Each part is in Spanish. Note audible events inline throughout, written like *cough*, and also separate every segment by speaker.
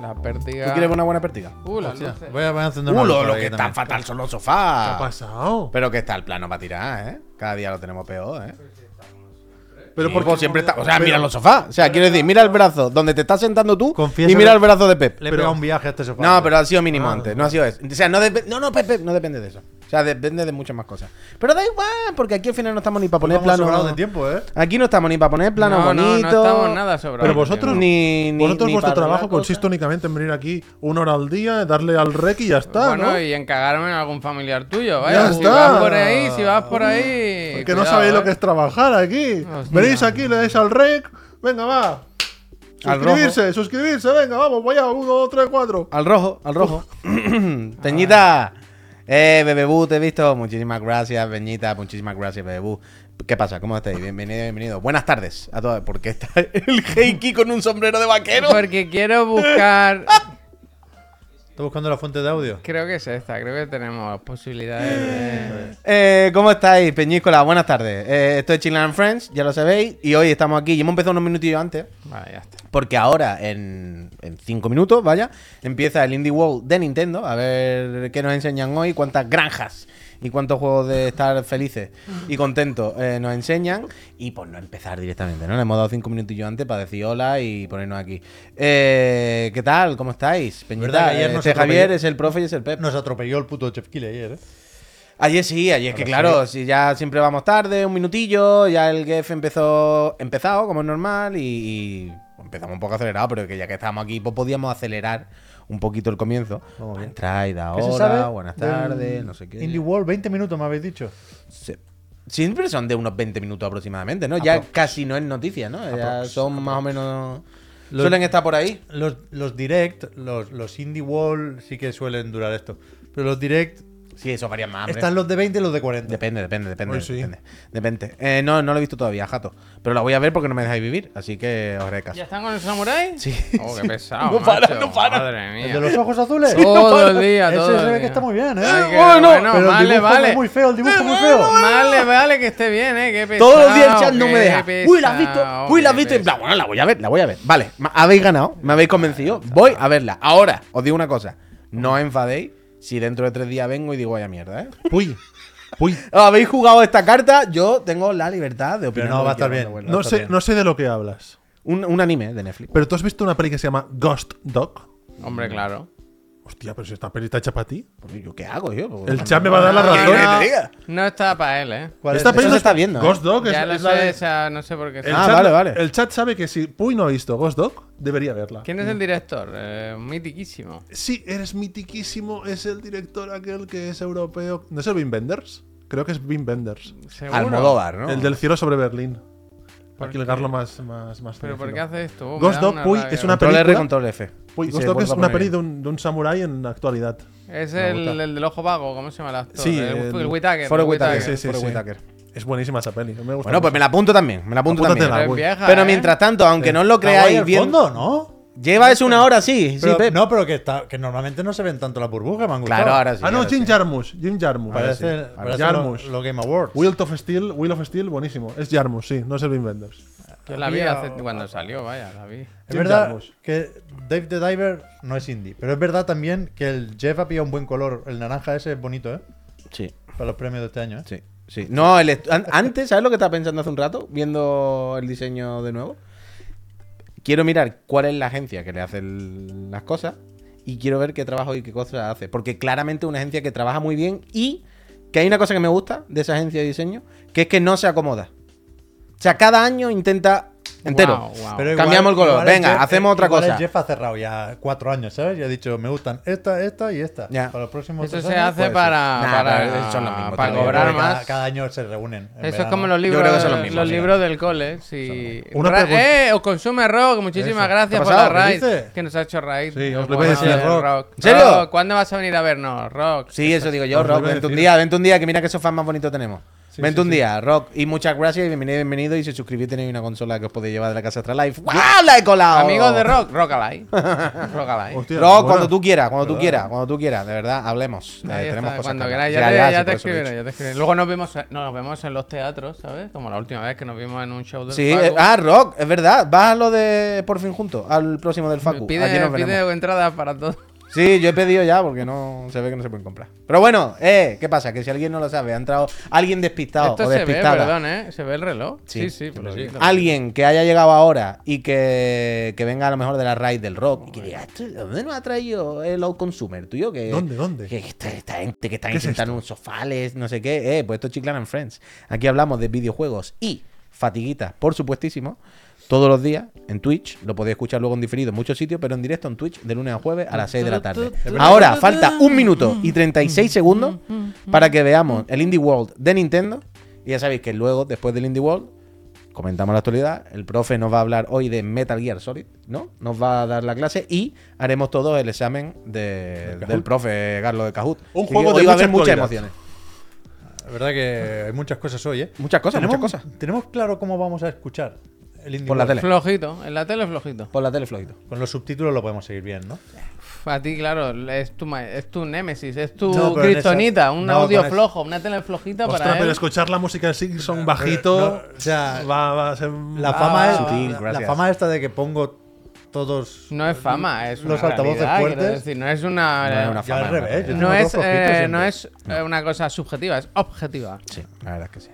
Speaker 1: La pérdida.
Speaker 2: ¿Tú quieres una buena pértiga?
Speaker 1: Uh, las
Speaker 3: Hostia,
Speaker 1: luces.
Speaker 3: voy a voy a encender
Speaker 2: Uh,
Speaker 3: una
Speaker 2: lo,
Speaker 3: luz
Speaker 2: lo
Speaker 3: ahí
Speaker 2: que tan
Speaker 3: también.
Speaker 2: fatal son los
Speaker 3: ¿Qué ha
Speaker 2: sofás.
Speaker 3: pasado?
Speaker 2: Pero que está el plano para tirar, ¿eh? Cada día lo tenemos peor, ¿eh?
Speaker 3: Pero
Speaker 2: Sí,
Speaker 3: porque-
Speaker 2: pues siempre está. O sea,
Speaker 3: pero-
Speaker 2: mira los sofás. O sea, quiero decir, mira el brazo donde te estás sentando tú
Speaker 3: Confieso
Speaker 2: y mira
Speaker 3: que-
Speaker 2: el brazo de Pep.
Speaker 3: Le he
Speaker 2: Pero-
Speaker 3: pegado un viaje a este sofá.
Speaker 2: No, pero ha sido mínimo
Speaker 3: Ah,
Speaker 2: antes, no ha sido eso. O sea, no, depe- no, no, Pep, Pep, no depende de eso. O sea, depende de muchas más cosas. Pero da igual, porque aquí al final no estamos ni para poner
Speaker 3: Pues Vamos sobrados
Speaker 2: planos.
Speaker 3: de tiempo, ¿eh?
Speaker 2: Aquí no estamos ni para poner planos
Speaker 1: No, no, no
Speaker 2: bonitos.
Speaker 1: estamos nada sobrados
Speaker 3: Pero vosotros-
Speaker 2: ni, ni-
Speaker 3: Vosotros
Speaker 2: ni
Speaker 3: vuestro
Speaker 2: para
Speaker 3: trabajo
Speaker 2: arreglar cosas.
Speaker 3: consiste únicamente en venir aquí una hora al día, darle al rec y ya está,
Speaker 1: bueno,
Speaker 3: ¿no?
Speaker 1: y encagarme en algún familiar tuyo, vaya.
Speaker 3: Ya
Speaker 1: si
Speaker 3: está.
Speaker 1: vas por ahí, si vas por ahí.
Speaker 3: Porque no
Speaker 1: cuidado,
Speaker 3: sabéis lo
Speaker 1: eh.
Speaker 3: que es trabajar aquí.
Speaker 1: Hostia.
Speaker 3: Venís aquí, le dais al rec, venga, va.
Speaker 2: Al
Speaker 3: Suscribirse, suscribirse, venga, vamos, vaya, uno, dos, tres, cuatro.
Speaker 2: Al rojo, al rojo. *clears throat* Peñita. Eh, Bebebú, te he visto. Muchísimas gracias, Peñita. Muchísimas gracias, Bebebú. ¿Qué pasa? ¿Cómo estáis? Bienvenido, bienvenido. Buenas tardes a todos. Porque está *laughs* el Heiki con un sombrero de vaquero.
Speaker 1: Porque quiero buscar.
Speaker 3: Estoy buscando la fuente de audio.
Speaker 1: creo que es esta, creo que tenemos posibilidades de.
Speaker 2: Eh, ¿Cómo estáis, Peñíscola? Buenas tardes. Eh, esto es Chillan and Friends, ya lo sabéis. Y hoy estamos aquí. Y hemos empezado unos minutillos antes.
Speaker 1: Vale, ya está.
Speaker 2: Porque ahora, en, en cinco minutos, vaya, empieza el Indie World de Nintendo. A ver qué nos enseñan hoy, cuántas granjas y cuántos juegos de estar felices y contentos eh, nos enseñan. Y pues no empezar directamente, ¿no? Le hemos dado cinco minutillos antes para decir hola y ponernos aquí. Eh, ¿Qué tal? ¿Cómo estáis?
Speaker 3: ¿Verdad
Speaker 2: Peñita,
Speaker 3: que ayer
Speaker 2: este
Speaker 3: nos
Speaker 2: Javier
Speaker 3: atropelló?
Speaker 2: es el profe y es el Pep.
Speaker 3: Nos atropelló el puto Jeff Kill ayer, ¿eh?
Speaker 2: Ayer sí, ayer que claro, si ya siempre vamos tarde, un minutillo, ya el GEF empezó, empezado como es normal y, y empezamos un poco acelerado, pero que ya que estábamos aquí pues podíamos acelerar un poquito el comienzo.
Speaker 3: Vamos bien.
Speaker 2: Entrada y da
Speaker 3: ¿Qué se
Speaker 2: hora,
Speaker 3: sabe
Speaker 2: buenas
Speaker 3: del
Speaker 2: tardes, no sé qué.
Speaker 3: Indie World, 20 minutos me habéis dicho.
Speaker 2: Sí. Siempre son de unos 20 minutos aproximadamente,
Speaker 3: Ah,
Speaker 2: ¿no?
Speaker 3: pues.
Speaker 2: Ya casi no es noticia, ¿no? Ya son más o menos...
Speaker 3: Los-
Speaker 2: Suelen estar por ahí.
Speaker 3: Los, los direct, los, los Indie World sí que suelen durar esto. Pero los direct
Speaker 2: Sí, eso varía más. hombre.
Speaker 3: están los de 20 y los de 40.
Speaker 2: Depende, depende, depende.
Speaker 3: Hoy sí.
Speaker 2: Depende. depende. Eh, no, no lo he visto todavía, jato. Pero la voy a ver porque no me dejáis vivir, así que os haré caso.
Speaker 1: ¿Ya están con el samurai?
Speaker 2: Sí.
Speaker 1: Oh, qué pesado.
Speaker 3: *laughs*
Speaker 2: No para,
Speaker 1: macho.
Speaker 2: no para.
Speaker 1: Madre
Speaker 3: ¿El
Speaker 1: mía.
Speaker 3: de los ojos azules? *laughs*
Speaker 1: todo el día,
Speaker 3: Ese
Speaker 1: todo
Speaker 3: se
Speaker 1: el
Speaker 3: ve que
Speaker 1: día.
Speaker 3: está muy bien, ¿eh?
Speaker 1: Ay, qué
Speaker 2: Bueno,
Speaker 1: bueno,
Speaker 3: pero el
Speaker 1: vale,
Speaker 3: dibujo
Speaker 1: vale.
Speaker 3: es muy feo, el dibujo es muy
Speaker 2: bueno,
Speaker 1: *laughs*
Speaker 3: feo. *laughs*
Speaker 1: Vale, vale que esté bien, eh. Qué pesado,
Speaker 2: Todos los días el chat no me
Speaker 1: qué
Speaker 2: deja. Uy, la
Speaker 1: pesado,
Speaker 2: has visto. Uy, la has
Speaker 1: qué
Speaker 2: visto. En plan,
Speaker 1: pesado.
Speaker 2: bueno, la voy a ver, la voy a ver. Vale, ma- habéis ganado, me habéis convencido. Voy a verla. Ahora, os digo una cosa. No os enfadéis si dentro de tres días vengo y digo, vaya mierda, ¿eh?
Speaker 3: Uy,
Speaker 2: *laughs*
Speaker 3: uy.
Speaker 2: Habéis jugado esta carta, yo tengo la libertad de opinar.
Speaker 3: Pero no,
Speaker 2: lo
Speaker 3: va a
Speaker 2: que
Speaker 3: estar
Speaker 2: quiera
Speaker 3: bien.
Speaker 2: cuando vuelva.
Speaker 3: No
Speaker 2: Va a estar
Speaker 3: sé,
Speaker 2: bien.
Speaker 3: no sé de lo que hablas.
Speaker 2: Un, un anime de Netflix.
Speaker 3: Pero tú has visto una peli que se llama Ghost Dog.
Speaker 1: Hombre, claro.
Speaker 3: Hostia, pero si esta peli está hecha para ti.
Speaker 2: Pues, ¿Yo qué hago, yo?
Speaker 3: El chat me va a dar la
Speaker 1: No,
Speaker 3: razón.
Speaker 2: que
Speaker 1: no,
Speaker 2: te diga.
Speaker 1: *laughs* no está para él, eh.
Speaker 3: ¿Cuál
Speaker 2: Esta
Speaker 3: es?
Speaker 2: peli
Speaker 3: Eso
Speaker 2: se
Speaker 3: es-
Speaker 2: está viendo, ¿eh?
Speaker 3: Ghost Dog es,
Speaker 1: Ya lo
Speaker 3: es la
Speaker 1: sé,
Speaker 3: de-
Speaker 1: o sea, no sé por qué.
Speaker 3: El
Speaker 2: Ah,
Speaker 3: chat-
Speaker 2: vale, vale.
Speaker 3: El chat sabe que si Puy no ha visto Ghost Dog, debería verla.
Speaker 1: ¿Quién es el director? Eh, mitiquísimo.
Speaker 3: Sí, eres mitiquísimo. Es el director aquel que es europeo. ¿No es el Wim Wenders? Creo que es Wim Wenders.
Speaker 1: Seguro.
Speaker 2: Almodóvar, ¿no?
Speaker 3: El del cielo sobre Berlín.
Speaker 1: ¿Por
Speaker 3: Para ligarlo más, más, más.
Speaker 1: ¿Pero por
Speaker 3: cinéfilo.
Speaker 1: qué hace esto? Oh, me
Speaker 3: Ghost
Speaker 1: da
Speaker 3: Dog,
Speaker 1: una
Speaker 3: Puy,
Speaker 1: rabia.
Speaker 3: es una
Speaker 2: Control R,
Speaker 3: película-
Speaker 2: control F.
Speaker 3: Puy,
Speaker 2: Y
Speaker 3: Ghost
Speaker 2: se
Speaker 3: Dog es
Speaker 2: vuelve a
Speaker 3: una
Speaker 2: poner
Speaker 3: peli
Speaker 2: bien.
Speaker 3: de un, de un samurái en la actualidad.
Speaker 1: Es
Speaker 3: Me
Speaker 1: el,
Speaker 3: gusta.
Speaker 1: el del ojo vago, ¿cómo se llama el actor?
Speaker 3: Sí,
Speaker 1: el,
Speaker 3: el-
Speaker 1: el Whittaker,
Speaker 2: Forrest
Speaker 1: el
Speaker 2: Whitaker,
Speaker 1: Whittaker.
Speaker 2: sí, Forrest Whitaker.
Speaker 3: Es buenísima esa peli. Me gusta
Speaker 2: Bueno, pues me la apunto también. Me la apunto
Speaker 3: Apúntatela,
Speaker 2: también.
Speaker 1: Pero es
Speaker 3: Uy.
Speaker 1: vieja,
Speaker 2: Pero
Speaker 1: ¿eh?
Speaker 2: mientras tanto, aunque no os lo creáis bien.
Speaker 4: fondo, ¿no?
Speaker 2: Lleva es una hora, sí.
Speaker 4: Pero-
Speaker 2: sí, Pep.
Speaker 4: No, pero que, está, que normalmente no se ven tanto las burbujas, me han gustado.
Speaker 2: Claro, ahora sí.
Speaker 3: Ah, no,
Speaker 2: ahora sí.
Speaker 3: Jim Jarmusch. Jim Jarmusch.
Speaker 4: Parece,
Speaker 3: Ahora
Speaker 4: parece
Speaker 3: sí. Jarmusch.
Speaker 4: lo- los Game Awards.
Speaker 3: Wheel of Steel, Wheel of Steel, buenísimo. Es Jarmusch, sí, no es Wim Wenders.
Speaker 1: Yo la vi
Speaker 4: Mira,
Speaker 1: hace- cuando salió, vaya, la vi.
Speaker 4: es
Speaker 3: Jim
Speaker 4: verdad
Speaker 3: Jarmusch.
Speaker 4: que Dave the Diver no es indie, pero es verdad también que el Jeff ha pillado un buen color. El naranja ese es bonito, ¿eh?
Speaker 2: Sí,
Speaker 4: Para los premios de este año, ¿eh?
Speaker 2: sí, sí. No, el est- an- antes, ¿sabes lo que estaba pensando hace un rato? Viendo el diseño de nuevo. Quiero mirar cuál es la agencia que le hace el- las cosas y quiero ver qué trabajo y qué cosas hace. Porque claramente es una agencia que trabaja muy bien y que hay una cosa que me gusta de esa agencia de diseño, que es que no se acomoda. O sea, cada año intenta entero.
Speaker 1: Wow, wow.
Speaker 4: Pero
Speaker 2: Cambiamos el color. Venga,
Speaker 4: Jeff-
Speaker 2: hacemos otra
Speaker 4: igual el
Speaker 2: cosa.
Speaker 4: Jeff ha cerrado ya cuatro años, ¿sabes? Ya ha dicho, me gustan esta, esta y esta.
Speaker 2: Ya.
Speaker 4: Para los próximos
Speaker 1: Eso
Speaker 4: tres
Speaker 1: se
Speaker 4: años,
Speaker 1: hace
Speaker 4: pues,
Speaker 1: para,
Speaker 2: Nah,
Speaker 1: para,
Speaker 2: pero son los mismos
Speaker 1: para
Speaker 2: también.
Speaker 1: cobrar
Speaker 4: porque cada-
Speaker 1: más.
Speaker 4: Cada año se reúnen. en
Speaker 1: Eso es
Speaker 4: verano.
Speaker 1: como los libros,
Speaker 2: creo que son los
Speaker 1: los,
Speaker 2: mismos, sí.
Speaker 1: libros del cole. Si...
Speaker 3: Una
Speaker 1: Ra-
Speaker 3: pregunta.
Speaker 1: eh, os consume rock. Muchísimas gracias
Speaker 3: ¿Qué ha
Speaker 1: por la
Speaker 3: pasado? ¿Qué
Speaker 1: raid
Speaker 3: dices?
Speaker 1: que nos ha hecho raid.
Speaker 3: Sí, os
Speaker 1: lo
Speaker 3: lo voy a decir, Rock.
Speaker 2: ¿En serio?
Speaker 1: ¿Cuándo vas a venir a vernos, rock?
Speaker 2: Sí, eso digo yo,
Speaker 3: Os lo
Speaker 2: Rob.
Speaker 3: iba a
Speaker 2: Vente un
Speaker 3: decir.
Speaker 2: día, vente un día, que mira qué sofás más bonito tenemos. Vente un día, Rock. Y muchas gracias y bienvenido, bienvenido. Y si suscribís tenéis una consola que os podéis llevar de la casa Astralife. ¡Guau! ¡La he colado!
Speaker 1: Amigos de Rock, Rock
Speaker 2: *laughs*
Speaker 1: Alive. Rock Alive.
Speaker 3: Hostia,
Speaker 2: Rock,
Speaker 3: bueno.
Speaker 2: cuando tú quieras, cuando tú
Speaker 3: ¿Verdad?
Speaker 2: quieras, cuando tú quieras, de verdad, hablemos. Eh,
Speaker 1: Ahí está,
Speaker 2: tenemos cosas
Speaker 1: cuando
Speaker 2: que
Speaker 1: queráis,
Speaker 2: hablar.
Speaker 1: ya, te- ya te
Speaker 2: sí, por eso lo he
Speaker 1: escribiré,
Speaker 2: dicho.
Speaker 1: ya te escribiré. Luego nos vemos, nos vemos en los teatros, ¿sabes? Como la última vez que nos vimos en un show del
Speaker 2: Sí,
Speaker 1: Facu.
Speaker 2: eh, ah, Rock, es verdad. Vas a lo de Por fin juntos, al próximo del Facu. Aquí
Speaker 1: Pide,
Speaker 2: nos
Speaker 1: pide
Speaker 2: veremos.
Speaker 1: entradas para todos.
Speaker 2: Sí, yo he pedido ya porque no se ve que no se pueden comprar. Pero bueno, eh, ¿qué pasa? Que si alguien no lo sabe, ha entrado alguien despistado
Speaker 1: Esto
Speaker 2: o
Speaker 1: se ve,
Speaker 2: despistada.
Speaker 1: perdón, ¿eh? Se ve el reloj. Sí, sí,
Speaker 2: te
Speaker 1: pero
Speaker 2: lo
Speaker 1: sí,
Speaker 2: digo.
Speaker 1: lo-
Speaker 2: pues Alguien que haya llegado ahora y que, que venga a lo mejor de la raíz del rock y que diga, "Esto, ¿dónde nos ha traído el low consumer, tío? Que,
Speaker 3: ¿Dónde, dónde?
Speaker 2: Que, que esta, esta gente que está
Speaker 3: ¿Qué es
Speaker 2: intentando unos sofales, no sé qué. Eh, pues esto es Chiclana and Friends. Aquí hablamos de videojuegos y fatiguitas, por supuestísimo. Todos los días en Twitch, lo podéis escuchar luego en diferido en muchos sitios, pero en directo en Twitch de lunes a jueves a las 6 de la tarde. Ahora falta un minuto y 36 segundos para que veamos el Indie World de Nintendo. Y ya sabéis que luego, después del Indie World, comentamos la actualidad. El profe nos va a hablar hoy de Metal Gear Solid, ¿no? Nos va a dar la clase y haremos todos el examen de- del profe Carlos de Cajut.
Speaker 3: Un juego
Speaker 2: que hoy
Speaker 3: de
Speaker 2: va a haber
Speaker 3: mucha
Speaker 2: muchas
Speaker 3: actualidad.
Speaker 2: emociones.
Speaker 4: La verdad que hay muchas cosas hoy, ¿eh?
Speaker 2: Muchas cosas,
Speaker 4: tenemos,
Speaker 2: muchas cosas.
Speaker 4: Tenemos claro cómo vamos a escuchar el Indie
Speaker 2: Por la tele.
Speaker 4: World.
Speaker 1: Flojito, en la tele flojito.
Speaker 2: Por la tele, flojito.
Speaker 4: Con los subtítulos lo podemos seguir bien, ¿no?
Speaker 1: Uf, A ti, claro, es tu, ma- es tu némesis, es tu
Speaker 4: No, pero en
Speaker 1: kriptonita,
Speaker 4: esa-
Speaker 1: un
Speaker 4: no,
Speaker 1: audio
Speaker 4: con esa-
Speaker 1: flojo, una tele flojita
Speaker 3: Ostras,
Speaker 1: para él.
Speaker 3: pero escuchar la música de Silksong bajito.
Speaker 4: no, o sea,
Speaker 3: va, va a ser.
Speaker 4: La fama, es,
Speaker 2: Sutil,
Speaker 4: Ah, la- la
Speaker 2: gracias.
Speaker 4: fama esta de que pongo todos
Speaker 1: No es fama, es
Speaker 4: los
Speaker 1: una
Speaker 4: altavoces
Speaker 1: realidad, quiero
Speaker 4: fuertes.
Speaker 1: decir, no es una... eh,
Speaker 2: No es una
Speaker 4: Ya
Speaker 2: fama,
Speaker 4: al revés. yo
Speaker 1: no
Speaker 4: tengo
Speaker 1: es,
Speaker 4: dos flojitos
Speaker 1: eh,
Speaker 4: siempre.
Speaker 1: no es, eh, una cosa subjetiva, es objetiva.
Speaker 2: Sí, la verdad es que sí.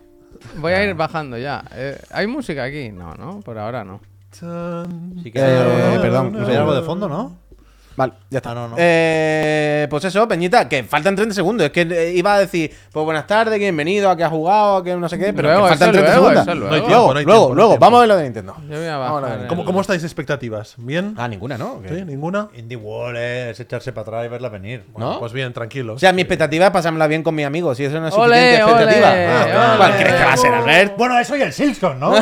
Speaker 1: Voy a ir bajando ya. Eh, ¿Hay música aquí? No, no, por ahora no.
Speaker 4: Sí que-
Speaker 2: Eh, perdón, un
Speaker 4: Hay algo de
Speaker 2: segundo.
Speaker 4: fondo, ¿no?
Speaker 2: Vale, ya está.
Speaker 4: Ah, no, no.
Speaker 2: Eh, pues eso, Peñita, que faltan 30 segundos. Es que eh, iba a decir, pues buenas tardes, que bienvenido, a que ha jugado, a que no sé qué, pero
Speaker 1: Luego,
Speaker 2: que faltan
Speaker 1: eso
Speaker 2: 30
Speaker 1: luego,
Speaker 2: segundos.
Speaker 1: eso
Speaker 3: No hay
Speaker 1: luego.
Speaker 3: tiempo.
Speaker 2: Luego, luego,
Speaker 3: no hay
Speaker 2: luego,
Speaker 3: tiempo.
Speaker 2: vamos a ver lo de Nintendo.
Speaker 1: Yo voy a
Speaker 2: Vamos a
Speaker 1: bajar
Speaker 2: ver.
Speaker 1: el-
Speaker 3: ¿Cómo, ¿Cómo estáis expectativas? ¿Bien?
Speaker 2: Ah, ninguna, ¿no? Que-
Speaker 3: ¿Sí? ¿Ninguna?
Speaker 4: Indie World es echarse para atrás y verla venir.
Speaker 2: ¿No?
Speaker 3: Pues bien, tranquilos.
Speaker 2: O sea, mi expectativa es pasármela bien con mis amigos. Si eso no es
Speaker 1: Ole,
Speaker 2: suficiente expectativa.
Speaker 1: ole,
Speaker 2: Ah,
Speaker 1: ole.
Speaker 2: ¿Cuál crees que va a ser,
Speaker 4: *laughs*
Speaker 2: Albert?
Speaker 4: Bueno, eso y el
Speaker 1: *laughs*
Speaker 4: Silson, ¿no?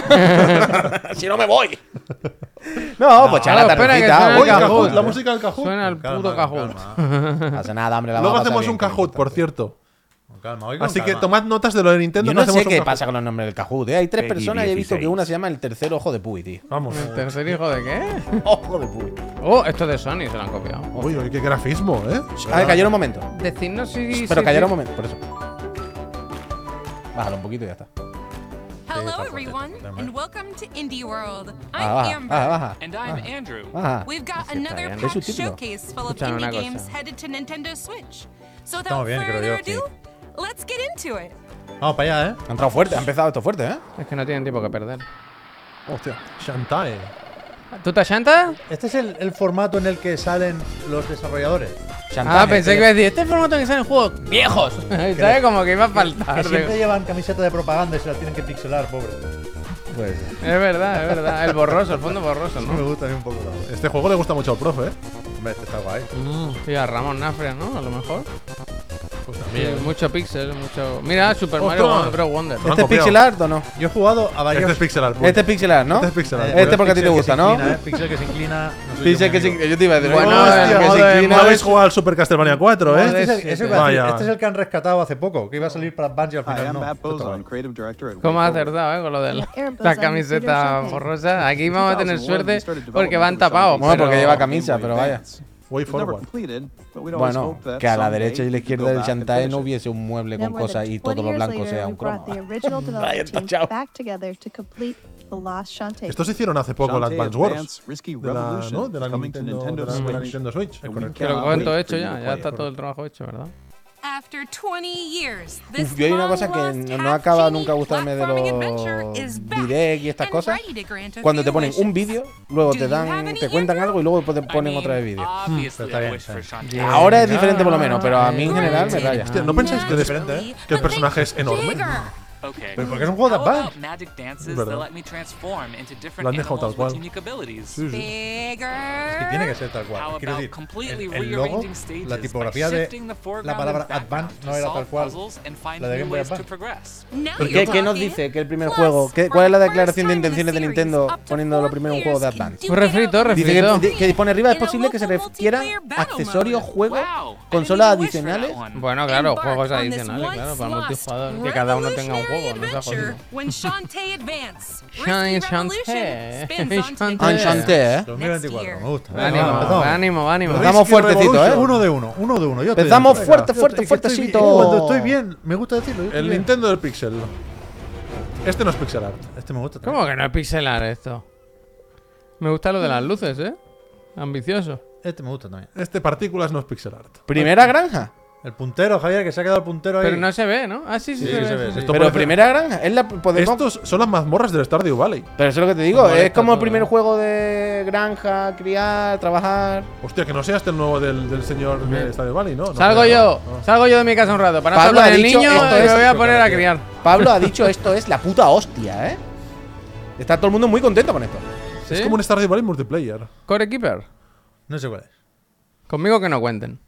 Speaker 2: si no me voy. *laughs* No, pues echar la
Speaker 1: no, espera, que
Speaker 2: tardecita.
Speaker 1: suena
Speaker 3: Oye,
Speaker 1: el cajón.
Speaker 2: oiga.
Speaker 3: Kahoot,
Speaker 1: Cajut.
Speaker 3: la música del Kahoot.
Speaker 1: Suena el puto cajón.
Speaker 2: No pasa nada, hombre. La
Speaker 3: Luego
Speaker 2: vamos a pasar
Speaker 3: hacemos
Speaker 2: bien,
Speaker 3: un
Speaker 2: que es
Speaker 3: Kahoot, por
Speaker 2: importante.
Speaker 3: cierto.
Speaker 4: Con calma, hoy con
Speaker 3: Así que
Speaker 4: calma.
Speaker 3: tomad notas de lo de Nintendo.
Speaker 2: Yo no
Speaker 3: hacemos
Speaker 2: sé
Speaker 3: un
Speaker 2: qué
Speaker 3: Kahoot.
Speaker 2: pasa con los nombres del Cajut, ¿eh? Hay tres
Speaker 5: Peggy
Speaker 2: personas y he visto que
Speaker 5: 16.
Speaker 2: una se llama el tercer ojo de Puy, tío.
Speaker 3: Vamos.
Speaker 1: ¿El tercer hijo de qué?
Speaker 2: Ojo de Puy.
Speaker 1: Oh, esto de Sony se lo han copiado.
Speaker 3: Uy, uy, qué grafismo, ¿eh?
Speaker 2: A ver, cayó un momento.
Speaker 1: Decidnos si.
Speaker 2: Pero
Speaker 1: si-
Speaker 2: cayó
Speaker 1: si-
Speaker 2: un momento, por eso. Bájalo un poquito y ya está.
Speaker 6: Hello, everyone, and welcome to Indie World.
Speaker 2: Ah,
Speaker 6: I'm
Speaker 2: baja, baja,
Speaker 6: Amber.
Speaker 2: baja.
Speaker 5: And I'm Andrew.
Speaker 2: baja.
Speaker 6: We've got
Speaker 1: está
Speaker 6: another
Speaker 1: bien.
Speaker 6: packed
Speaker 2: Es su título.
Speaker 6: showcase full of
Speaker 1: Escúchame una
Speaker 6: indie
Speaker 1: cosa.
Speaker 6: games headed to Nintendo Switch. So
Speaker 4: Estamos
Speaker 6: without
Speaker 4: bien, creo
Speaker 6: further
Speaker 4: yo, sí.
Speaker 6: ado, let's get into it.
Speaker 4: Vamos para allá, ¿eh?
Speaker 2: Ha entrado fuerte, ha empezado esto fuerte, ¿eh?
Speaker 1: Es que no tienen tiempo que perder.
Speaker 3: Hostia. Shantae.
Speaker 1: ¿Tú te chantas?
Speaker 4: Este es el, el formato en el que salen los desarrolladores.
Speaker 2: Chantaje.
Speaker 1: Ah, pensé que iba a decir, este es el formato en que salen juegos
Speaker 2: *laughs*
Speaker 1: viejos. ¿Sabes? Como que iba a faltar.
Speaker 4: Que
Speaker 1: digo.
Speaker 4: siempre llevan camiseta de propaganda y se la tienen que pixelar, pobre.
Speaker 2: Pues,
Speaker 1: Es verdad, es verdad. El borroso, el fondo borroso,
Speaker 4: Me
Speaker 1: ¿no?
Speaker 4: gusta a mí un poco. la verdad.
Speaker 3: Este juego le gusta mucho al profe, ¿eh?
Speaker 4: Hombre, este está guay.
Speaker 1: Y a Ramón Nafria, ¿no? A lo mejor.
Speaker 3: Pues
Speaker 2: ¿eh?
Speaker 1: Sí, mucho pixel, mucho. Mira, Super Mario
Speaker 3: Ostras.
Speaker 1: Bros. Wonder.
Speaker 3: Lo han
Speaker 2: ¿Este es
Speaker 3: copiado.
Speaker 2: pixel art o no?
Speaker 4: Yo he jugado a varios.
Speaker 3: Este es pixel art.
Speaker 2: Este es pixel art, ¿no?
Speaker 3: Este es pixel art.
Speaker 4: eh,
Speaker 2: Este
Speaker 4: varios
Speaker 2: porque a ti te
Speaker 4: pixel que
Speaker 2: gusta,
Speaker 4: se
Speaker 2: ¿no?
Speaker 4: inclina, ¿eh? Pixel que se inclina. no soy
Speaker 2: Pixel
Speaker 4: yo
Speaker 2: que
Speaker 4: muy amigo.
Speaker 2: se- Yo te iba a decir.
Speaker 1: Bueno, el
Speaker 2: "Oh,
Speaker 1: que
Speaker 2: hostia, que
Speaker 1: se
Speaker 2: se
Speaker 1: inclina
Speaker 2: inclina
Speaker 3: No
Speaker 1: es-
Speaker 3: habéis jugado al Super Castlevania 4,
Speaker 1: No,
Speaker 4: Este
Speaker 3: ¿eh?
Speaker 4: es, el,
Speaker 1: Ese-
Speaker 4: ese iba a decir,
Speaker 3: Vaya.
Speaker 4: este es el que han rescatado hace poco, que iba a salir para Bungie al
Speaker 7: Hi,
Speaker 4: final.
Speaker 7: I'm
Speaker 4: No.
Speaker 7: Matt
Speaker 4: Esto está guay.
Speaker 7: Bozon, creative director at
Speaker 1: ¿Cómo
Speaker 7: Wayforward.
Speaker 1: has acertado, eh? Con lo de la,
Speaker 8: Yeah, Airbus
Speaker 1: la
Speaker 8: on
Speaker 1: camiseta
Speaker 8: Peter Showcase.
Speaker 1: borrosa. Aquí vamos a tener
Speaker 7: 2001
Speaker 1: suerte
Speaker 7: started development
Speaker 1: porque van
Speaker 7: of the
Speaker 1: tapados.
Speaker 2: Bueno, porque
Speaker 1: pero-
Speaker 2: lleva camisa, pero vaya.
Speaker 3: Way
Speaker 7: It was never
Speaker 3: forward.
Speaker 7: completed, but we'd always
Speaker 2: Bueno,
Speaker 7: hope that
Speaker 2: que a la
Speaker 7: someday
Speaker 2: derecha y
Speaker 7: we
Speaker 2: la
Speaker 7: could go
Speaker 2: izquierda del
Speaker 7: back and
Speaker 2: Chantae
Speaker 7: finish
Speaker 2: no
Speaker 7: it.
Speaker 2: hubiese un mueble
Speaker 8: Now
Speaker 2: con
Speaker 8: more than
Speaker 2: cosas y
Speaker 8: 20
Speaker 2: todo lo
Speaker 8: years
Speaker 2: blanco
Speaker 8: later,
Speaker 2: sea
Speaker 8: we
Speaker 2: un croma.
Speaker 8: brought the
Speaker 2: *laughs*
Speaker 8: original
Speaker 2: Vaya,
Speaker 8: development team
Speaker 2: chao.
Speaker 8: back together to complete The Lost Shantae.
Speaker 3: Estos hicieron hace poco el
Speaker 7: Shantae
Speaker 3: Advance
Speaker 7: Advance
Speaker 3: Wars.
Speaker 7: Risky
Speaker 3: De la,
Speaker 7: Revolution
Speaker 3: ¿no? de la
Speaker 7: is coming to
Speaker 3: Nintendo,
Speaker 7: Nintendo
Speaker 3: de la- de la
Speaker 7: Switch.
Speaker 3: Nintendo Switch.
Speaker 7: And
Speaker 3: es
Speaker 7: we
Speaker 3: correcto.
Speaker 1: Pero
Speaker 2: Ah,
Speaker 7: cannot
Speaker 1: con todo
Speaker 7: wait
Speaker 1: hecho
Speaker 7: for you
Speaker 1: ya.
Speaker 7: to
Speaker 1: Ya
Speaker 7: play
Speaker 1: está
Speaker 7: it.
Speaker 1: todo el trabajo hecho, ¿verdad?
Speaker 6: After 20 years, this
Speaker 2: Uf, yo hay una cosa que
Speaker 6: long-lost
Speaker 2: no
Speaker 6: half-genie
Speaker 2: acaba nunca gustarme de
Speaker 6: platforming adventure is
Speaker 2: los
Speaker 6: back
Speaker 2: videos y estas
Speaker 6: and
Speaker 2: cosas.
Speaker 6: ready to grant a
Speaker 2: Cuando te
Speaker 6: few
Speaker 2: ponen un
Speaker 6: wishes.
Speaker 2: vídeo, luego
Speaker 6: Do
Speaker 2: te
Speaker 6: you have
Speaker 2: dan,
Speaker 6: any
Speaker 2: te cuentan
Speaker 6: info?
Speaker 2: algo y luego te ponen
Speaker 5: I
Speaker 2: otra vez
Speaker 5: mean,
Speaker 2: vídeo.
Speaker 5: obviously,
Speaker 4: está
Speaker 5: I
Speaker 4: bien,
Speaker 5: wish
Speaker 4: sí.
Speaker 5: for Shantae.
Speaker 2: Ahora es diferente por lo menos, pero a mí en general me raya.
Speaker 3: Hostia, ¿no pensáis que, es- ¿eh?
Speaker 6: Naturally,
Speaker 3: que el
Speaker 6: but
Speaker 3: personaje
Speaker 6: think
Speaker 3: es enorme?
Speaker 6: bigger.
Speaker 5: Okay.
Speaker 4: Pero porque es un juego de
Speaker 5: How about
Speaker 4: Advance.
Speaker 5: magic dances
Speaker 3: Verdad.
Speaker 5: that let me transform into
Speaker 3: Lo
Speaker 5: different
Speaker 3: han dejado tal
Speaker 5: animals with
Speaker 3: cual.
Speaker 5: unique abilities?
Speaker 3: Sí, sí.
Speaker 6: Bigger.
Speaker 4: Es que tiene que ser tal
Speaker 5: How
Speaker 4: cual. Quiero
Speaker 5: about
Speaker 4: decir,
Speaker 5: completely
Speaker 4: el, el logo,
Speaker 5: rearranging stages
Speaker 4: la
Speaker 5: by
Speaker 4: tipografía
Speaker 5: shifting the
Speaker 4: de
Speaker 5: foreground
Speaker 4: la
Speaker 5: and
Speaker 4: palabra
Speaker 5: background
Speaker 4: Advance
Speaker 5: to
Speaker 4: no era
Speaker 5: solve
Speaker 4: tal cual.
Speaker 5: puzzles and find
Speaker 4: La de
Speaker 5: new
Speaker 4: Game Boy
Speaker 5: ways to
Speaker 4: Advance.
Speaker 5: progress.
Speaker 2: ¿Pero qué, qué nos dice que el primer juego? ¿Qué- ¿Cuál es la declaración de intenciones de Nintendo poniendo lo primero en un juego de Advance?
Speaker 1: Un refrito, refrito.
Speaker 2: Dice que, que dispone arriba es posible que se refieran accesorios, juegos, consolas adicionales
Speaker 5: Bueno,
Speaker 1: Bueno, claro, juegos adicionales, claro, para multijugador. Que cada uno tenga un juego,
Speaker 6: Shiny
Speaker 1: no se ha jodido.
Speaker 6: adventure when
Speaker 1: *laughs*
Speaker 6: Shantae Advance.
Speaker 1: Shiny
Speaker 6: Risky Revolution
Speaker 1: Shantae.
Speaker 6: spins on
Speaker 1: Shantae.
Speaker 6: today.
Speaker 2: Enchanté, ¿eh?
Speaker 4: 2024, me gusta.
Speaker 1: Ánimo,
Speaker 4: Venga,
Speaker 1: va,
Speaker 4: empezamos.
Speaker 1: ánimo, va, ánimo.
Speaker 2: Empezamos fuertecito, ¿eh?
Speaker 4: Uno de uno, uno de uno. Yo estoy
Speaker 2: Empezamos
Speaker 4: dentro.
Speaker 2: fuerte,
Speaker 4: Venga.
Speaker 2: fuerte,
Speaker 4: Es que estoy
Speaker 2: fuertecito.
Speaker 4: bien. Cuando estoy bien, me gusta decirlo. yo estoy
Speaker 3: El
Speaker 4: bien.
Speaker 3: Nintendo del Pixel. Este no es pixel art.
Speaker 4: Este me gusta.
Speaker 1: ¿Cómo que no es pixelar esto? Me gusta lo de las luces, ¿eh? Ambicioso.
Speaker 4: Este me gusta también.
Speaker 3: Este partículas no es pixel art.
Speaker 2: Primera granja.
Speaker 4: El puntero, Javier, que se ha quedado el puntero ahí.
Speaker 1: Pero no se ve, ¿no? Ah, sí, sí,
Speaker 4: Sí,
Speaker 1: se,
Speaker 4: se
Speaker 1: ve.
Speaker 4: ve,
Speaker 1: sí.
Speaker 3: Esto
Speaker 2: Pero
Speaker 3: parece-
Speaker 2: primera granja. Es la, podemos,
Speaker 3: Estos son las mazmorras del Stardew Valley.
Speaker 2: Pero eso es lo que te digo.
Speaker 1: Molesta
Speaker 2: Es como el
Speaker 1: todo,
Speaker 2: primer
Speaker 1: ¿eh?
Speaker 2: juego de granja, criar, trabajar.
Speaker 3: Hostia, que no sea este el nuevo del, del señor de Stardew Valley, ¿no? No,
Speaker 1: Salgo
Speaker 3: no,
Speaker 1: yo,
Speaker 3: no.
Speaker 1: salgo yo de mi casa un rato. Para no
Speaker 2: Pablo
Speaker 1: estar con
Speaker 2: ha
Speaker 1: el
Speaker 2: dicho,
Speaker 1: niño,
Speaker 2: esto
Speaker 1: me
Speaker 2: es-
Speaker 1: voy a poner a
Speaker 3: tío.
Speaker 1: criar.
Speaker 2: Pablo ha dicho esto es la puta hostia, ¿eh? Está todo el mundo muy contento con esto.
Speaker 1: ¿Sí?
Speaker 3: Es como un Stardew Valley multiplayer.
Speaker 1: Core Keeper.
Speaker 4: No sé cuál es.
Speaker 1: Conmigo que no cuenten.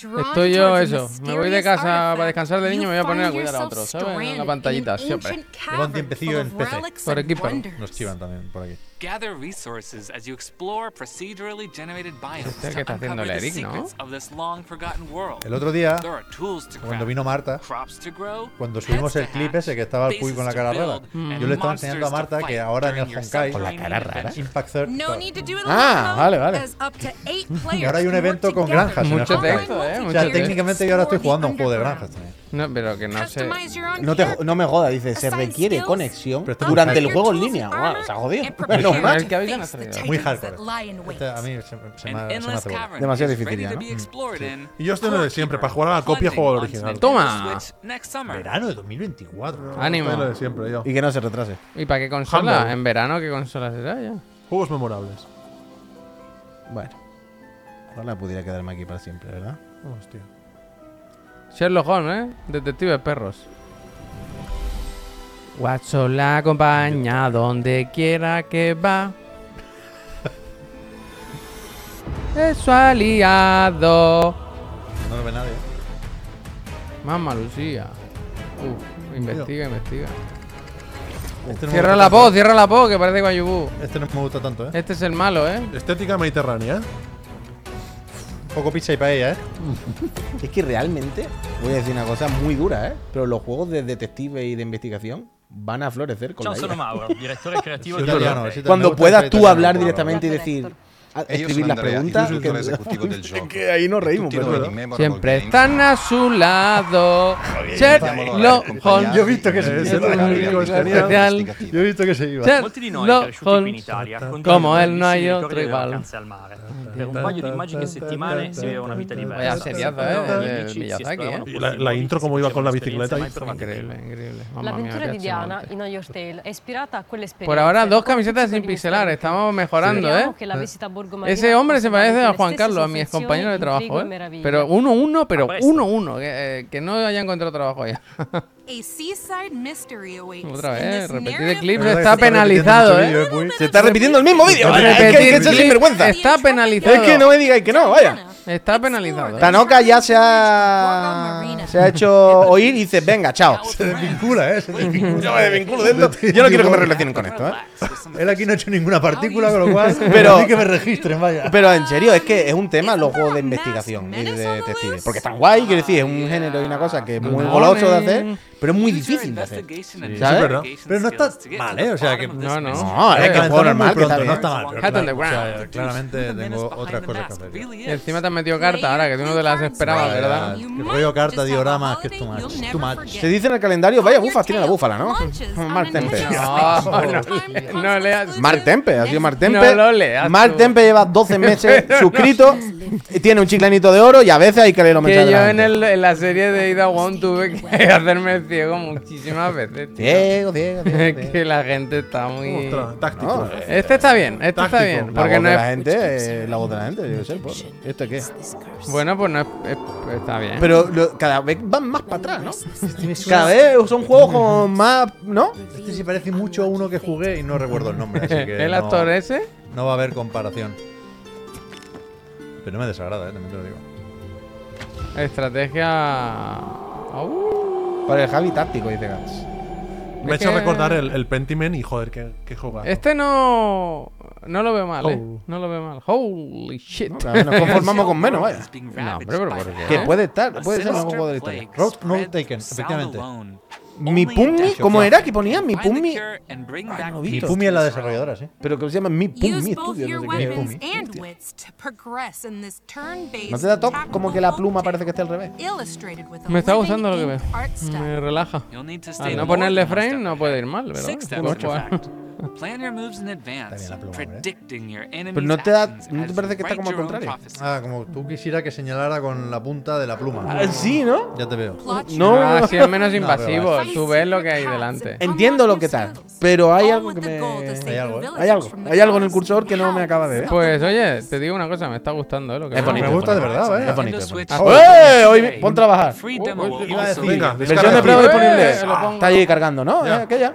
Speaker 6: Drawn
Speaker 1: Estoy yo
Speaker 6: towards a
Speaker 1: eso. Me voy de
Speaker 6: mysterious
Speaker 1: casa para
Speaker 6: artifact,
Speaker 1: descansar del
Speaker 6: you
Speaker 1: niño, me voy a poner a
Speaker 6: find
Speaker 1: cuidar a
Speaker 6: yourself
Speaker 1: otros, ¿sabes? En la
Speaker 6: stranded in
Speaker 1: pantallita,
Speaker 6: an
Speaker 1: siempre.
Speaker 6: ancient
Speaker 4: Lleva un tiempecillo
Speaker 6: cavern
Speaker 4: en
Speaker 6: full of
Speaker 4: PC.
Speaker 6: relics
Speaker 1: Por
Speaker 6: and
Speaker 1: equipo.
Speaker 6: wonders.
Speaker 4: Nos chivan también por aquí.
Speaker 5: Gather resources as you explore procedurally generated biomes
Speaker 1: Este que
Speaker 5: to
Speaker 1: está haciendo
Speaker 5: uncover the
Speaker 1: Eric, ¿no?
Speaker 5: secrets of this long forgotten world.
Speaker 4: El otro día,
Speaker 5: There are tools to
Speaker 4: cuando
Speaker 5: craft,
Speaker 4: vino Marta,
Speaker 5: crops to grow,
Speaker 4: cuando subimos
Speaker 5: pets to
Speaker 4: el clip
Speaker 5: hatch,
Speaker 4: ese que estaba el Puy
Speaker 5: bases
Speaker 4: con la
Speaker 5: to
Speaker 4: cara
Speaker 5: build,
Speaker 4: rara,
Speaker 5: and
Speaker 4: yo le estaba
Speaker 5: monsters
Speaker 4: enseñando a
Speaker 5: to
Speaker 4: Marta que
Speaker 5: fight
Speaker 4: ahora en el
Speaker 5: during your
Speaker 4: Honkai,
Speaker 5: subterranean
Speaker 2: Con la cara rara.
Speaker 5: adventure.
Speaker 4: Impact Third-
Speaker 6: No need to do it
Speaker 2: Ah,
Speaker 6: alone,
Speaker 2: vale, vale.
Speaker 6: as up to eight
Speaker 4: *laughs* Y ahora hay un
Speaker 6: players can
Speaker 4: evento
Speaker 6: work
Speaker 4: con
Speaker 6: together.
Speaker 4: granjas. en
Speaker 1: Mucho
Speaker 4: el Honkai.
Speaker 1: texto, eh,
Speaker 4: O
Speaker 1: mucho
Speaker 4: sea,
Speaker 1: texto.
Speaker 4: técnicamente yo ahora estoy jugando a un juego de granjas también.
Speaker 1: No, pero que no sé.
Speaker 6: Customize your own
Speaker 2: No te,
Speaker 6: kit.
Speaker 2: jo- no me joda, dice, se
Speaker 6: Assign
Speaker 2: requiere
Speaker 6: skills,
Speaker 2: conexión
Speaker 4: Pero este
Speaker 2: durante
Speaker 4: es
Speaker 2: el
Speaker 6: Upgrade
Speaker 2: juego en
Speaker 6: your
Speaker 2: línea.
Speaker 6: tools and
Speaker 2: Guau,
Speaker 6: armor
Speaker 2: se ha jodido.
Speaker 6: and prepare
Speaker 2: Menos
Speaker 6: to
Speaker 1: mal.
Speaker 2: mal.
Speaker 1: El que avisa no
Speaker 6: face the
Speaker 1: se le da.
Speaker 4: Muy
Speaker 6: titans
Speaker 4: hardcore.
Speaker 6: that lie in wait.
Speaker 4: Este a mí se, me- se
Speaker 5: An
Speaker 4: me, se me
Speaker 5: endless
Speaker 4: hace bola.
Speaker 5: cavern
Speaker 2: Demasiado
Speaker 5: is
Speaker 2: difícil ¿eh?
Speaker 5: ready
Speaker 2: ya,
Speaker 5: to
Speaker 2: ¿no?
Speaker 5: be explored in
Speaker 3: Y yo esto no lo de siempre, para jugar a la copia
Speaker 5: Funding
Speaker 3: juego
Speaker 5: on
Speaker 3: original.
Speaker 5: Nintendo
Speaker 1: Toma.
Speaker 5: Switch next summer.
Speaker 4: Verano de 2024.
Speaker 1: Ánimo.
Speaker 3: Esto es lo de siempre, yo.
Speaker 2: Y que no se retrase.
Speaker 1: ¿Y para qué consola?
Speaker 3: Humble.
Speaker 1: ¿En verano qué consola será ya?
Speaker 3: Juegos memorables.
Speaker 2: Bueno. Ahora pudiera quedarme aquí para siempre, ¿verdad?
Speaker 3: Hostia.
Speaker 1: Sherlock Holmes, ¿eh? Detective Perros. Watson la acompaña donde quiera que va. Es su aliado.
Speaker 4: No lo ve nadie.
Speaker 1: Mamma Lucía. Uh, investiga, investiga.
Speaker 4: Este no me
Speaker 1: Cierra
Speaker 4: gusta
Speaker 1: la
Speaker 4: tanto.
Speaker 1: po, cierra la po, que parece Guayubú.
Speaker 4: Este no me gusta tanto, ¿eh?
Speaker 1: Este es el malo, ¿eh?
Speaker 3: Estética mediterránea.
Speaker 4: Un poco pizza y paella, ¿eh?
Speaker 2: Es que realmente, voy a decir una cosa muy dura, ¿eh? Pero los juegos de detective y de investigación van a florecer con la IA.
Speaker 9: Mauro, direttore creativo
Speaker 4: Sono
Speaker 9: di
Speaker 4: italiano,
Speaker 9: Play.
Speaker 4: sì,
Speaker 2: Cuando
Speaker 4: Me gusta
Speaker 2: puedas
Speaker 4: el
Speaker 2: tú
Speaker 4: italiano,
Speaker 2: hablar
Speaker 4: Mauro.
Speaker 2: directamente y
Speaker 8: Gracias,
Speaker 2: decir, a-
Speaker 10: E io
Speaker 2: escribir
Speaker 10: sono
Speaker 2: las
Speaker 10: Andrea, io
Speaker 2: preguntas.
Speaker 10: sono il direttore esecutivo del
Speaker 2: que,
Speaker 10: gioco.
Speaker 2: que ahí nos reímos.
Speaker 10: Tutti
Speaker 2: pero-
Speaker 10: noi di Memorable
Speaker 1: Siempre
Speaker 10: Games.
Speaker 1: están a su lado. Sherlock Holmes.
Speaker 4: Io ho visto che si
Speaker 3: Eh, sono
Speaker 4: iba.
Speaker 1: l'unico italiano.
Speaker 4: Io ho visto che si iva.
Speaker 9: Molti di noi cresciuti qui in
Speaker 1: Sherlock
Speaker 9: Italia
Speaker 1: Como
Speaker 9: condividono
Speaker 1: el
Speaker 9: bellissimi
Speaker 1: no hay
Speaker 9: ricordi
Speaker 1: otro
Speaker 9: delle
Speaker 1: igual.
Speaker 9: vacanze al mare. Per un paio di magiche settimane si viveva una vita diversa.
Speaker 1: Vaya seriazo,
Speaker 9: Con
Speaker 1: eh,
Speaker 9: gli
Speaker 1: del
Speaker 9: amici si
Speaker 1: Miyazaki,
Speaker 9: esploravano
Speaker 1: eh.
Speaker 3: Y la- la intro como iba con la
Speaker 9: esperienze
Speaker 3: bicicleta ahí.
Speaker 9: mai provate.
Speaker 1: Increíble, increíble. Mamma mia,
Speaker 11: L'avventura
Speaker 1: qué
Speaker 11: di Diana
Speaker 1: apasionante.
Speaker 11: in A Your Tale è ispirata a quell'esperienza.
Speaker 1: Por ahora dos
Speaker 11: con
Speaker 1: camisetas
Speaker 11: pizzico
Speaker 1: sin
Speaker 11: di
Speaker 1: pixelar,
Speaker 11: mistero.
Speaker 1: estamos mejorando, ¿eh?
Speaker 11: Speriamo che la visita a Borgo Marina
Speaker 1: Ese hombre se
Speaker 11: possa dare
Speaker 1: parece a
Speaker 11: quelle
Speaker 1: Juan
Speaker 11: stesse
Speaker 1: Carlos, a mis
Speaker 11: sensazioni,
Speaker 1: compañeros de trabajo,
Speaker 11: intrigo e
Speaker 1: ¿eh?
Speaker 11: meraviglia.
Speaker 1: Pero uno, uno, pero
Speaker 9: A presto.
Speaker 1: uno, uno, que, eh, que no haya encontrado trabajo
Speaker 2: *laughs*
Speaker 1: ya.
Speaker 6: A seaside mystery awaits
Speaker 1: Otra
Speaker 6: in
Speaker 1: vez,
Speaker 6: this
Speaker 1: repetir el
Speaker 6: narrative
Speaker 1: clip
Speaker 4: La verdad
Speaker 1: está
Speaker 4: que se está
Speaker 1: penalizado,
Speaker 4: repitiendo
Speaker 1: ¿eh?
Speaker 4: mucho vídeo, eh, Puy.
Speaker 2: Se está repitiendo el mismo vídeo. Es que- es que
Speaker 1: Repetir
Speaker 2: es
Speaker 1: clip
Speaker 2: sinvergüenza.
Speaker 1: está penalizado.
Speaker 2: Es que no me digáis que no, vaya.
Speaker 1: Está penalizado. ¿eh?
Speaker 2: Tanoka ya se ha, se ha hecho oír y dice, venga, chao. *laughs*
Speaker 4: Se desvincula, ¿eh? Se desvincula.
Speaker 2: Yo me desvinculo de esto. Yo no quiero que me relacionen con esto, ¿eh?
Speaker 4: Él aquí no ha hecho ninguna partícula, con lo cual.
Speaker 2: Pero-
Speaker 4: a mí que me registren, vaya.
Speaker 2: Pero en serio, es que es un tema los juegos de investigación y de detectives. Porque están guay, quiero decir, es un género y una cosa que es muy
Speaker 1: Mamones.
Speaker 2: goloso de hacer, pero es muy
Speaker 5: Use your
Speaker 2: difícil de hacer.
Speaker 5: investigation and
Speaker 2: ¿Sabes?
Speaker 5: interrogation
Speaker 4: Pero no está
Speaker 5: skills to get
Speaker 4: mal,
Speaker 5: to the
Speaker 4: ¿eh? O sea,
Speaker 5: bottom
Speaker 4: que-
Speaker 5: of this
Speaker 1: No, no.
Speaker 5: mystery.
Speaker 2: No, es que es
Speaker 4: Avanzamos
Speaker 2: juego
Speaker 4: muy
Speaker 2: normal que está
Speaker 4: pronto,
Speaker 2: bien.
Speaker 4: No está mal, pero
Speaker 1: Hat on the
Speaker 4: claro, o sea,
Speaker 1: ground.
Speaker 4: claramente
Speaker 5: The menace
Speaker 4: tengo
Speaker 5: behind
Speaker 4: otras
Speaker 5: the
Speaker 4: cosas que
Speaker 5: mask
Speaker 4: hacer. ya.
Speaker 1: Y
Speaker 5: really is.
Speaker 1: encima te has metido carta ahora, que tú no te las esperabas,
Speaker 4: Vaya,
Speaker 1: ¿verdad?
Speaker 4: el rollo carta, dioramas, que es too much. Too much.
Speaker 2: Se dice en el calendario, vaya bufas, tiene la búfala, ¿no? Mark Tempe.
Speaker 1: No, no, no leas.
Speaker 2: Mark Tempe, ha sido Mark Tempe.
Speaker 1: No lo leas
Speaker 2: Mark
Speaker 1: tú.
Speaker 2: Tempe lleva
Speaker 1: *laughs*
Speaker 2: 12 meses suscrito, tiene un chiclanito de oro y a veces hay que leerlo
Speaker 1: Que
Speaker 2: mensajes.
Speaker 1: yo en, el- en la serie de Ida One tuve que *laughs* hacerme el ciego muchísimas veces. tío.
Speaker 2: Ciego, ciego,
Speaker 1: *laughs*
Speaker 2: ciego,
Speaker 1: Es
Speaker 2: ciego.
Speaker 1: que la gente está muy.
Speaker 3: Ostras, táctico.
Speaker 2: No, eh,
Speaker 1: Este está bien, este está
Speaker 3: Táctico.
Speaker 1: bien.
Speaker 2: La
Speaker 1: Porque
Speaker 2: voz
Speaker 1: no
Speaker 2: de
Speaker 1: es.
Speaker 2: la gente, eh, la voz de la gente, yo qué sé, pues, ¿Esto qué?
Speaker 1: Bueno, pues no es. es- está bien.
Speaker 2: Pero lo- cada vez van más para atrás, ¿no? Cada vez son juegos como más, ¿no?
Speaker 4: Este sí parece mucho a uno que jugué y no recuerdo el nombre,
Speaker 2: *laughs*
Speaker 4: así que.
Speaker 1: Eh, ¿El
Speaker 4: no-
Speaker 1: actor
Speaker 2: ¿eh?
Speaker 1: ese?
Speaker 4: No va a haber comparación. Pero no me desagrada, eh, también te lo digo.
Speaker 1: Estrategia. Uh, Au.
Speaker 2: Para el Javi táctico, dice Gats.
Speaker 3: Me ha
Speaker 1: Es
Speaker 3: hecho
Speaker 1: que-
Speaker 3: recordar el, el Pentiment y joder, qué, qué jugazo.
Speaker 1: Este no. No lo veo mal, eh.
Speaker 3: Oh.
Speaker 1: No lo veo mal. Holy shit.
Speaker 2: No, cada vez nos conformamos con menos, vaya.
Speaker 1: No, hombre, pero ¿por qué?
Speaker 2: Que puede estar, puede ser el mejor juego de la historia.
Speaker 4: Road Taken, efectivamente.
Speaker 2: Mi Pummi, ¿cómo era que ponía? Mi Pummi. Ah, no
Speaker 4: Y
Speaker 2: Listo.
Speaker 4: Pumi es la desarrolladora, sí.
Speaker 2: Pero que se llama Mi Pummi
Speaker 6: Use both
Speaker 2: Studio,
Speaker 6: your
Speaker 2: no sé qué.
Speaker 6: weapons and wits to progress in this turn-based
Speaker 2: ¿No te da toque? Como que la pluma
Speaker 6: tactical
Speaker 2: parece que está al revés.
Speaker 6: illustrated with
Speaker 1: *laughs*
Speaker 6: a
Speaker 1: Me está
Speaker 6: living
Speaker 1: gustando lo que veo.
Speaker 6: ink art
Speaker 1: Me
Speaker 6: style.
Speaker 1: relaja.
Speaker 5: You'll need to
Speaker 2: Ah,
Speaker 5: stay
Speaker 1: Al no
Speaker 5: more
Speaker 1: ponerle
Speaker 5: than one
Speaker 1: frame
Speaker 5: step
Speaker 1: no
Speaker 5: ahead.
Speaker 1: puede ir mal, ¿verdad?
Speaker 5: Six steps
Speaker 1: Puedo
Speaker 5: after
Speaker 1: jugar.
Speaker 5: fact.
Speaker 2: *laughs*
Speaker 5: Plan your moves in advance,
Speaker 4: Está bien la pluma, ¿eh?
Speaker 5: predicting your enemy's
Speaker 2: no te da-
Speaker 5: actions
Speaker 2: ¿no te
Speaker 5: as
Speaker 2: parece que
Speaker 5: you
Speaker 2: está
Speaker 5: write
Speaker 2: como al
Speaker 5: your own
Speaker 2: contrario?
Speaker 5: prophecy.
Speaker 4: Ah, como tú quisieras que señalara con la punta de la pluma.
Speaker 2: Ah, sí, ¿no?
Speaker 4: Ya te veo.
Speaker 6: Plot your
Speaker 2: No.
Speaker 1: Ah, sí, es
Speaker 6: *laughs*
Speaker 1: menos
Speaker 4: No, pero
Speaker 1: invasivo.
Speaker 6: vale.
Speaker 1: Tú ves lo que hay delante.
Speaker 2: Entiendo lo que tal, pero hay algo que me-
Speaker 4: Hay algo,
Speaker 2: Hay algo, hay algo en el cursor que no me acaba de ver.
Speaker 1: Pues oye, te digo una cosa, me está gustando eh, lo que
Speaker 2: Es
Speaker 1: veo.
Speaker 2: bonito,
Speaker 4: Me gusta de verdad, vaya.
Speaker 2: Es bonito,
Speaker 5: Nintendo
Speaker 2: es bonito.
Speaker 5: Switch.
Speaker 2: ¡Eh! Hoy pon trabajar. Oh,
Speaker 5: Free demo
Speaker 1: Uy,
Speaker 5: will
Speaker 1: iba
Speaker 4: a
Speaker 5: also
Speaker 4: decir,
Speaker 5: be
Speaker 3: Venga,
Speaker 5: available.
Speaker 2: Versión de prueba
Speaker 3: descarga.
Speaker 1: Eh,
Speaker 2: disponible.
Speaker 1: lo
Speaker 2: Ah,
Speaker 1: pongo.
Speaker 2: Está ahí cargando, ¿no?
Speaker 4: Ya.
Speaker 2: Es aquella.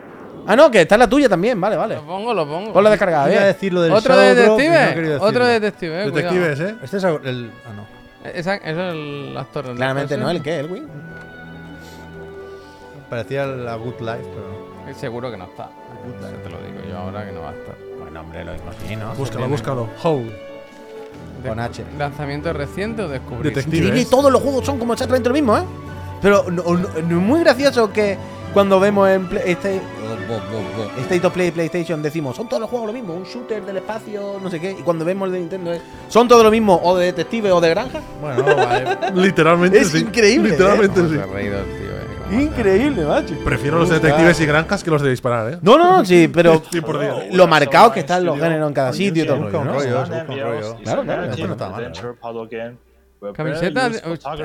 Speaker 2: Ah, no, que está la tuya también. Vale, vale.
Speaker 1: Lo pongo, lo pongo.
Speaker 2: Ponla descargada,
Speaker 4: Iba a
Speaker 2: bien.
Speaker 4: decir lo del
Speaker 1: Otro
Speaker 4: Shadow Drop y no he
Speaker 1: detective,
Speaker 4: querido
Speaker 1: otro
Speaker 4: decirlo.
Speaker 1: detective, eh, cuidado.
Speaker 3: Detectives, ¿eh?
Speaker 4: Este es el. Ah, no.
Speaker 1: Esa, ese es el actor. ¿no?
Speaker 2: Claramente
Speaker 1: Ese.
Speaker 2: no, el qué, el Wii.
Speaker 4: Parecía la Good Life, pero.
Speaker 1: Eh, Seguro que no está. Eso te lo digo yo ahora que no va a estar.
Speaker 2: Bueno, hombre, lo imagino.
Speaker 3: Búscalo, búscalo. How.
Speaker 2: Con H.
Speaker 1: Lanzamiento reciente o descubrir.
Speaker 3: Detective.
Speaker 2: Increíble,
Speaker 3: ¿ves?
Speaker 2: todos los juegos son como exactamente lo mismo, ¿eh? Pero no, no- no es muy gracioso que cuando vemos en Play- este State of Play de PlayStation decimos, son todos los juegos lo mismo, un shooter del espacio, no sé qué, y cuando vemos el de Nintendo es, son todos lo mismo, o de detective o de granja.
Speaker 4: Bueno, vale.
Speaker 3: Literalmente
Speaker 2: Es
Speaker 3: sí.
Speaker 2: increíble, ¿eh?
Speaker 3: Literalmente
Speaker 1: Cómo
Speaker 3: sí.
Speaker 1: se ha reído el tío, eh, cómo se ha-
Speaker 2: Increíble, macho.
Speaker 3: Prefiero los detectives y granjas que los de disparar, ¿eh?
Speaker 2: No, no, no, sí, pero
Speaker 3: 100%.
Speaker 2: lo marcado que están los géneros en cada sitio y todo el rollo,
Speaker 4: Busca un
Speaker 2: ¿no?
Speaker 4: rollo, busca un rollo.
Speaker 2: Claro, claro, esto no
Speaker 4: está mal.
Speaker 1: Camiseta,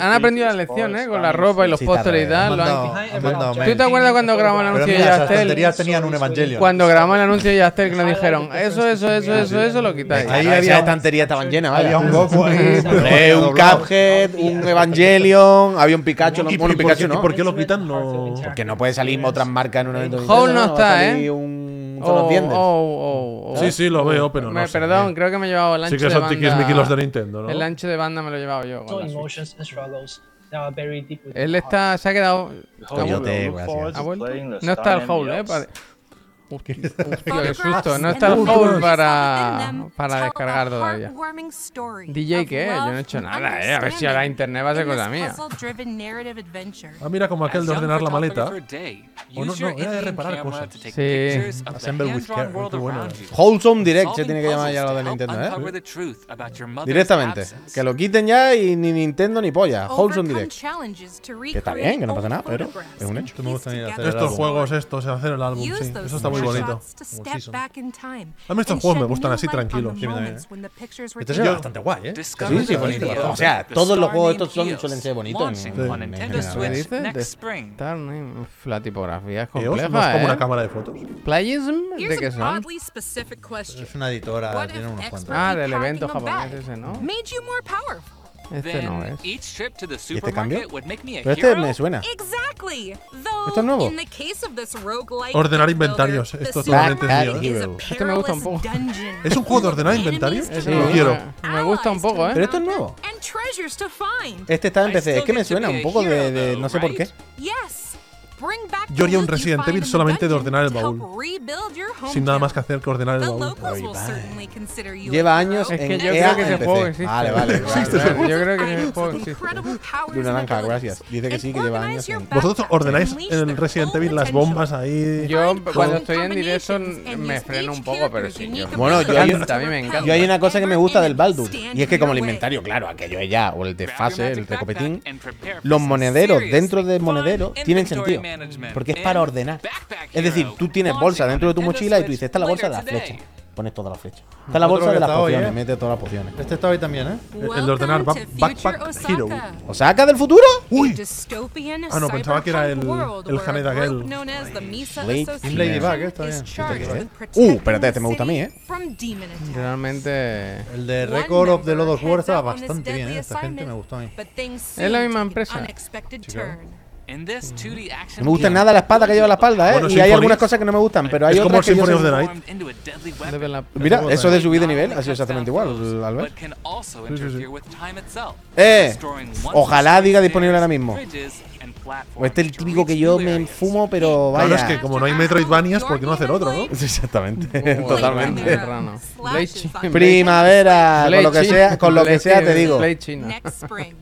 Speaker 1: han aprendido la lección, eh, con la ropa y los
Speaker 4: Sí, está
Speaker 1: pósteres y
Speaker 4: bien,
Speaker 1: tal.
Speaker 4: han
Speaker 1: lo han-
Speaker 4: mandado- han mandado
Speaker 1: ¿Tú
Speaker 4: mail.
Speaker 1: te acuerdas cuando grabamos el
Speaker 4: Pero
Speaker 1: anuncio de
Speaker 4: mira, esas
Speaker 1: Yastel?
Speaker 4: tonterías tenían un evangelio.
Speaker 1: Cuando grabamos el anuncio de Yastel que nos dijeron, eso, eso, eso, eso, eso, lo quitáis.
Speaker 4: Ahí
Speaker 2: Esas
Speaker 4: había un-
Speaker 2: estanterías estaban llenas, vaya.
Speaker 4: Había un Goku ahí.
Speaker 2: Hombre, un
Speaker 4: doblado.
Speaker 2: Cuphead, un Evangelion, había un Pikachu, no,
Speaker 3: ¿Y,
Speaker 2: bueno,
Speaker 3: y
Speaker 2: un
Speaker 3: por,
Speaker 2: Pikachu
Speaker 3: qué, y
Speaker 2: no.
Speaker 3: por qué lo quitan? No.
Speaker 2: Porque no puede salir otras marcas en un evento. de
Speaker 1: Hall no
Speaker 2: Nintendo,
Speaker 1: está,
Speaker 2: Va a salir
Speaker 1: ¿eh?
Speaker 2: Un...
Speaker 1: Oh,
Speaker 2: Son los dientes.
Speaker 1: oh, oh, oh.
Speaker 3: Sí, sí, lo veo, pero no.
Speaker 1: Me-
Speaker 3: sé.
Speaker 1: perdón, creo que me he llevado el ancho
Speaker 3: Sí que
Speaker 1: de
Speaker 3: son
Speaker 1: banda.
Speaker 3: tiquismiquis los de Nintendo, ¿no?
Speaker 1: El ancho de banda me lo he llevado yo. con la Switch.
Speaker 9: and struggles that are buried deep within
Speaker 1: Él
Speaker 9: the heart.
Speaker 1: está, se ha quedado.
Speaker 2: Coyote, gracias.
Speaker 1: ¿Ha vuelto? No está el Howl, eh. Pare- Hostia, qué susto. No está el
Speaker 6: Photographs
Speaker 1: Howl
Speaker 6: and
Speaker 1: para,
Speaker 6: images
Speaker 1: para
Speaker 6: tell
Speaker 1: descargar
Speaker 6: a
Speaker 1: todavía.
Speaker 6: heartwarming story
Speaker 1: DJ,
Speaker 6: of
Speaker 1: ¿qué? Yo no he hecho
Speaker 6: love and
Speaker 1: nada, eh. A ver si ahora
Speaker 6: understanding
Speaker 1: internet va a ser
Speaker 6: in this
Speaker 1: cosa mía.
Speaker 6: puzzle-driven narrative adventure.
Speaker 3: Ah, mira, como aquel de
Speaker 5: As young
Speaker 3: ordenar la maleta.
Speaker 5: photographer today,
Speaker 3: O
Speaker 2: Oh,
Speaker 3: no,
Speaker 5: use your
Speaker 3: no, era de
Speaker 5: in-game
Speaker 3: reparar
Speaker 5: camera
Speaker 3: cosas.
Speaker 5: to take
Speaker 1: Sí.
Speaker 5: pictures of the
Speaker 4: Assemble with
Speaker 5: hand-drawn
Speaker 4: care,
Speaker 5: world
Speaker 4: qué bueno
Speaker 5: around
Speaker 4: era.
Speaker 5: you.
Speaker 2: Wholesome Direct se
Speaker 5: Solving
Speaker 2: tiene que llamar
Speaker 5: puzzles
Speaker 2: ya lo
Speaker 5: to
Speaker 2: de
Speaker 5: help
Speaker 2: Nintendo,
Speaker 5: uncover
Speaker 2: ¿eh?
Speaker 5: the truth about your mother's
Speaker 2: Directamente.
Speaker 5: absence.
Speaker 2: Que lo quiten ya y ni Nintendo ni polla. Wholesome
Speaker 6: Overcome
Speaker 2: Direct.
Speaker 6: challenges to
Speaker 2: Que está
Speaker 6: recreate
Speaker 2: bien, que no pasa nada,
Speaker 6: old
Speaker 2: pero es
Speaker 6: photographs
Speaker 2: un
Speaker 6: and
Speaker 2: hecho.
Speaker 4: Esto me gusta a mí
Speaker 6: piece
Speaker 4: hacer el
Speaker 6: together
Speaker 3: Estos
Speaker 4: álbum.
Speaker 3: juegos, estos, hacer el álbum, sí.
Speaker 6: Use those
Speaker 3: Eso está muy
Speaker 6: snapshots
Speaker 3: bonito.
Speaker 6: to
Speaker 4: Como
Speaker 6: step
Speaker 4: season.
Speaker 6: back in time
Speaker 3: A mí estos
Speaker 6: and
Speaker 3: juegos me
Speaker 6: shed
Speaker 3: gustan
Speaker 6: new
Speaker 3: así,
Speaker 6: light on the
Speaker 3: tranquilos. Sí,
Speaker 4: a mí también,
Speaker 6: moments when the pictures were
Speaker 4: Este era
Speaker 6: taken.
Speaker 4: bastante guay, ¿eh?
Speaker 5: Discover
Speaker 2: Sí, sí,
Speaker 5: the
Speaker 2: bonito.
Speaker 5: video
Speaker 2: O sea,
Speaker 5: of the
Speaker 2: todos los juegos
Speaker 5: Star
Speaker 2: estos son-
Speaker 5: Name
Speaker 2: suelen ser
Speaker 5: Heels
Speaker 2: bonitos en-
Speaker 5: launching
Speaker 2: en-
Speaker 5: on
Speaker 2: en
Speaker 5: Nintendo
Speaker 2: general. ¿eh?
Speaker 5: Switch
Speaker 1: ¿Qué dices?
Speaker 5: next
Speaker 1: De-
Speaker 5: spring.
Speaker 1: Star name. Uf, La tipografía es
Speaker 3: EOS no es
Speaker 1: compleja,
Speaker 3: como una
Speaker 1: eh.
Speaker 3: cámara de fotos.
Speaker 1: ¿Playism? ¿De
Speaker 6: Here's
Speaker 1: qué
Speaker 6: an
Speaker 1: son?
Speaker 6: oddly specific question.
Speaker 4: Es una editora,
Speaker 6: What
Speaker 4: tiene
Speaker 6: if
Speaker 4: unos cuantos.
Speaker 1: Ah,
Speaker 6: expertly
Speaker 1: del evento
Speaker 6: packing a bag
Speaker 1: japonés ese, ¿no?
Speaker 6: Made you more powerful.
Speaker 1: Este
Speaker 5: Then
Speaker 1: no es.
Speaker 5: each trip to the
Speaker 2: este cambio?
Speaker 5: supermarket would make me a
Speaker 2: Pero este
Speaker 5: hero?
Speaker 2: me suena.
Speaker 6: Exactly. Though,
Speaker 2: Esto es nuevo.
Speaker 6: in the case of this roguelike
Speaker 3: Ordenar
Speaker 6: deck builder,
Speaker 3: inventarios,
Speaker 6: the
Speaker 3: esto
Speaker 2: totalmente
Speaker 6: supermarket
Speaker 2: es
Speaker 6: is a
Speaker 2: nuevo.
Speaker 1: Este me gusta un poco.
Speaker 6: perilous dungeon.
Speaker 3: *laughs* ¿Es un juego de ordenar
Speaker 6: Enemies
Speaker 3: inventarios?
Speaker 6: to
Speaker 3: Ese
Speaker 1: Sí,
Speaker 3: no lo
Speaker 1: me-
Speaker 6: kill,
Speaker 3: quiero.
Speaker 1: Me gusta un poco, eh.
Speaker 2: Pero esto es nuevo.
Speaker 6: And treasures to find.
Speaker 2: Este está en
Speaker 5: I
Speaker 2: PC. Es que me
Speaker 5: still
Speaker 2: suena
Speaker 5: get
Speaker 2: un
Speaker 5: to
Speaker 2: poco
Speaker 5: be a
Speaker 2: de, de-
Speaker 5: hero,
Speaker 2: No sé por qué.
Speaker 5: right?
Speaker 6: Yes. Bring back the
Speaker 3: Yo haría un
Speaker 6: loot you
Speaker 3: Resident
Speaker 6: find
Speaker 3: Evil
Speaker 6: in the
Speaker 3: solamente de ordenar el
Speaker 6: dungeon to
Speaker 3: baúl.
Speaker 6: help rebuild your
Speaker 3: Sin nada
Speaker 6: hometown.
Speaker 3: más que hacer que ordenar el
Speaker 6: The
Speaker 3: baúl.
Speaker 6: locals will certainly consider you a
Speaker 2: Lleva
Speaker 6: hero.
Speaker 2: años
Speaker 1: Es
Speaker 2: en
Speaker 1: que yo creo
Speaker 2: EA
Speaker 1: que
Speaker 2: en
Speaker 1: ese
Speaker 2: PC.
Speaker 1: juego existe.
Speaker 2: Vale, vale.
Speaker 3: este
Speaker 1: Vale,
Speaker 2: vale,
Speaker 1: vale.
Speaker 2: vale.
Speaker 1: Yo creo que ese
Speaker 6: Items
Speaker 1: juego
Speaker 6: with
Speaker 1: existe.
Speaker 6: incredible powers
Speaker 2: De una
Speaker 6: and
Speaker 2: naranja,
Speaker 6: abilities.
Speaker 2: gracias. Dice que sí, que
Speaker 6: And
Speaker 2: lleva
Speaker 6: organize
Speaker 2: años
Speaker 6: your
Speaker 2: en-
Speaker 3: ¿Vosotros
Speaker 6: backup to
Speaker 3: ordenáis
Speaker 6: unleash
Speaker 3: en el
Speaker 6: their
Speaker 3: Resident
Speaker 6: full
Speaker 3: Evil las
Speaker 6: potential.
Speaker 3: bombas ahí?
Speaker 1: Yo
Speaker 6: Find
Speaker 1: cuando
Speaker 6: common
Speaker 1: estoy en directo
Speaker 6: combinations and
Speaker 1: me
Speaker 6: use
Speaker 1: freno
Speaker 6: each
Speaker 1: un poco, pero sí.
Speaker 6: character's
Speaker 1: Yo,
Speaker 6: unique
Speaker 2: Bueno, yo hay un-
Speaker 1: a mí me encanta.
Speaker 2: Yo hay una cosa que me gusta del Baldur.
Speaker 6: Stand
Speaker 2: Y es que como el
Speaker 6: your way.
Speaker 2: inventario, claro, aquello es ya, o el
Speaker 5: Grab your
Speaker 2: desfase, el
Speaker 5: magic
Speaker 2: recopetín.
Speaker 5: backpack and prepare for
Speaker 2: Los
Speaker 5: some
Speaker 2: monederos dentro
Speaker 5: seriously
Speaker 2: del monedero
Speaker 5: fun
Speaker 2: tienen
Speaker 5: inventory
Speaker 2: sentido.
Speaker 5: management
Speaker 2: Porque es
Speaker 5: and
Speaker 2: para ordenar.
Speaker 5: Backpack
Speaker 2: Es decir,
Speaker 5: Hero,
Speaker 2: tú tienes bolsa
Speaker 5: launching
Speaker 2: dentro de tu
Speaker 5: on Nintendo
Speaker 2: mochila y tú
Speaker 5: Switch
Speaker 2: dices, esta es la bolsa de las
Speaker 5: later
Speaker 2: flechas.
Speaker 5: today.
Speaker 2: Pones todas las flechas. Esta es la bolsa
Speaker 4: que
Speaker 2: de las
Speaker 4: está hoy,
Speaker 2: pociones,
Speaker 4: ¿eh?
Speaker 2: mete todas las pociones.
Speaker 4: Este está hoy también, ¿eh?
Speaker 3: El de ordenar
Speaker 6: Welcome
Speaker 3: ba-
Speaker 6: to
Speaker 3: Backpack
Speaker 6: Future
Speaker 3: Hero.
Speaker 6: Osaka,
Speaker 2: ¿Osaka del futuro?
Speaker 6: a
Speaker 3: ¡Uy!
Speaker 6: dystopian
Speaker 3: Ah, no, pensaba que era el-
Speaker 6: cyberpunk world
Speaker 3: el
Speaker 6: where a
Speaker 3: Haneda
Speaker 6: group
Speaker 3: Girl.
Speaker 6: known as the Misa
Speaker 2: Blake
Speaker 6: Association
Speaker 4: Ladybug, eh, está
Speaker 6: is
Speaker 4: bien. ¿Este
Speaker 6: charged
Speaker 2: qué es?
Speaker 6: with
Speaker 2: Uh,
Speaker 6: protecting
Speaker 2: espérate, este me gusta a mí,
Speaker 6: the
Speaker 2: eh.
Speaker 6: city from demon attacks.
Speaker 1: Realmente.
Speaker 4: El de
Speaker 6: One
Speaker 4: Record of the
Speaker 6: member
Speaker 4: Lodos War
Speaker 6: heads
Speaker 4: estaba
Speaker 6: up on this
Speaker 4: bastante bien,
Speaker 6: deadly
Speaker 4: ¿eh? Esta gente
Speaker 6: assignment,
Speaker 4: me gustó a mí.
Speaker 6: but things
Speaker 1: Es la
Speaker 6: soon
Speaker 1: misma
Speaker 6: took an
Speaker 1: empresa.
Speaker 6: unexpected
Speaker 4: Sí, claro.
Speaker 6: turn.
Speaker 5: In this 2D
Speaker 2: Mm.
Speaker 5: action
Speaker 2: No me gusta
Speaker 5: game,
Speaker 2: nada la espada que lleva en la espalda, ¿eh?
Speaker 3: Bueno,
Speaker 2: y hay
Speaker 3: Symphony-
Speaker 2: algunas cosas que no me gustan, pero hay
Speaker 3: Es como
Speaker 2: otras que yo
Speaker 3: Symphony of
Speaker 2: soy-
Speaker 3: the Night.
Speaker 5: transformed into a deadly weapon.
Speaker 1: develop-
Speaker 2: Mira, eso de subir de
Speaker 5: Not
Speaker 2: nivel
Speaker 5: only
Speaker 2: ha sido
Speaker 5: cuts down
Speaker 2: exactamente igual,
Speaker 5: flows,
Speaker 2: Albert.
Speaker 5: but can also interfere with time itself,
Speaker 2: Eh,
Speaker 5: restoring one
Speaker 2: ojalá
Speaker 5: to
Speaker 2: diga
Speaker 5: three
Speaker 2: disponible ahora
Speaker 5: stairs,
Speaker 2: mismo.
Speaker 5: bridges, and platforms
Speaker 2: O este es el
Speaker 5: to
Speaker 2: típico
Speaker 5: reach
Speaker 2: que yo
Speaker 5: new
Speaker 2: me
Speaker 5: areas.
Speaker 2: fumo, pero vaya.
Speaker 3: Claro, es que como no hay Metroidvanias, ¿por qué no hacer otro, no?
Speaker 2: *laughs*
Speaker 5: *laughs*
Speaker 2: Exactamente,
Speaker 1: Blade
Speaker 2: *laughs* totalmente.
Speaker 1: Runner. Rano. Blade
Speaker 6: Slashes
Speaker 1: China.
Speaker 6: on
Speaker 2: Primavera, con
Speaker 1: Blade
Speaker 2: lo que
Speaker 1: China.
Speaker 2: sea, con lo que
Speaker 1: Blade
Speaker 2: sea te
Speaker 1: China.
Speaker 2: digo.
Speaker 1: Blade China.
Speaker 6: Next spring.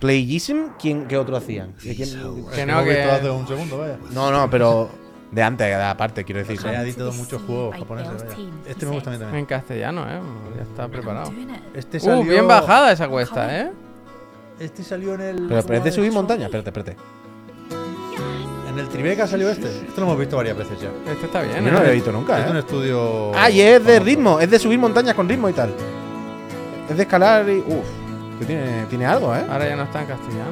Speaker 2: Playgism, ¿quién, ¿qué otro hacían? ¿De quién-
Speaker 1: Que
Speaker 4: Lo
Speaker 1: no,
Speaker 4: he visto
Speaker 1: que.
Speaker 4: hace un segundo, vaya.
Speaker 2: No, no, pero de antes, aparte, quiero decir.
Speaker 4: Se ha editado muchos juegos japoneses, vaya. Este me gusta a mí también.
Speaker 1: En castellano, eh. Ya está preparado.
Speaker 4: Este
Speaker 1: Uh, bien bajada esa cuesta, eh.
Speaker 4: Este salió en el.
Speaker 2: Pero, pero es de subir montaña, espérate, espérate.
Speaker 4: En el Tribeca salió este. Este lo hemos visto varias veces ya.
Speaker 1: Este está
Speaker 2: Yo
Speaker 1: bien,
Speaker 2: no lo
Speaker 1: ¿eh?
Speaker 2: había visto
Speaker 4: Este es un
Speaker 2: nunca, ¿eh?
Speaker 4: estudio.
Speaker 2: Ah, y es de
Speaker 4: famoso.
Speaker 2: ritmo, es de subir montañas con ritmo y tal. Es de escalar y. Uf, que tiene, tiene algo,
Speaker 4: Ah.
Speaker 2: ¿eh?
Speaker 1: Ahora ya no está en castellano.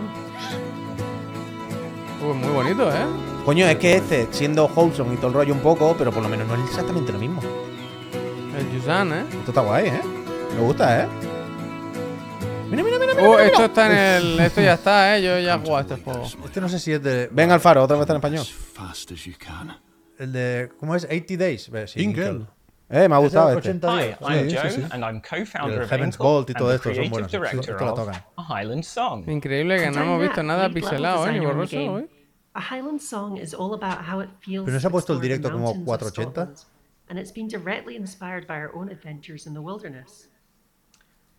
Speaker 1: Uh, muy bonito, ¿eh?
Speaker 2: Coño, es que este, siendo wholesome y todo el rollo un poco, pero por lo menos no es exactamente lo mismo.
Speaker 1: El Yusan, ¿eh?
Speaker 2: Esto está guay, ¿eh? Me gusta, ¿eh? Mira, mira, mira,
Speaker 4: Oh,
Speaker 2: mira.
Speaker 1: Uh,
Speaker 2: mira,
Speaker 1: esto
Speaker 2: mira.
Speaker 1: está en el... Esto ya está, ¿eh? Yo ya he jugado a este juego.
Speaker 4: Este no sé si es de.
Speaker 2: Ven al faro, otra vez está en español.
Speaker 4: El de. ¿Cómo es? 80 Days. Eh, Sí,
Speaker 3: Inkel.
Speaker 4: Inkel.
Speaker 2: Eh, me ha
Speaker 4: Es de los
Speaker 2: gustado *laughs* este.
Speaker 4: 80 días.
Speaker 3: I'm Sí, Joe, sí, sí.
Speaker 9: and I'm co-founder
Speaker 4: El Heaven's Bolt y todo esto son buenos. Sí, esto lo tocan.
Speaker 9: Highland Song.
Speaker 1: Increíble que no hemos visto nada pixelado, ¿eh? Ni borroso hoy.
Speaker 10: A Highland song is all about how it feels
Speaker 4: Pero no se ha
Speaker 10: to
Speaker 4: puesto el
Speaker 10: explore the
Speaker 4: directo como
Speaker 10: mountains of
Speaker 4: 480.
Speaker 10: Scotland, And it's been directly inspired by our own adventures in the wilderness.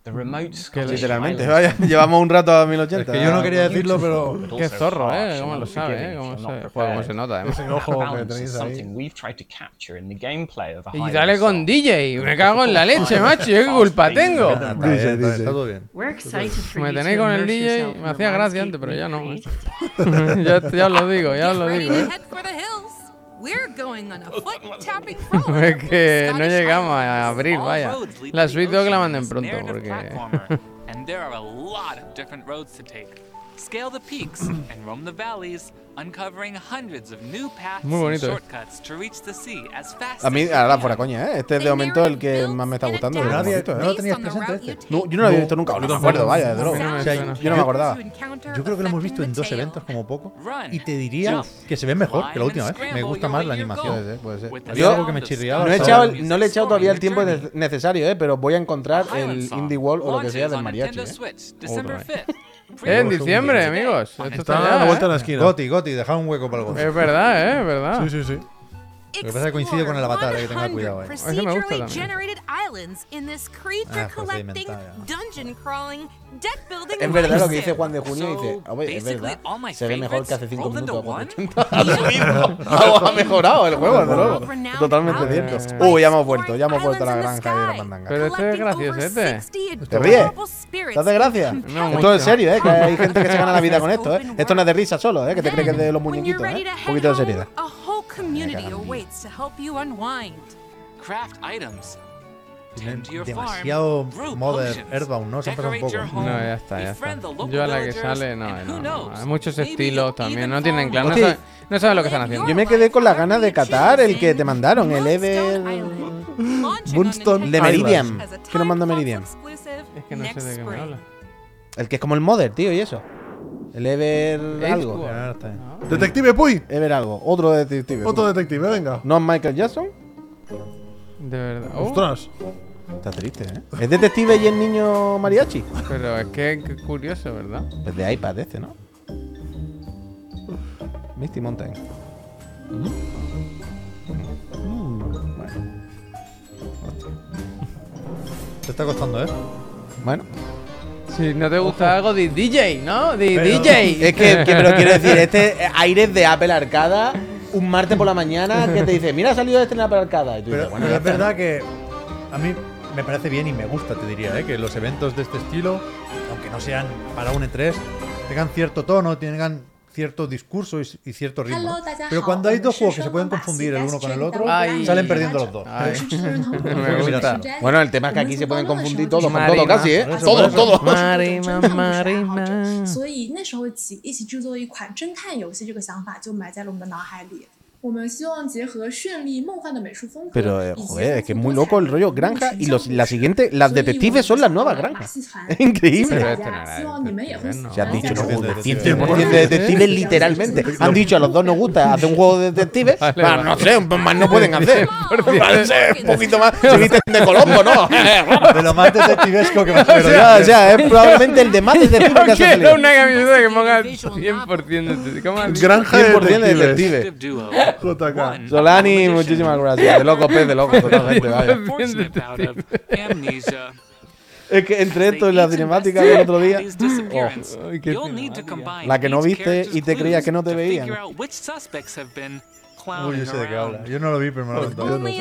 Speaker 9: The remote Scottish
Speaker 2: Literalmente,
Speaker 9: Highlands
Speaker 2: vaya, llevamos un rato a 1080.
Speaker 4: Es que yo no quería decirlo, pero.
Speaker 9: but
Speaker 1: Qué
Speaker 9: also
Speaker 1: zorro,
Speaker 9: harsh
Speaker 1: ¿eh?
Speaker 9: and
Speaker 1: Cómo lo sabe, ¿eh?
Speaker 9: unforgiving
Speaker 1: Cómo
Speaker 9: if you're not
Speaker 1: se, joder, cómo se
Speaker 9: prepared.
Speaker 1: nota, además.
Speaker 3: Ese
Speaker 9: That
Speaker 3: ojo que
Speaker 9: balance is
Speaker 3: tenéis ahí.
Speaker 9: something we've tried to capture in the gameplay of a
Speaker 1: Y
Speaker 9: Highland
Speaker 1: dale con
Speaker 9: Song.
Speaker 1: DJ. Me cago en la leche, macho. ¿Qué culpa tengo?
Speaker 4: Está bien, está bien,
Speaker 3: dice.
Speaker 4: Está todo bien.
Speaker 10: We're excited for
Speaker 1: Me
Speaker 10: you to
Speaker 1: tenéis con el
Speaker 10: immerse
Speaker 1: DJ.
Speaker 10: yourself in
Speaker 1: Me
Speaker 10: the
Speaker 1: hacía gracia antes,
Speaker 10: landscape
Speaker 1: pero
Speaker 10: we've
Speaker 1: ya no. ¿eh? *laughs*
Speaker 10: created.
Speaker 1: ya, ya os lo digo, ya os lo
Speaker 6: Ready
Speaker 1: digo,
Speaker 6: to
Speaker 1: ¿eh?
Speaker 6: head for the hills. We're going on a foot-tapping
Speaker 1: *laughs* Es
Speaker 6: frolic.
Speaker 1: que no
Speaker 6: Scottish
Speaker 1: llegamos a
Speaker 6: Highlands.
Speaker 1: abril,
Speaker 5: All
Speaker 1: vaya.
Speaker 5: roads lead to
Speaker 1: La
Speaker 5: the
Speaker 1: Sweet Dog la
Speaker 5: ocean
Speaker 1: manden
Speaker 5: is
Speaker 1: pronto,
Speaker 5: narrative
Speaker 1: porque... *laughs*
Speaker 5: platformer, and there are a lot of different roads to take. Scale the peaks and roam the valleys, uncovering hundreds of new paths
Speaker 1: Muy
Speaker 5: and
Speaker 1: bonito, eh.
Speaker 5: shortcuts to reach the sea as fast
Speaker 2: A mí,
Speaker 5: as you
Speaker 2: ahora
Speaker 5: can.
Speaker 2: fuera coña, ¿eh? Este es de momento el que más me está gustando.
Speaker 4: Pero
Speaker 2: de
Speaker 4: nadie-
Speaker 2: momento, ¿eh?
Speaker 4: no lo tenías presente este.
Speaker 2: No, yo no lo había
Speaker 4: No,
Speaker 2: visto nunca, no
Speaker 4: yo
Speaker 2: me
Speaker 4: tampoco.
Speaker 2: acuerdo, vaya, de
Speaker 1: A mí
Speaker 2: luego.
Speaker 1: no me
Speaker 2: O sea,
Speaker 1: suena.
Speaker 2: yo no me acordaba.
Speaker 4: Yo creo que lo hemos visto en dos eventos como poco.
Speaker 5: Run,
Speaker 4: Y te diría
Speaker 5: jump,
Speaker 4: que se ve mejor que la
Speaker 5: climb
Speaker 4: última
Speaker 5: and
Speaker 4: vez. Me
Speaker 5: scramble
Speaker 4: gusta
Speaker 5: your
Speaker 4: más
Speaker 5: way
Speaker 4: la
Speaker 5: to your
Speaker 4: animación.
Speaker 5: goal.
Speaker 2: Puede ser,
Speaker 5: With
Speaker 2: puede
Speaker 5: the
Speaker 2: ser.
Speaker 4: Había algo
Speaker 5: sound
Speaker 4: que me
Speaker 5: of
Speaker 4: chirriaba.
Speaker 5: stars
Speaker 2: No, he
Speaker 5: and
Speaker 2: echado el-
Speaker 5: music
Speaker 2: no le he echado
Speaker 5: storming
Speaker 2: todavía el
Speaker 5: your
Speaker 2: tiempo
Speaker 5: journey.
Speaker 2: ne- necesario, ¿eh? Pero voy a encontrar el
Speaker 5: Highland Song
Speaker 2: Indie Wall o lo que
Speaker 5: launches
Speaker 2: sea del
Speaker 5: on
Speaker 2: mariachi. *laughs*
Speaker 5: Nintendo
Speaker 2: ¿eh?
Speaker 5: Switch, December
Speaker 1: Alright.
Speaker 5: 5th.
Speaker 1: Eh, en
Speaker 5: Pre-order
Speaker 1: diciembre,
Speaker 5: today
Speaker 1: amigos.
Speaker 5: on
Speaker 1: Esto
Speaker 4: Ah,
Speaker 3: Está a la
Speaker 1: está
Speaker 3: vuelta de
Speaker 1: ya,
Speaker 3: la
Speaker 1: ¿eh?
Speaker 3: esquina.
Speaker 4: Goti, Goti, deja un hueco para el Goti.
Speaker 1: Es verdad, ¿eh? Es verdad.
Speaker 3: Sí, sí, sí.
Speaker 6: Lo
Speaker 4: que pasa es que coincide con el avatar, hay que tener cuidado eh. ahí.
Speaker 1: Ese me gusta también.
Speaker 6: generated islands in this creature
Speaker 4: Ah, pues
Speaker 6: collecting,
Speaker 4: alimentada.
Speaker 6: dungeon crawling, deck building
Speaker 2: Es verdad lo que
Speaker 6: mindset.
Speaker 2: dice Este Juan de Junio,
Speaker 5: So,
Speaker 2: dice, "Hombre, es
Speaker 5: basically,
Speaker 2: verdad,
Speaker 5: all my
Speaker 2: se ve mejor que hace 5
Speaker 5: favorites
Speaker 2: minutos. *laughs*
Speaker 5: rolled into
Speaker 2: cuando
Speaker 5: *laughs*
Speaker 2: te- Ah, ha mejorado el juego, desde luego.
Speaker 6: World-renowned
Speaker 2: Totalmente
Speaker 6: outfits
Speaker 2: cierto.
Speaker 6: by
Speaker 2: Uh, ya hemos vuelto, ya hemos
Speaker 6: exploring
Speaker 2: vuelto a la
Speaker 6: islands
Speaker 2: granja de la
Speaker 6: in the sky,
Speaker 2: mandanga.
Speaker 1: Pero este es
Speaker 6: collecting over
Speaker 1: graciosete.
Speaker 6: 60
Speaker 2: ¿Te ríes?
Speaker 6: adorable spirits
Speaker 2: ¿Te hace gracia?
Speaker 1: No,
Speaker 2: Esto
Speaker 1: mucho.
Speaker 2: es serio, ¿eh? Que hay gente que se gana la vida con esto, ¿eh? Esto no es de risa solo, ¿eh? Que te crees que es de los muñequitos, ¿eh? Un poquito de seriedad.
Speaker 6: A whole community awaits to help you unwind.
Speaker 5: Craft items. Tend to your
Speaker 4: demasiado
Speaker 5: farm, brew
Speaker 4: Mother
Speaker 5: potions,
Speaker 4: Earthbound, ¿no? Se ha pasado un
Speaker 5: decorate your
Speaker 4: poco.
Speaker 5: home,
Speaker 1: No, ya está, ya
Speaker 5: befriend the
Speaker 1: está.
Speaker 5: local
Speaker 1: Yo a la que
Speaker 5: villagers,
Speaker 1: sale, no,
Speaker 5: and
Speaker 1: no,
Speaker 5: who
Speaker 1: no.
Speaker 5: knows,
Speaker 1: Hay muchos
Speaker 5: maybe
Speaker 1: estilos
Speaker 5: you'll
Speaker 1: también,
Speaker 5: even
Speaker 1: no tienen
Speaker 5: find
Speaker 1: claro, no,
Speaker 2: Hostia,
Speaker 1: saben, no saben lo que están haciendo.
Speaker 2: Yo me quedé con las ganas de catar el que te mandaron, el Ever...
Speaker 6: Moonstone
Speaker 2: de Meridian. ¿Qué nos manda Meridian?
Speaker 1: Es que no sé de qué me habla.
Speaker 2: El que es como el Mother, tío, y eso. El Ever
Speaker 1: Age
Speaker 2: algo.
Speaker 1: War.
Speaker 4: Ahora está bien.
Speaker 3: Detective Puy.
Speaker 2: Ever algo. Otro detective.
Speaker 3: Otro detective, venga.
Speaker 2: ¿No es Michael Jackson?
Speaker 1: De verdad. Oh,
Speaker 3: Ostras.
Speaker 2: Está triste, ¿eh? *laughs* ¿Es detective y el niño mariachi?
Speaker 1: pero es que qué curioso, ¿verdad?
Speaker 2: Pues de iPad este, ¿no? Misty Mountain.
Speaker 4: Te está costando, ¿eh?
Speaker 2: Bueno.
Speaker 1: Si no te gusta algo, di DJ, ¿no? Di
Speaker 4: Pero-
Speaker 1: DJ.
Speaker 2: Es que, que- pero quiero decir, este aires de Apple Arcada, un martes por la mañana que te dice, mira, ha salido este en Apple Arcada. Y tú
Speaker 4: Pero,
Speaker 2: dices, bueno,
Speaker 4: pero
Speaker 2: ya
Speaker 4: es
Speaker 2: está.
Speaker 4: verdad que a mí me parece bien y me gusta, te diría, ¿eh? que los eventos de este estilo, aunque no sean para un E3, tengan cierto tono, tengan cierto discurso y, y cierto ritmo. ¿no? Pero cuando hay dos juegos que se pueden confundir el uno con el otro,
Speaker 1: Ay.
Speaker 4: salen perdiendo los dos.
Speaker 1: Ay.
Speaker 6: *laughs*
Speaker 4: Hay que
Speaker 1: gusta.
Speaker 4: mirarlo.
Speaker 2: Bueno, el tema es que aquí se pueden confundir todos con
Speaker 1: Marina.
Speaker 2: todo casi, ¿eh?
Speaker 4: Por eso, por
Speaker 2: Todos,
Speaker 4: eso.
Speaker 2: todos.
Speaker 1: Marima, marima.
Speaker 10: 所以那时候起一起制作一款侦探游戏，这个想法就埋在了我们的脑海里。我们希望结合绚丽梦幻的美术风格，
Speaker 2: Pero, eh, joder, es que es muy loco el rollo granja y los, la siguiente, las detectives son las nuevas granjas. Es
Speaker 1: Pero este
Speaker 2: increíble.
Speaker 1: no era detective, ¿no?
Speaker 2: Se han dicho, no,
Speaker 4: 100%
Speaker 2: de
Speaker 4: detective.
Speaker 2: 100% de detectives literalmente. Han dicho, a los dos nos gusta hacer un juego de detectives,
Speaker 1: Vale,
Speaker 2: pero
Speaker 1: vale.
Speaker 2: no sé, más no *laughs* pueden hacer.
Speaker 1: *laughs* Dios.
Speaker 2: Parece un poquito *laughs* más, se visten de Colombo, *laughs* ¿no?
Speaker 4: De lo más
Speaker 2: *laughs*
Speaker 4: detectivesco que va a
Speaker 2: O
Speaker 4: ser.
Speaker 2: sea, o sea, es eh, probablemente el de más detective que
Speaker 1: Yo
Speaker 2: ha
Speaker 1: quiero
Speaker 2: salido.
Speaker 1: una camiseta que ponga 100% de ¿Cómo has dicho?
Speaker 3: Granja
Speaker 2: 100%
Speaker 3: de
Speaker 2: de
Speaker 3: detectives.
Speaker 2: detective.
Speaker 5: Detective
Speaker 4: *laughs*
Speaker 5: duo.
Speaker 3: JK.
Speaker 2: Solani, muchísimas gracias. De loco, pez de loco, totalmente, vaya.
Speaker 5: Fortunate out of amnesia.
Speaker 2: Es que entre esto y la cinemática del otro día. oh, ay, qué cinemática. la que no viste y te creías que no te veían.
Speaker 4: Uy, yo sé de qué habla. Yo no lo vi, pero me lo contó. Con el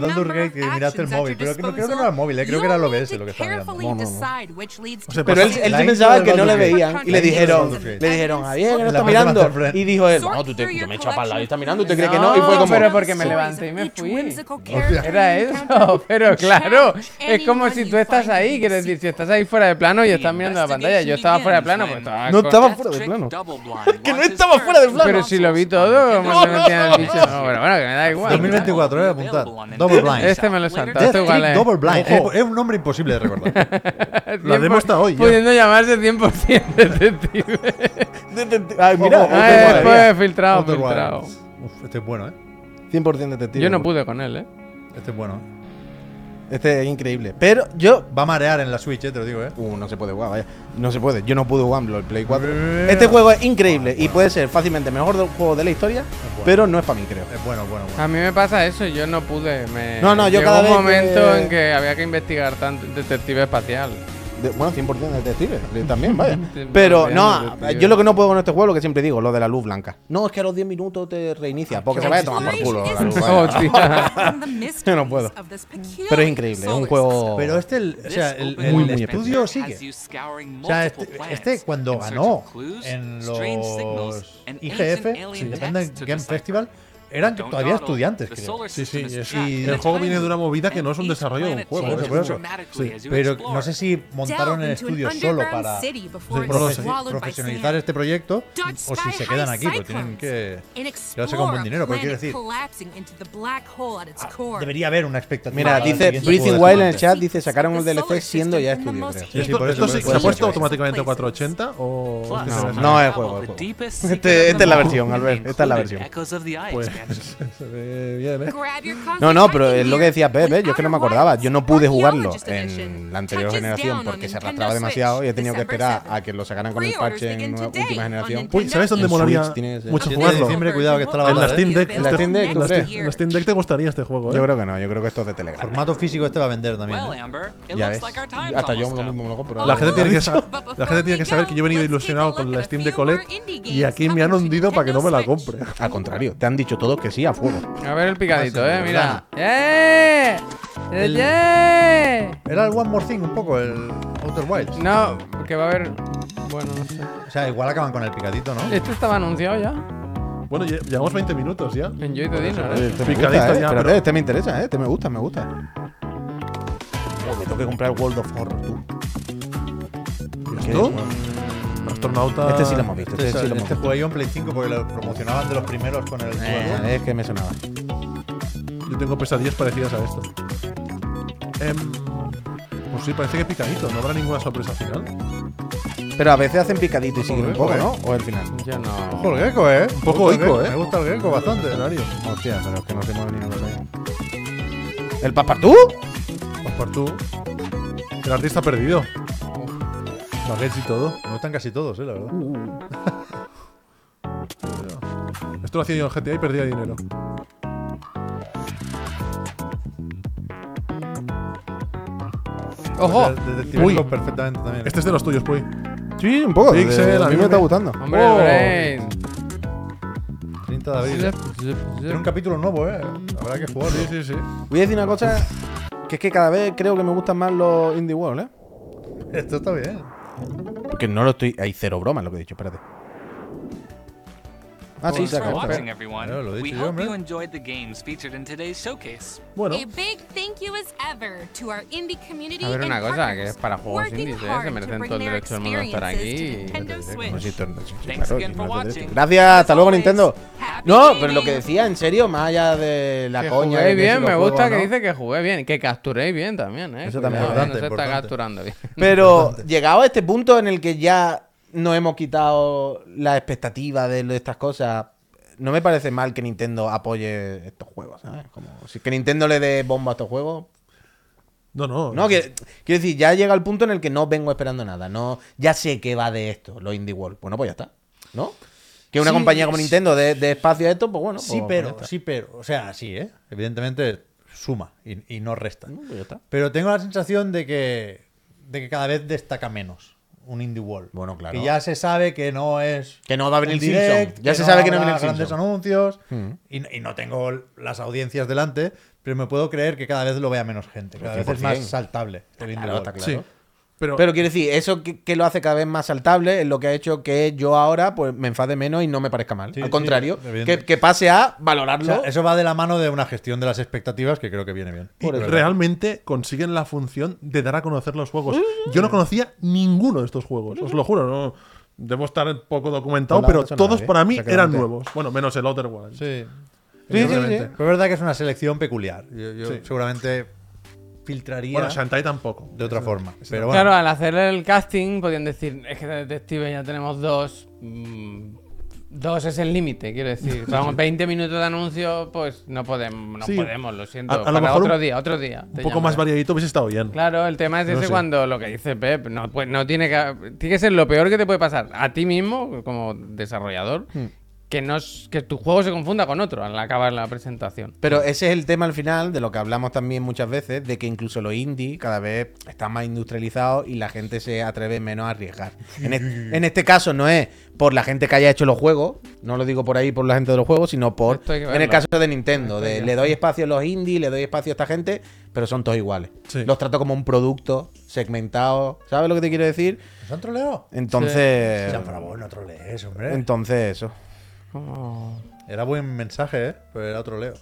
Speaker 4: Dungeon Gate que miraste el móvil. Pero que- no, creo que no era el móvil, eh, creo que era el OBS lo que estaba mirando.
Speaker 6: Carefully decide which leads
Speaker 4: O
Speaker 6: to
Speaker 4: sea,
Speaker 2: Pero él,
Speaker 4: pasa-
Speaker 2: él
Speaker 4: la
Speaker 2: se
Speaker 4: intro
Speaker 2: pensaba
Speaker 4: del
Speaker 2: que no le
Speaker 4: Baldur's Gate.
Speaker 2: veían y le
Speaker 4: La intro del
Speaker 2: dijeron,
Speaker 4: Baldur's Gate.
Speaker 2: le dijeron, Javier, que no
Speaker 4: La
Speaker 2: está
Speaker 4: parte de
Speaker 2: mirando.
Speaker 4: Masterfriend.
Speaker 2: Y dijo él, no, tú te, yo me he echado para el lado y está mirando, ¿usted cree que no?
Speaker 1: No,
Speaker 2: Y fue como,
Speaker 1: pero porque me levanté y me fui.
Speaker 6: *laughs*
Speaker 1: Era eso, pero claro, es como si tú estás ahí, quiero decir, si estás ahí fuera de plano y estás mirando la pantalla, yo estaba fuera de plano, pues estaba...
Speaker 2: no
Speaker 1: con-
Speaker 2: estaba fuera de plano. *laughs* que no estaba fuera de plano.
Speaker 1: Pero si lo vi todo, como no me han dicho, no, pero bueno, que me da igual.
Speaker 4: 2024, eh, apuntad. Double Blind.
Speaker 1: Este me lo he saltado,
Speaker 4: Death
Speaker 1: este igual
Speaker 4: Trick
Speaker 1: es.
Speaker 4: Double Blind.
Speaker 1: Ojo.
Speaker 4: Es, es un nombre imposible de
Speaker 3: *laughs*
Speaker 4: recordar.
Speaker 3: La demo está hoy. ya.
Speaker 1: Pudiendo llamarse 100% detective.
Speaker 2: Ay, mira,
Speaker 4: Ojo,
Speaker 2: ah,
Speaker 4: Outer
Speaker 2: eh,
Speaker 4: Wilds.
Speaker 1: Fue filtrado,
Speaker 4: Outer
Speaker 1: filtrado.
Speaker 4: Wilds. Uf, este es bueno, ¿eh?
Speaker 2: 100% detective.
Speaker 1: Yo no pude con él, eh.
Speaker 4: Este es bueno.
Speaker 2: Este es increíble. Pero yo...
Speaker 4: Va a marear en la Switch, eh, te lo digo, ¿eh?
Speaker 2: Uh, no se puede jugar, vaya. No se puede. Yo no pude jugarlo el Play 4. Este juego es increíble y puede ser fácilmente el mejor do- juego de la historia, pero no es para mí, creo.
Speaker 4: Es bueno, bueno, bueno.
Speaker 1: A mí me pasa eso, yo no pude. Me...
Speaker 2: No, no, yo
Speaker 1: Llegó
Speaker 2: cada
Speaker 1: un
Speaker 2: vez
Speaker 1: momento
Speaker 2: que-
Speaker 1: en que había que investigar tanto detective espacial.
Speaker 2: De- bueno, 100% detective, de- también, *laughs* vaya.
Speaker 1: 100%
Speaker 2: Pero no,
Speaker 1: detective.
Speaker 2: yo lo que no puedo con este juego, lo que siempre digo, lo de la luz blanca. No, es que a los 10 minutos te reinicia, porque se vaya a tomar por culo la luz.
Speaker 1: *laughs* Oh,
Speaker 2: vaya. *laughs*
Speaker 1: tía.
Speaker 2: Yo no puedo. Pero es increíble, es un juego.
Speaker 4: Pero este, el- o sea, el, el
Speaker 2: Muy, muy
Speaker 4: estudio sigue. O sea, este, este cuando ganó en los IGF, Independent Game Festival, eran todavía estudiantes, creo.
Speaker 3: Sí, sí, es-
Speaker 4: Y-
Speaker 3: el juego viene de una movida que no es un desarrollo de un juego.
Speaker 4: Sí,
Speaker 3: es
Speaker 4: por eso.
Speaker 3: un-
Speaker 4: Sí, pero no sé si montaron el estudio solo para profe- profesionalizar este proyecto o si se quedan aquí, porque tienen que quedarse con buen dinero. Pero quiero decir, debería haber una expectativa.
Speaker 2: Mira,
Speaker 4: para el
Speaker 2: dice
Speaker 4: siguiente
Speaker 2: Breathing
Speaker 4: juego de
Speaker 2: Wild en el
Speaker 4: Superman.
Speaker 2: chat, dice sacaron el DLC siendo ya estudio, creo.
Speaker 4: Sí, sí,
Speaker 3: ¿Esto,
Speaker 4: por eso,
Speaker 3: esto
Speaker 4: por eso.
Speaker 3: se, se ha
Speaker 4: Puede
Speaker 3: puesto
Speaker 4: ser.
Speaker 3: automáticamente a 480 o.?
Speaker 2: No,
Speaker 3: eh,
Speaker 2: no es el juego, el juego. Este- esta es la versión, Albert, esta es la versión.
Speaker 3: Pues
Speaker 4: *laughs*
Speaker 3: se ve bien, ¿eh?
Speaker 2: No, no, pero es lo que decía Pepe, yo es que no me acordaba. Yo no pude jugarlo en la anterior generación porque se arrastraba demasiado y he tenido que esperar a que lo sacaran con el parche en nueva- última generación.
Speaker 3: Uy, ¿sabes dónde
Speaker 2: En
Speaker 3: molaría
Speaker 2: Switch tienes el
Speaker 3: mucho
Speaker 2: 7 de
Speaker 3: jugarlo?
Speaker 4: diciembre, cuidado, que está la
Speaker 3: En la
Speaker 4: barra,
Speaker 3: Steam Deck.
Speaker 2: En la Steam Deck,
Speaker 3: en la
Speaker 2: ¿tú crees?
Speaker 3: Steam- en la Steam Deck te gustaría este juego, ¿eh?
Speaker 2: Yo creo que no, yo creo que esto es de Telegram.
Speaker 4: Formato físico este va a vender también.
Speaker 5: Well,
Speaker 4: ¿eh?
Speaker 5: Amber, it
Speaker 2: Ya ves.
Speaker 5: looks like our time's
Speaker 2: Hasta yo
Speaker 5: almost
Speaker 2: lo
Speaker 5: up.
Speaker 2: mismo me lo compro.
Speaker 3: La gente, tiene que
Speaker 6: *laughs*
Speaker 3: saber,
Speaker 6: But
Speaker 3: la gente tiene que saber que yo he venido
Speaker 6: before we go,
Speaker 3: ilusionado
Speaker 6: let's take
Speaker 3: con
Speaker 6: a
Speaker 3: la
Speaker 6: look
Speaker 3: Steam
Speaker 6: at
Speaker 3: de
Speaker 6: a few
Speaker 3: Colette
Speaker 6: more indie
Speaker 3: y aquí me han
Speaker 6: games
Speaker 3: hundido para que no me la
Speaker 6: published by
Speaker 3: compre.
Speaker 2: Al contrario, te han dicho todos que sí a fuego.
Speaker 1: A ver el picadito, eh, mira. ¡Eh!
Speaker 4: El-
Speaker 1: ¡Eh!
Speaker 4: Era el One More Thing un poco, el Outer Wilds.
Speaker 1: No, que va a haber. Bueno, no sé.
Speaker 4: O sea, igual acaban con el picadito, ¿no?
Speaker 1: ¿Esto estaba anunciado ya?
Speaker 3: Bueno, lle- llevamos 20 minutos ya.
Speaker 1: En Joy the Dino,
Speaker 2: Oye,
Speaker 1: ¿eh?
Speaker 2: Este me
Speaker 3: Picadito
Speaker 2: gusta, eh.
Speaker 3: ya,
Speaker 2: Espérate,
Speaker 3: pero-
Speaker 2: este me interesa, eh. Este me gusta, me gusta. Yo Oh, me tengo que comprar World of Horror, tú.
Speaker 3: ¿Esto? Astronauta.
Speaker 2: Este sí lo hemos visto,
Speaker 4: Este,
Speaker 2: este sí lo hemos
Speaker 4: este
Speaker 2: visto.
Speaker 4: jugué yo en Play 5 porque lo promocionaban de los primeros con el juego.
Speaker 2: Eh, Es que me sonaba.
Speaker 3: Yo tengo pesadillas parecidas a esto. Em, pues sí, parece que picadito. No habrá ninguna sorpresa final.
Speaker 2: Pero a veces hacen picadito y siguen un
Speaker 3: Joder,
Speaker 2: poco,
Speaker 3: joder.
Speaker 2: ¿no? O el final.
Speaker 1: Yo no.
Speaker 4: Ojo el gecko, eh.
Speaker 3: Un poco
Speaker 4: Me gusta el
Speaker 3: oico,
Speaker 4: gecko,
Speaker 3: eh.
Speaker 4: Me gusta el gecko bastante.
Speaker 3: Escenario.
Speaker 2: Hostia, pero es que no se mueve ni una cosa. ¿El Paspartú?
Speaker 3: Passepartout. Pues El artista perdido. Baguettes y todo.
Speaker 4: Me gustan casi todos, eh, la verdad.
Speaker 3: *laughs* Esto lo hacía yo en GTA y perdía dinero.
Speaker 1: ¡Ojo!
Speaker 2: Pues
Speaker 4: De- de- de-
Speaker 3: Uy.
Speaker 4: lo perfectamente también.
Speaker 3: Este es de los tuyos, Puy.
Speaker 2: Sí, un poco.
Speaker 3: Pixel,
Speaker 2: de- a mí
Speaker 3: anime.
Speaker 2: me está gustando.
Speaker 1: ¡Hombre,
Speaker 3: Oh.
Speaker 1: el Brain!
Speaker 4: 30 de abril.
Speaker 1: Zip, zip,
Speaker 4: Tiene un
Speaker 1: zip.
Speaker 4: capítulo nuevo, eh. Habrá que jugarlo.
Speaker 3: Sí, sí, sí.
Speaker 2: Voy a decir una cosa, que es que cada vez creo que me gustan más los Indie *laughs* World, ¿eh?
Speaker 4: Esto está bien.
Speaker 2: Porque no lo estoy... Hay cero broma en lo que he dicho, espérate. Ah, sí,
Speaker 5: Thanks
Speaker 2: se
Speaker 5: for
Speaker 2: acabó.
Speaker 5: watching, everyone.
Speaker 4: Claro, lo he
Speaker 5: We
Speaker 4: dicho yo,
Speaker 5: hope
Speaker 4: hombre.
Speaker 5: you enjoyed the games featured in today's showcase.
Speaker 3: Bueno,
Speaker 6: A big thank you as ever to our indie community
Speaker 1: A ver,
Speaker 6: and
Speaker 1: una cosa, que
Speaker 6: partners
Speaker 1: es para juegos
Speaker 6: working
Speaker 1: indies, ¿eh?
Speaker 6: hard
Speaker 1: Se
Speaker 6: to
Speaker 1: merecen
Speaker 6: bring
Speaker 1: todo el
Speaker 6: their
Speaker 1: derecho del mundo de estar aquí.
Speaker 6: experiences to Nintendo Switch.
Speaker 2: No, sí, esto- sí, sí,
Speaker 5: Thanks
Speaker 2: claro,
Speaker 5: again
Speaker 2: y
Speaker 5: for
Speaker 2: no hace de
Speaker 5: watching.
Speaker 2: esto. Gracias, hasta luego
Speaker 6: As
Speaker 2: Nintendo.
Speaker 6: always, happy
Speaker 2: No, pero lo que
Speaker 6: gaming.
Speaker 2: decía en serio, más allá de la
Speaker 1: Que
Speaker 2: coña.
Speaker 1: jugué
Speaker 2: de que si
Speaker 1: bien,
Speaker 2: lo
Speaker 1: me
Speaker 2: juego
Speaker 1: gusta
Speaker 2: o
Speaker 1: que
Speaker 2: no.
Speaker 1: dice que jugué bien, que capturéis bien también, ¿eh?
Speaker 2: Eso también es
Speaker 1: Cuidado,
Speaker 4: importante,
Speaker 1: No se está
Speaker 4: importante.
Speaker 1: capturando bien.
Speaker 2: Pero *laughs* llegado a este punto en el que ya nos hemos quitado la expectativa de lo- estas cosas, no me parece mal que Nintendo apoye estos juegos, ¿sabes? Como si que Nintendo le dé bomba a estos juegos.
Speaker 3: no, no.
Speaker 2: No, que, quiero decir, ya llega el punto en el que no vengo esperando nada. No, ya sé que va de esto, los Indie World. Bueno, pues ya está. ¿No? Que una
Speaker 4: Sí,
Speaker 2: compañía como
Speaker 4: sí.
Speaker 2: Nintendo dé dé espacio a esto, pues bueno.
Speaker 4: Sí,
Speaker 2: pues-
Speaker 4: pero,
Speaker 2: pues ya
Speaker 4: sí, pero. O sea, sí, ¿eh? Evidentemente suma y, y no resta.
Speaker 2: está. Pues ya está.
Speaker 4: Pero tengo la sensación de que de que cada vez destaca menos un indie world.
Speaker 2: Bueno, claro.
Speaker 4: Que ya se sabe que no es.
Speaker 2: Que no va a venir
Speaker 4: un
Speaker 2: Simpson. Ya
Speaker 4: que
Speaker 2: se sabe que no
Speaker 4: habrá
Speaker 2: viene el
Speaker 4: grandes
Speaker 2: Simpson.
Speaker 4: anuncios.
Speaker 2: Mm.
Speaker 4: Y, y no tengo las audiencias delante, pero me puedo creer que cada vez lo vea menos gente. Cada vez es
Speaker 2: 100%.
Speaker 4: más saltable el indie
Speaker 2: Claro,
Speaker 4: world.
Speaker 2: está claro.
Speaker 3: Pero,
Speaker 2: Pero, quiero decir, eso que, que lo hace cada vez más saltable es lo que ha hecho que yo ahora pues me enfade menos y no me parezca mal.
Speaker 4: Sí,
Speaker 2: Al
Speaker 4: sí,
Speaker 2: contrario,
Speaker 4: evidente.
Speaker 2: que, que pase a valorarlo.
Speaker 4: O sea, eso va de la mano de una gestión de las expectativas que creo que viene bien.
Speaker 3: Y realmente consiguen la función de dar a conocer los juegos. Yo no conocía ninguno de estos juegos, os lo juro, no. Debo estar poco
Speaker 4: No
Speaker 3: documentado,
Speaker 4: lo ha
Speaker 3: pero
Speaker 4: hecho
Speaker 3: todos
Speaker 4: nadie,
Speaker 3: para mí eran
Speaker 4: exactamente.
Speaker 3: nuevos. Bueno, menos el Outer Wilds.
Speaker 4: Sí.
Speaker 3: Sí, sí, sí.
Speaker 4: Pero es verdad que es una selección peculiar. Yo, yo
Speaker 3: Sí.
Speaker 4: seguramente filtraría.
Speaker 3: Bueno, Shantae tampoco.
Speaker 4: De otra
Speaker 3: Ese-
Speaker 4: forma.
Speaker 3: ese
Speaker 4: Pero bueno.
Speaker 1: Claro, al hacer el casting podían decir, es que de detectives ya tenemos dos. mm, dos es el límite, quiero decir. Vamos, 20 minutos de anuncio, pues no podemos, no
Speaker 3: Sí.
Speaker 1: podemos, lo siento.
Speaker 3: A- a lo
Speaker 1: Para
Speaker 3: mejor
Speaker 1: otro
Speaker 3: un-
Speaker 1: día, otro día.
Speaker 3: Un poco más variadito hubiese estado bien.
Speaker 1: Claro, el tema es
Speaker 3: No
Speaker 1: ese
Speaker 3: sé.
Speaker 1: cuando lo que dice Pep, no, pues, no tiene que, tiene que ser lo peor que te puede pasar a ti mismo como desarrollador, que no es- que tu juego se confunda con otro al acabar la presentación.
Speaker 2: Pero ese es el tema al final de lo que hablamos también muchas veces, de que incluso los indie cada vez están más industrializados y la gente se atreve menos a arriesgar. En, est- en este caso no es por la gente que haya hecho los juegos, no lo digo por ahí por la gente de los juegos, sino por
Speaker 1: Esto hay que
Speaker 2: en el
Speaker 1: verlo.
Speaker 2: caso de Nintendo, de
Speaker 1: que
Speaker 2: le doy espacio a los indie, le doy espacio a esta gente, pero son todos iguales.
Speaker 3: Sí.
Speaker 2: Los trato como un producto segmentado, ¿sabes lo que te quiero decir?
Speaker 4: ¿Nos han troleado?
Speaker 2: Entonces,
Speaker 4: Ya, por favor, no trolees, hombre.
Speaker 2: entonces eso.
Speaker 4: Era buen mensaje, ¿eh? Pero era troleo.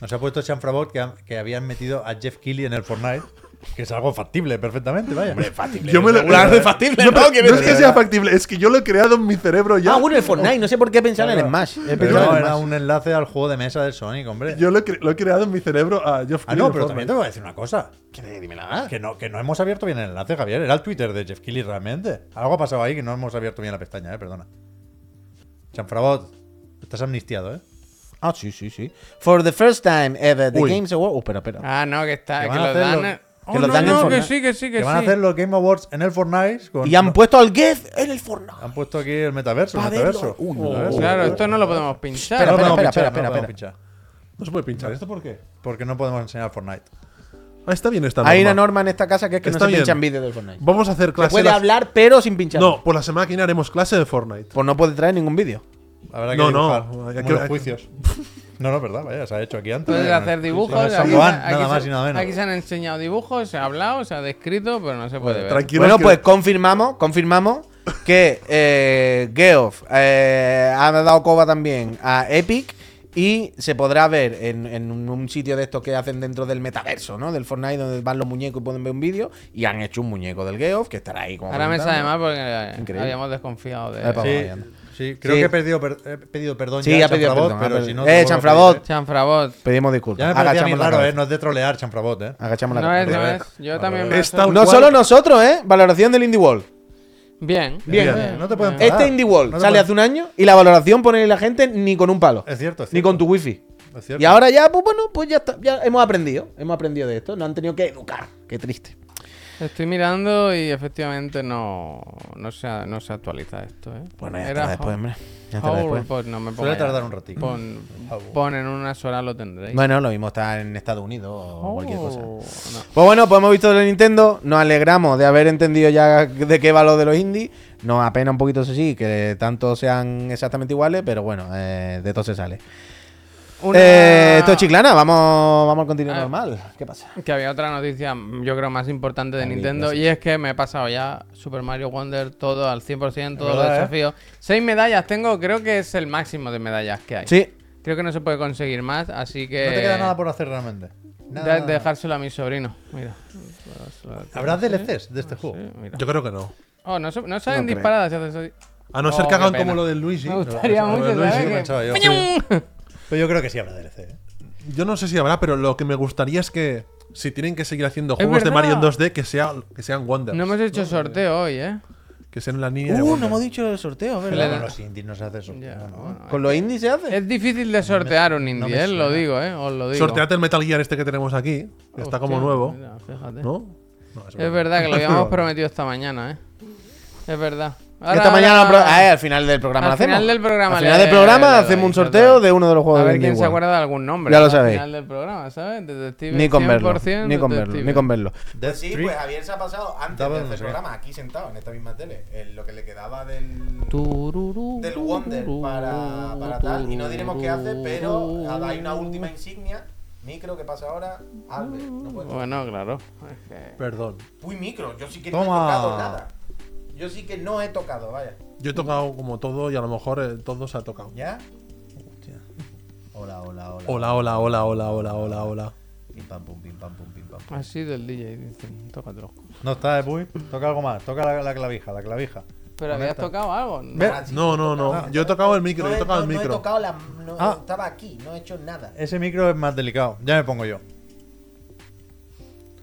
Speaker 4: Nos ha puesto Chanfrabot que, ha- que habían metido a Jeff Keighley en el Fortnite. Que es algo factible, perfectamente, vaya.
Speaker 3: Yo me lo
Speaker 2: Regular de factible,
Speaker 3: No,
Speaker 2: ¿no?
Speaker 3: pero
Speaker 2: Quiero
Speaker 3: no es que
Speaker 2: decir,
Speaker 3: sea factible, es que yo lo he creado en mi cerebro ya.
Speaker 2: Ah, bueno, el Fortnite, no sé por qué pensaba en el Smash. He
Speaker 4: Pero
Speaker 2: pensado en
Speaker 4: no,
Speaker 2: el
Speaker 4: era
Speaker 2: Smash.
Speaker 4: un enlace al juego de mesa del Sonic, hombre.
Speaker 3: Yo lo he, cre- lo he creado en mi cerebro a Jeff
Speaker 4: Ah,
Speaker 3: Keighley
Speaker 4: no,
Speaker 3: en
Speaker 4: pero
Speaker 3: Fortnite.
Speaker 4: también te voy a decir una cosa. Que no, que no hemos abierto bien el enlace, Javier. Era el Twitter de Jeff Keighley realmente. Algo ha pasado ahí que no hemos abierto bien la pestaña, eh, perdona. Chanfrabot, estás amnistiado, eh.
Speaker 2: Ah, sí, sí, sí. For the first time ever, the
Speaker 3: Uy.
Speaker 2: Games Award. Uh, espera, espera.
Speaker 1: Ah, no, que está,
Speaker 4: Que
Speaker 1: que,
Speaker 4: van a
Speaker 1: lo
Speaker 4: hacerlo.
Speaker 1: dan. en-
Speaker 2: Que
Speaker 1: Oh,
Speaker 2: lo
Speaker 1: no,
Speaker 2: dan en
Speaker 1: no, que
Speaker 2: Fortnite.
Speaker 1: sí, que sí, que,
Speaker 4: Que van a
Speaker 1: sí.
Speaker 4: hacer los Game Awards en el Fortnite. con-
Speaker 2: y han puesto al Geth en el Fortnite.
Speaker 4: han puesto aquí el metaverso.
Speaker 2: Pa'
Speaker 4: El metaverso.
Speaker 2: verlo. Uy,
Speaker 4: El metaverso.
Speaker 1: Claro, esto no lo podemos pinchar.
Speaker 2: Espera,
Speaker 4: No podemos
Speaker 2: espera,
Speaker 4: pinchar,
Speaker 2: espera,
Speaker 4: no podemos
Speaker 2: espera.
Speaker 4: pinchar.
Speaker 3: No se puede pinchar. ¿Esto por qué?
Speaker 4: Porque no podemos enseñar Fortnite.
Speaker 3: Ah, está bien esta norma.
Speaker 2: Hay una norma en esta casa que es que
Speaker 3: Está
Speaker 2: no se
Speaker 3: bien.
Speaker 2: pinchan vídeos del Fortnite.
Speaker 3: Vamos a hacer
Speaker 2: Se
Speaker 3: clase.
Speaker 2: puede
Speaker 3: la-
Speaker 2: hablar, pero sin pinchar.
Speaker 3: No, por la semana que viene haremos clase de Fortnite.
Speaker 2: Pues no puede traer ningún vídeo.
Speaker 4: Habrá que
Speaker 3: No, no,
Speaker 4: dibujar,
Speaker 3: hay
Speaker 4: como
Speaker 3: que-
Speaker 4: los
Speaker 3: hay que-
Speaker 1: *laughs*
Speaker 4: juicios. no, no, verdad, vaya, se ha hecho aquí antes.
Speaker 1: Puedes
Speaker 4: ¿eh? Con el-
Speaker 1: hacer
Speaker 4: con el
Speaker 1: dibujos.
Speaker 4: San
Speaker 1: aquí-
Speaker 4: Juan,
Speaker 1: aquí
Speaker 4: nada
Speaker 1: se-
Speaker 4: más y nada menos.
Speaker 1: Aquí se han enseñado dibujos, se ha hablado, se ha descrito, pero no se puede ver.
Speaker 3: Tranquilos.
Speaker 2: Bueno,
Speaker 3: que-
Speaker 2: pues confirmamos, confirmamos que eh, Geoff eh, ha dado coba también a Epic y se podrá ver en, en un- un sitio de estos que hacen dentro del metaverso, ¿no? Del Fortnite donde van los muñecos y pueden ver un vídeo y han hecho un muñeco del Geoff que estará ahí como
Speaker 1: Ahora me
Speaker 2: comentando.
Speaker 1: sabe mal porque eh,
Speaker 2: Increíble.
Speaker 1: habíamos desconfiado de.
Speaker 2: Ahí para abajo, ahí anda.
Speaker 4: Sí, sí, creo
Speaker 2: Sí.
Speaker 4: que he pedido, per- he pedido perdón.
Speaker 2: Sí,
Speaker 4: ya,
Speaker 2: ha pedido
Speaker 4: Chanfrabot,
Speaker 2: perdón, ha
Speaker 4: Pero
Speaker 2: pedido-
Speaker 4: si no,
Speaker 2: Eh,
Speaker 4: te vuelvo a
Speaker 2: Chanfrabot.
Speaker 4: pedir, ¿eh?
Speaker 1: Chanfrabot.
Speaker 2: Pedimos disculpas.
Speaker 4: Ya me parecía a mí
Speaker 2: Agachamos la
Speaker 4: raro,
Speaker 2: cabeza.
Speaker 4: ¿eh? No es de trolear, Chanfrabot, ¿eh?
Speaker 2: Agachamos la
Speaker 1: No es,
Speaker 2: cabeza.
Speaker 1: no
Speaker 4: Vale,
Speaker 1: es. Yo también
Speaker 3: vale.
Speaker 1: me
Speaker 3: Es tal
Speaker 2: No
Speaker 3: cual.
Speaker 2: solo nosotros, ¿eh? Valoración del Indie World.
Speaker 1: Bien.
Speaker 2: Bien.
Speaker 4: Eh, No te pueden
Speaker 1: Bien.
Speaker 2: Este
Speaker 4: parar.
Speaker 2: Indie World
Speaker 4: No te
Speaker 2: sale
Speaker 4: pueden-
Speaker 2: hace un año y la valoración pone la gente ni con un palo.
Speaker 4: Es cierto, es
Speaker 2: Ni
Speaker 4: cierto.
Speaker 2: con tu wifi.
Speaker 4: Es cierto.
Speaker 2: Y ahora ya, pues bueno, pues ya está. Ya hemos aprendido. Hemos aprendido de esto. No han tenido que educar. Qué triste.
Speaker 1: Estoy mirando y efectivamente no, no, se, ha- no se actualiza esto, ¿eh?
Speaker 2: Bueno, ya
Speaker 1: Era
Speaker 2: está después,
Speaker 1: How-
Speaker 2: hombre. Ya está
Speaker 1: How
Speaker 2: después.
Speaker 1: Report, no me
Speaker 4: Suele
Speaker 1: ponga ya.
Speaker 4: tardar un ratito.
Speaker 1: Pon,
Speaker 4: How.
Speaker 1: pon en unas horas lo tendréis.
Speaker 2: Bueno, lo mismo está en Estados Unidos o cualquier cosa.
Speaker 1: Oh, no.
Speaker 2: Pues bueno, pues hemos visto lo de Nintendo, nos alegramos de haber entendido ya de qué va lo de los indies, nos apena un poquito eso sí, que tanto sean exactamente iguales, pero bueno, eh, de todo se sale.
Speaker 1: Una-
Speaker 2: Eh, esto es chiclana, vamos, vamos al contenido
Speaker 1: Ah.
Speaker 2: normal. ¿Qué pasa?
Speaker 1: Que había otra noticia, mm, yo creo, más importante de
Speaker 2: Ahí,
Speaker 1: Nintendo. Y es que me he pasado ya Super Mario Wonder todo al 100%, todos los
Speaker 4: verdad, ¿eh?
Speaker 1: desafíos. Seis medallas tengo, creo que es el máximo de medallas que hay.
Speaker 2: Sí,
Speaker 1: Creo que no se puede conseguir más, así que.
Speaker 4: No te queda nada por hacer realmente. Nada,
Speaker 1: eh, de-
Speaker 4: nada.
Speaker 1: dejárselo a mi sobrino. Mira.
Speaker 4: ¿Habrá DLCs de este juego?
Speaker 1: Sí, mira.
Speaker 3: Yo creo que no.
Speaker 1: Oh, no, se- no salen disparadas. ya te-
Speaker 3: A no ser
Speaker 1: Oh,
Speaker 3: que
Speaker 1: qué
Speaker 3: hagan
Speaker 1: pena.
Speaker 3: como lo del Luigi.
Speaker 1: Me gustaría
Speaker 3: Lo
Speaker 1: mucho,
Speaker 3: del Luigi.
Speaker 1: ¿sabes?
Speaker 4: Sí,
Speaker 1: que-
Speaker 4: pensaba yo.
Speaker 1: ¡Peñum!
Speaker 4: Pero yo creo que sí habrá DLC. ¿eh?
Speaker 1: Pues,
Speaker 3: Yo no sé si habrá, pero lo que me gustaría es que si tienen que seguir
Speaker 1: Es
Speaker 3: haciendo juegos de
Speaker 1: verdad.
Speaker 3: Mario en 2D, que, sea, que sean
Speaker 1: *laughs*
Speaker 3: Wonders.
Speaker 1: No hemos hecho sorteo hoy, ¿eh?
Speaker 3: Que sean la línea de
Speaker 2: uh,
Speaker 3: Wonders.
Speaker 2: no hemos dicho el sorteo,
Speaker 4: Pero
Speaker 1: Le-
Speaker 2: ¿verdad?
Speaker 4: con los indies no se hace eso.
Speaker 1: eh, Ya,
Speaker 4: No, no.
Speaker 1: bueno.
Speaker 2: ¿Con los indies se hace?
Speaker 1: Es difícil de sortear un indie,
Speaker 4: me
Speaker 1: ¿eh? Lo
Speaker 4: suena.
Speaker 1: digo, ¿eh? Os lo digo.
Speaker 3: Sorteate el Metal Gear este que tenemos aquí, que está como
Speaker 1: Hostia,
Speaker 3: nuevo.
Speaker 1: mira, fíjate.
Speaker 3: ¿No? No,
Speaker 1: Es verdad que lo
Speaker 3: Es
Speaker 1: habíamos
Speaker 3: verdad.
Speaker 1: prometido esta mañana, ¿eh? Es verdad.
Speaker 2: Esta
Speaker 1: Ahora,
Speaker 2: mañana,
Speaker 1: ahora,
Speaker 2: pro- ah, al final del programa
Speaker 1: Al
Speaker 2: lo hacemos.
Speaker 1: final del programa
Speaker 2: Al
Speaker 1: le-
Speaker 2: final del
Speaker 1: le- le-
Speaker 2: programa
Speaker 1: le
Speaker 2: hacemos un
Speaker 1: dais, total.
Speaker 2: sorteo de uno de los juegos
Speaker 1: A
Speaker 2: de
Speaker 1: ver quién
Speaker 2: Disney
Speaker 1: se
Speaker 2: World.
Speaker 1: acuerda de algún nombre.
Speaker 2: Ya lo
Speaker 1: al
Speaker 2: sabéis.
Speaker 1: final del programa, ¿sabes? Detective
Speaker 2: Ni con verlo.
Speaker 1: 100%
Speaker 2: Ni con verlo. Ni
Speaker 1: detective.
Speaker 2: con verlo.
Speaker 4: Death
Speaker 2: Pues sí,
Speaker 4: Streak.
Speaker 2: pues Javier se ha pasado antes
Speaker 4: Double
Speaker 2: del
Speaker 4: no sé qué.
Speaker 2: programa, aquí sentado, en esta misma tele, en lo que le quedaba del.
Speaker 1: Tururú,
Speaker 2: del Wonder para, para tal. Y no diremos qué hace, pero hay una última insignia. Micro, ¿qué pasa ahora? Albert, no puedo.
Speaker 1: Bueno, claro. Es que-
Speaker 3: Perdón.
Speaker 2: Uy, micro, yo sí que no he
Speaker 4: Toma.
Speaker 2: tocado nada. Yo sí que no he tocado, vaya.
Speaker 3: Yo he tocado como todo y a lo mejor eh, todo se ha tocado.
Speaker 2: ¿Ya? Hola, hola, hola.
Speaker 3: Hola, hola, hola, hola, hola, hola, hola.
Speaker 2: Pim pam pum, pim pam pum, pim pam.
Speaker 1: Ha sido el DJ, dicen. Tócatelo.
Speaker 4: No está, eh, Puy. Toca algo más. Toca la, la clavija, la clavija.
Speaker 1: Pero habías tocado algo. ¿no?
Speaker 4: Ve-
Speaker 3: No, no, no. Yo he tocado el micro, yo he tocado el
Speaker 2: No he
Speaker 3: micro.
Speaker 2: tocado la. no-
Speaker 4: Ah.
Speaker 2: Estaba aquí, no he hecho nada.
Speaker 4: Ese micro es más delicado. Ya me pongo yo.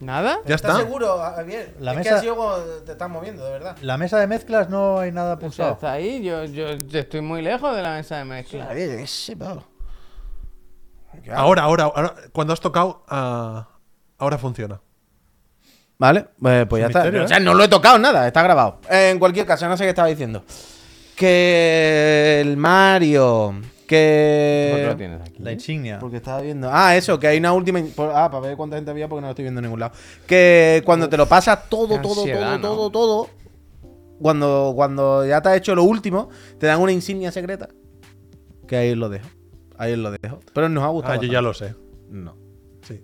Speaker 1: ¿Nada?
Speaker 3: Ya
Speaker 2: ¿Estás
Speaker 3: está.
Speaker 2: seguro, Javier?
Speaker 4: La
Speaker 2: es que
Speaker 4: mesa-
Speaker 2: así como te estás moviendo, de verdad.
Speaker 4: La mesa de mezclas no hay nada
Speaker 1: O sea,
Speaker 4: pulsado.
Speaker 1: está ahí. Yo, yo, yo estoy muy lejos de la mesa de mezcla.
Speaker 2: Javier, qué sé, pavo.
Speaker 3: Ahora, ahora, ahora. Cuando has tocado, ah, ahora funciona.
Speaker 2: Vale, eh, pues ya está.
Speaker 3: misterio,
Speaker 2: O sea, no lo he tocado nada, está grabado. En cualquier caso, no sé qué estaba diciendo. Que el Mario.
Speaker 1: ¿Por qué lo
Speaker 2: Que.
Speaker 1: tienes aquí?
Speaker 4: La insignia.
Speaker 2: Porque estaba viendo. Ah, eso, que hay una última. in- por- Ah, para ver cuánta gente había porque no lo estoy viendo en ningún lado. Que cuando te lo pasas todo,
Speaker 1: qué
Speaker 2: todo,
Speaker 1: ansiedad, ¿no?
Speaker 2: todo, todo, todo. Cuando, cuando ya te has hecho lo último, te dan una insignia secreta. Que ahí os lo dejo. Ahí os lo dejo. Pero nos ha gustado.
Speaker 3: Ah, yo ya lo sé.
Speaker 2: bastante. No.
Speaker 3: Sí.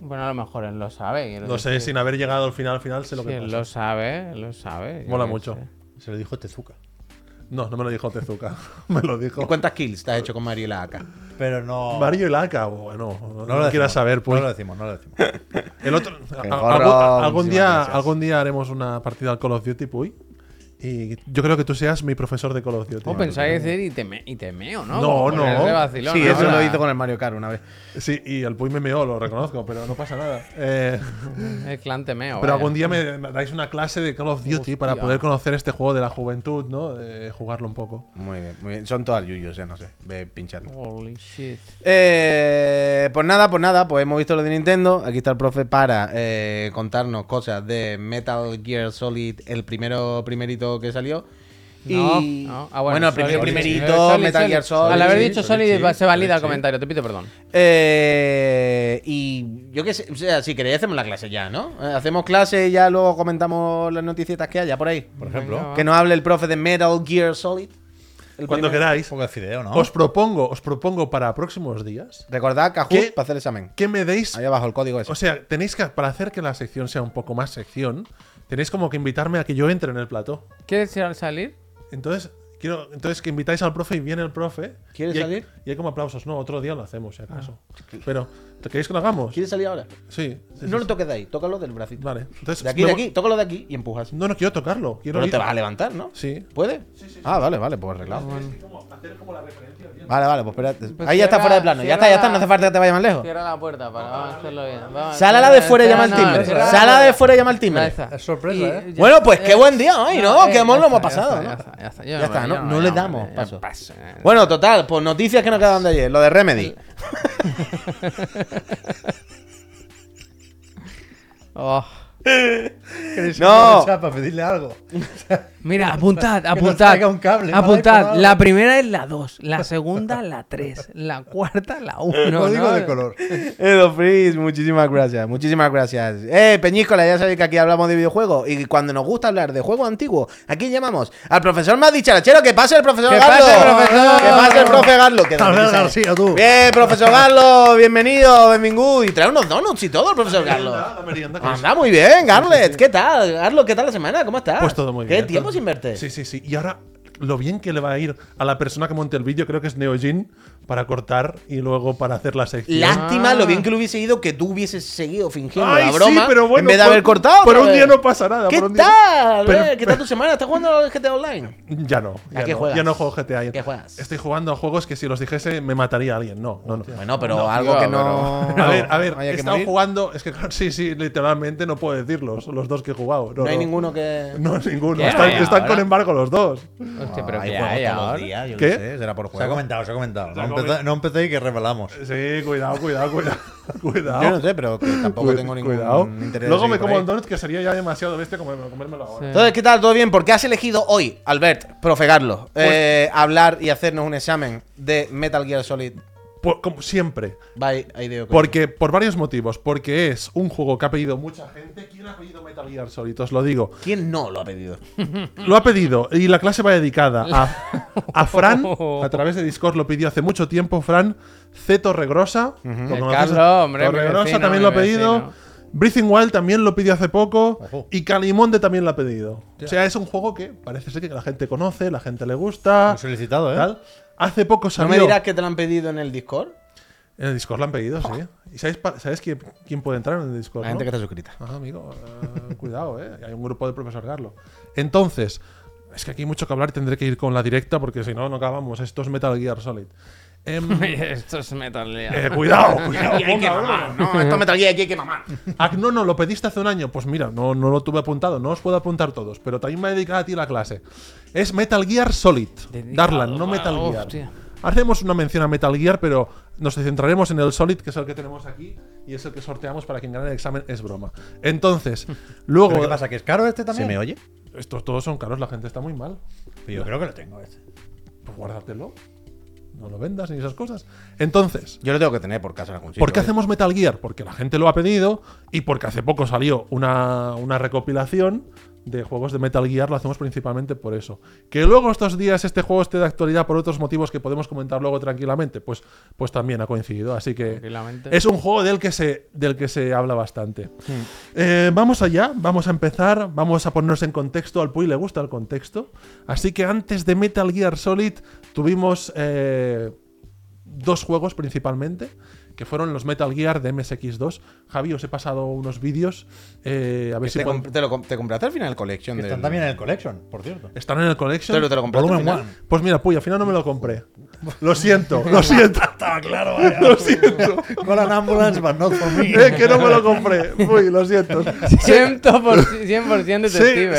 Speaker 1: Bueno, a lo mejor él lo sabe. quiero
Speaker 3: Lo sé,
Speaker 1: decir.
Speaker 3: sin haber llegado al final, al final sé lo
Speaker 1: Si
Speaker 3: que
Speaker 1: él
Speaker 3: pasa.
Speaker 1: lo sabe, él lo sabe. yo
Speaker 3: Mola
Speaker 1: qué
Speaker 3: mucho.
Speaker 1: sé.
Speaker 4: Se lo dijo Tezuka.
Speaker 3: No, no me lo dijo Tezuka. *laughs* me lo
Speaker 2: ¿Y
Speaker 3: dijo.
Speaker 2: cuántas kills te has hecho con Mario y la AK?
Speaker 4: Pero no.
Speaker 3: Mario y Laca, bueno, no,
Speaker 4: decimos,
Speaker 3: lo quieras saber, pues.
Speaker 4: No lo decimos, no lo decimos.
Speaker 3: El otro, a- a-
Speaker 2: gorro,
Speaker 3: algún, algún
Speaker 2: muchísimas
Speaker 3: día,
Speaker 2: gracias.
Speaker 3: algún día haremos una partida al Call of Duty, Puy. Y yo creo que tú seas mi profesor de Call of Duty.
Speaker 1: Oh, pensaba que decir y te, me- y te meo, ¿no?
Speaker 3: No,
Speaker 1: Por
Speaker 3: no.
Speaker 1: ponerle vacilón
Speaker 2: Sí, eso
Speaker 1: ahora.
Speaker 2: lo hizo con el Mario Kart una vez.
Speaker 3: Sí, y el Puy me meó, lo reconozco, pero no pasa nada. Eh,
Speaker 1: El clan te meo.
Speaker 3: pero
Speaker 1: Ah, vaya.
Speaker 3: algún día me me dais una clase de Call of Duty para poder conocer este juego de la juventud, ¿no? Eh, jugarlo un poco.
Speaker 2: Muy bien, muy bien. Son todas yuyos, ya no sé. Ve pinchando.
Speaker 1: Holy shit.
Speaker 2: Eh, pues nada, pues nada, pues hemos visto lo de Nintendo. Aquí está el profe para eh, contarnos cosas de Metal Gear Solid, el primero primerito que salió. Y...
Speaker 1: No, no. Ah, bueno,
Speaker 2: el primero
Speaker 1: Solid,
Speaker 2: primerito,
Speaker 1: Solid, Solid,
Speaker 2: Metal Gear Solid.
Speaker 1: Al haber
Speaker 2: sí.
Speaker 1: dicho Solid,
Speaker 3: Solid,
Speaker 1: va- se valida el
Speaker 3: Solid.
Speaker 1: comentario. Te pido perdón.
Speaker 2: Eh, y yo qué sé, o sea, si queréis hacemos la clase ya, ¿no? Eh, Hacemos clase y ya luego comentamos las noticietas que haya por ahí.
Speaker 4: Por ejemplo.
Speaker 1: Venga, Ah, va.
Speaker 2: Que nos hable el profe de Metal Gear Solid. el
Speaker 3: Cuando
Speaker 2: primero.
Speaker 3: queráis,
Speaker 4: Un poco de fideo, ¿no?
Speaker 3: os propongo, os propongo para próximos días
Speaker 2: Recordad
Speaker 3: ¿Qué?
Speaker 2: Kahoot para hacer el examen.
Speaker 3: que me deis
Speaker 2: Ahí abajo el código ese.
Speaker 3: O sea, tenéis que, para hacer que la sección sea un poco más sección, tenéis como que invitarme a que yo entre en el plató.
Speaker 1: ¿Quieres ir al salir?
Speaker 3: Entonces, quiero, entonces que invitáis al profe y viene el profe.
Speaker 2: ¿Quieres
Speaker 3: y hay-
Speaker 2: salir? Ah.
Speaker 3: Y hay como aplausos. No, otro día lo hacemos, si acaso. Pero, ¿te queréis que lo hagamos? Sí.
Speaker 2: ¿Quieres salir ahora?
Speaker 3: sí,
Speaker 2: No
Speaker 3: sí.
Speaker 2: lo toques de ahí, tócalo del bracito.
Speaker 3: Vale. Entonces,
Speaker 2: De aquí,
Speaker 3: me
Speaker 2: de
Speaker 3: voy-
Speaker 2: aquí, tócalo de aquí y empujas.
Speaker 3: No, no quiero tocarlo. Quiero
Speaker 2: Pero
Speaker 3: ir-
Speaker 2: te vas a levantar, ¿no?
Speaker 3: Sí.
Speaker 2: ¿Puede? Ah, vale, vale, pues arreglado. Vale, vale, pues espérate. ahí ya está
Speaker 1: cierra-
Speaker 2: fuera de plano. Ya
Speaker 1: cierra
Speaker 2: está, ya está, no
Speaker 1: la-
Speaker 2: hace falta que te vaya más lejos.
Speaker 1: Cierra la puerta para vamos a hacerlo bien. Vamos a-
Speaker 2: Sal a la de fuera y llama al
Speaker 1: No,
Speaker 2: timbre.
Speaker 1: cierra la
Speaker 2: Sal a la de
Speaker 1: puerta.
Speaker 2: fuera y llama al
Speaker 1: Ahí
Speaker 2: timbre.
Speaker 1: está.
Speaker 4: Es sorpresa,
Speaker 1: Y-
Speaker 4: ¿eh?
Speaker 1: ya-
Speaker 2: Bueno, pues qué
Speaker 1: eh,
Speaker 2: buen día hoy, ¿no?
Speaker 1: eh,
Speaker 2: Qué
Speaker 1: ya
Speaker 2: mono hemos
Speaker 1: está, ya
Speaker 2: pasado,
Speaker 1: está,
Speaker 2: ¿no?
Speaker 1: Ya está, ya está. Yo
Speaker 2: Ya
Speaker 1: me-
Speaker 2: está,
Speaker 1: yo
Speaker 2: no,
Speaker 1: me
Speaker 2: no le
Speaker 1: llamo,
Speaker 2: damos
Speaker 1: eh,
Speaker 2: paso.
Speaker 1: paso, eh.
Speaker 2: Bueno, total, pues noticias que nos quedaban de ayer. Lo de Remedy.
Speaker 1: Oh.
Speaker 4: ¿Queréis
Speaker 2: No.
Speaker 4: irme al chat para pedirle algo?
Speaker 1: Mira, apuntad,
Speaker 4: nos
Speaker 1: apuntad.
Speaker 4: traiga un cable, ¿vale?
Speaker 1: apuntad.
Speaker 4: Con
Speaker 1: La
Speaker 4: algo.
Speaker 1: primera es la 2, la segunda la 3, la cuarta la 1.
Speaker 4: Código de color.
Speaker 2: Edo Freeze, muchísimas gracias, muchísimas gracias. Eh, Peñíscola, ya sabéis que aquí hablamos de videojuegos y cuando nos gusta hablar de juegos antiguos, aquí llamamos al profesor más dicharachero, que pase el profesor
Speaker 1: Que
Speaker 2: Garlo.
Speaker 1: pase el profesor.
Speaker 2: Que pase el profe Garlo. Que da
Speaker 4: Tal vez
Speaker 2: risa, eh.
Speaker 4: García, tú.
Speaker 2: Bien, profesor Garlo, bienvenido, bienvenido. Y trae unos donuts y todo el profesor Garlo.
Speaker 3: La merienda que
Speaker 2: Anda muy bien, Garlet, ¿qué tal? Garlo, ¿qué tal la semana? ¿Cómo estás?
Speaker 3: Pues todo muy bien.
Speaker 2: ¿Qué tiempo sin verte?
Speaker 3: Sí, sí, sí. Y ahora, lo bien que le va a ir a la persona que monte el vídeo, creo que es Neojin, para cortar y luego para hacer la sección.
Speaker 2: Lástima
Speaker 1: Ah.
Speaker 2: lo bien que lo hubiese ido que tú hubieses seguido fingiendo
Speaker 3: Ay,
Speaker 2: la
Speaker 3: sí,
Speaker 2: broma
Speaker 3: pero bueno,
Speaker 2: en vez de
Speaker 3: por-
Speaker 2: haber cortado.
Speaker 3: por
Speaker 2: otra
Speaker 3: un
Speaker 2: vez.
Speaker 3: día no pasa nada,
Speaker 2: ¿Qué
Speaker 3: por un día-
Speaker 2: tal?
Speaker 3: Pero-
Speaker 2: eh? ¿Qué tal tu semana? ¿Estás jugando al GTA Online?
Speaker 3: Ya no. Ya
Speaker 2: qué
Speaker 3: no,
Speaker 2: juegas?
Speaker 3: Ya no juego GTA.
Speaker 2: ¿Qué juegas?
Speaker 3: Estoy jugando a juegos que si los dijese me mataría a alguien. No, no, no.
Speaker 2: Bueno, pero algo que *laughs* no.
Speaker 3: A ver, a ver,
Speaker 2: haya
Speaker 3: he
Speaker 2: que
Speaker 3: estado
Speaker 2: morir.
Speaker 3: jugando. Es que claro, *laughs* sí, sí, literalmente no puedo decirlos, los dos que he jugado. No,
Speaker 2: No hay
Speaker 3: no.
Speaker 2: ninguno que.
Speaker 3: No, ninguno.
Speaker 1: ¿Qué?
Speaker 3: Están,
Speaker 1: Ay,
Speaker 3: están
Speaker 1: ahora.
Speaker 3: con embargo los dos.
Speaker 1: Hostia, pero
Speaker 2: Hay
Speaker 1: ¿qué
Speaker 2: juegos
Speaker 1: hay
Speaker 2: todos los
Speaker 1: ahora? *laughs*
Speaker 2: días, yo no
Speaker 3: ¿Qué?
Speaker 2: sé, será por
Speaker 4: Se ha
Speaker 2: juego.
Speaker 4: comentado, se ha comentado. No empeza- no empecéis que revelamos.
Speaker 3: Sí, cuidado, cuidado, cuidado. *laughs* cuidado.
Speaker 4: Yo no sé, pero que tampoco
Speaker 3: Cuid-
Speaker 4: tengo ningún
Speaker 3: cuidado.
Speaker 4: interés de
Speaker 3: Luego me
Speaker 4: seguir por
Speaker 3: como
Speaker 4: ahí.
Speaker 3: un donut que sería ya demasiado bestia comerme- comérmelo ahora.
Speaker 2: Entonces, ¿qué tal? ¿Todo bien? ¿Por qué has elegido hoy, Albert, profegarlo,
Speaker 3: Pues-
Speaker 2: eh, hablar y hacernos un examen de Metal Gear Solid?
Speaker 3: Por- Pues, como siempre.
Speaker 2: By Hideo Kojima?
Speaker 3: Porque, por varios motivos. Porque es un juego que ha pedido mucha gente. ¿Quién ha pedido Metal Gear Solid? Os lo digo.
Speaker 2: ¿Quién no lo ha pedido?
Speaker 3: Lo ha pedido y la clase va dedicada a, a Fran. A través de Discord lo pidió hace mucho tiempo. Fran C. Torregrosa. lo
Speaker 1: El
Speaker 3: conoces,
Speaker 1: Carlos, hombre, mi
Speaker 3: Torregrosa
Speaker 1: vecino,
Speaker 3: también
Speaker 1: mi
Speaker 3: lo ha pedido.
Speaker 1: vecino.
Speaker 3: Breathing Wild también lo pidió hace poco. Y Calimonde también lo ha pedido. O sea, es un juego que parece ser que la gente conoce, la gente le gusta.
Speaker 4: solicitado, ¿eh?
Speaker 3: tal. Hace poco
Speaker 2: ¿No
Speaker 3: salió.
Speaker 2: me dirás que te lo han pedido en el Discord?
Speaker 3: En el Discord lo han pedido, sí. ¿Y sabes, pa- sabes quién, quién puede entrar en el Discord?
Speaker 2: La gente
Speaker 3: no?
Speaker 2: que está suscrita.
Speaker 3: Ah, amigo, eh, cuidado, ¿eh? Hay un grupo del profesor Garlo. Entonces, es que aquí hay mucho que hablar y tendré que ir con la directa porque si no, no acabamos. Esto es Metal Gear Solid.
Speaker 4: *laughs*
Speaker 3: Em,
Speaker 1: Esto es Metal Gear.
Speaker 3: eh, cuidado, cuidado. ponga, bueno.
Speaker 2: Ah, No, esto es Metal Gear, aquí hay que mamar.
Speaker 3: Ah, no, no, lo pediste hace un año. Pues mira, no, no lo tuve apuntado. No os puedo apuntar todos, pero también me he dedicado a ti la clase. Es Metal Gear Solid. Darlan, no
Speaker 1: va,
Speaker 3: Metal Gear.
Speaker 1: hostia.
Speaker 3: Hacemos una mención a Metal Gear, pero nos centraremos en el Solid, que es el que tenemos aquí, y es el que sorteamos para quien gane el examen. Es broma. Entonces,
Speaker 4: *laughs*
Speaker 3: luego.
Speaker 4: ¿Pero qué pasa? ¿Que es caro este
Speaker 2: ¿Se
Speaker 4: también?
Speaker 2: me oye?
Speaker 3: Estos todos son caros, la gente está muy mal.
Speaker 4: Yo creo que lo tengo este.
Speaker 3: Pues guárdatelo. No lo vendas ni esas cosas. Entonces,
Speaker 2: Yo lo tengo que tener por casa en algún sitio.
Speaker 3: ¿Por qué
Speaker 2: ¿eh?
Speaker 3: hacemos Metal Gear? Porque la gente lo ha pedido y porque hace poco salió una, una recopilación de juegos de Metal Gear, lo hacemos principalmente por eso. Que luego estos días este juego esté de actualidad por otros motivos que podemos comentar luego tranquilamente, pues, pues también ha coincidido. Así que
Speaker 1: Tranquilamente. *laughs*
Speaker 3: es un juego del que se, del que se habla bastante.
Speaker 2: Hmm.
Speaker 3: Eh, vamos allá, vamos a empezar, vamos a ponernos en contexto. Al Puy le gusta el contexto. Así que antes de Metal Gear Solid tuvimos... eh, dos juegos principalmente, que fueron los Metal Gear de MSX2. Javi, os he pasado unos vídeos. eh, a ver
Speaker 2: Que
Speaker 3: si
Speaker 2: te,
Speaker 3: pueden-
Speaker 2: comp- te lo comp- te compraste al final el collection
Speaker 4: Que
Speaker 2: del...
Speaker 4: están también en el Collection, por cierto.
Speaker 3: están en el collection.
Speaker 2: Te lo- te lo compraste
Speaker 3: Volumen
Speaker 2: al
Speaker 3: one.
Speaker 2: final.
Speaker 3: Pues mira, puy, al final no me
Speaker 2: *laughs*
Speaker 3: lo compré. Lo siento, lo siento.
Speaker 4: Estaba claro, vaya.
Speaker 2: *laughs*
Speaker 4: Lo siento. Call an ambulance, but not for *laughs* me.
Speaker 3: Eh, *laughs* que no me lo compré. Puy,
Speaker 2: *laughs*
Speaker 3: lo siento.
Speaker 1: 100%, por, 100 detective,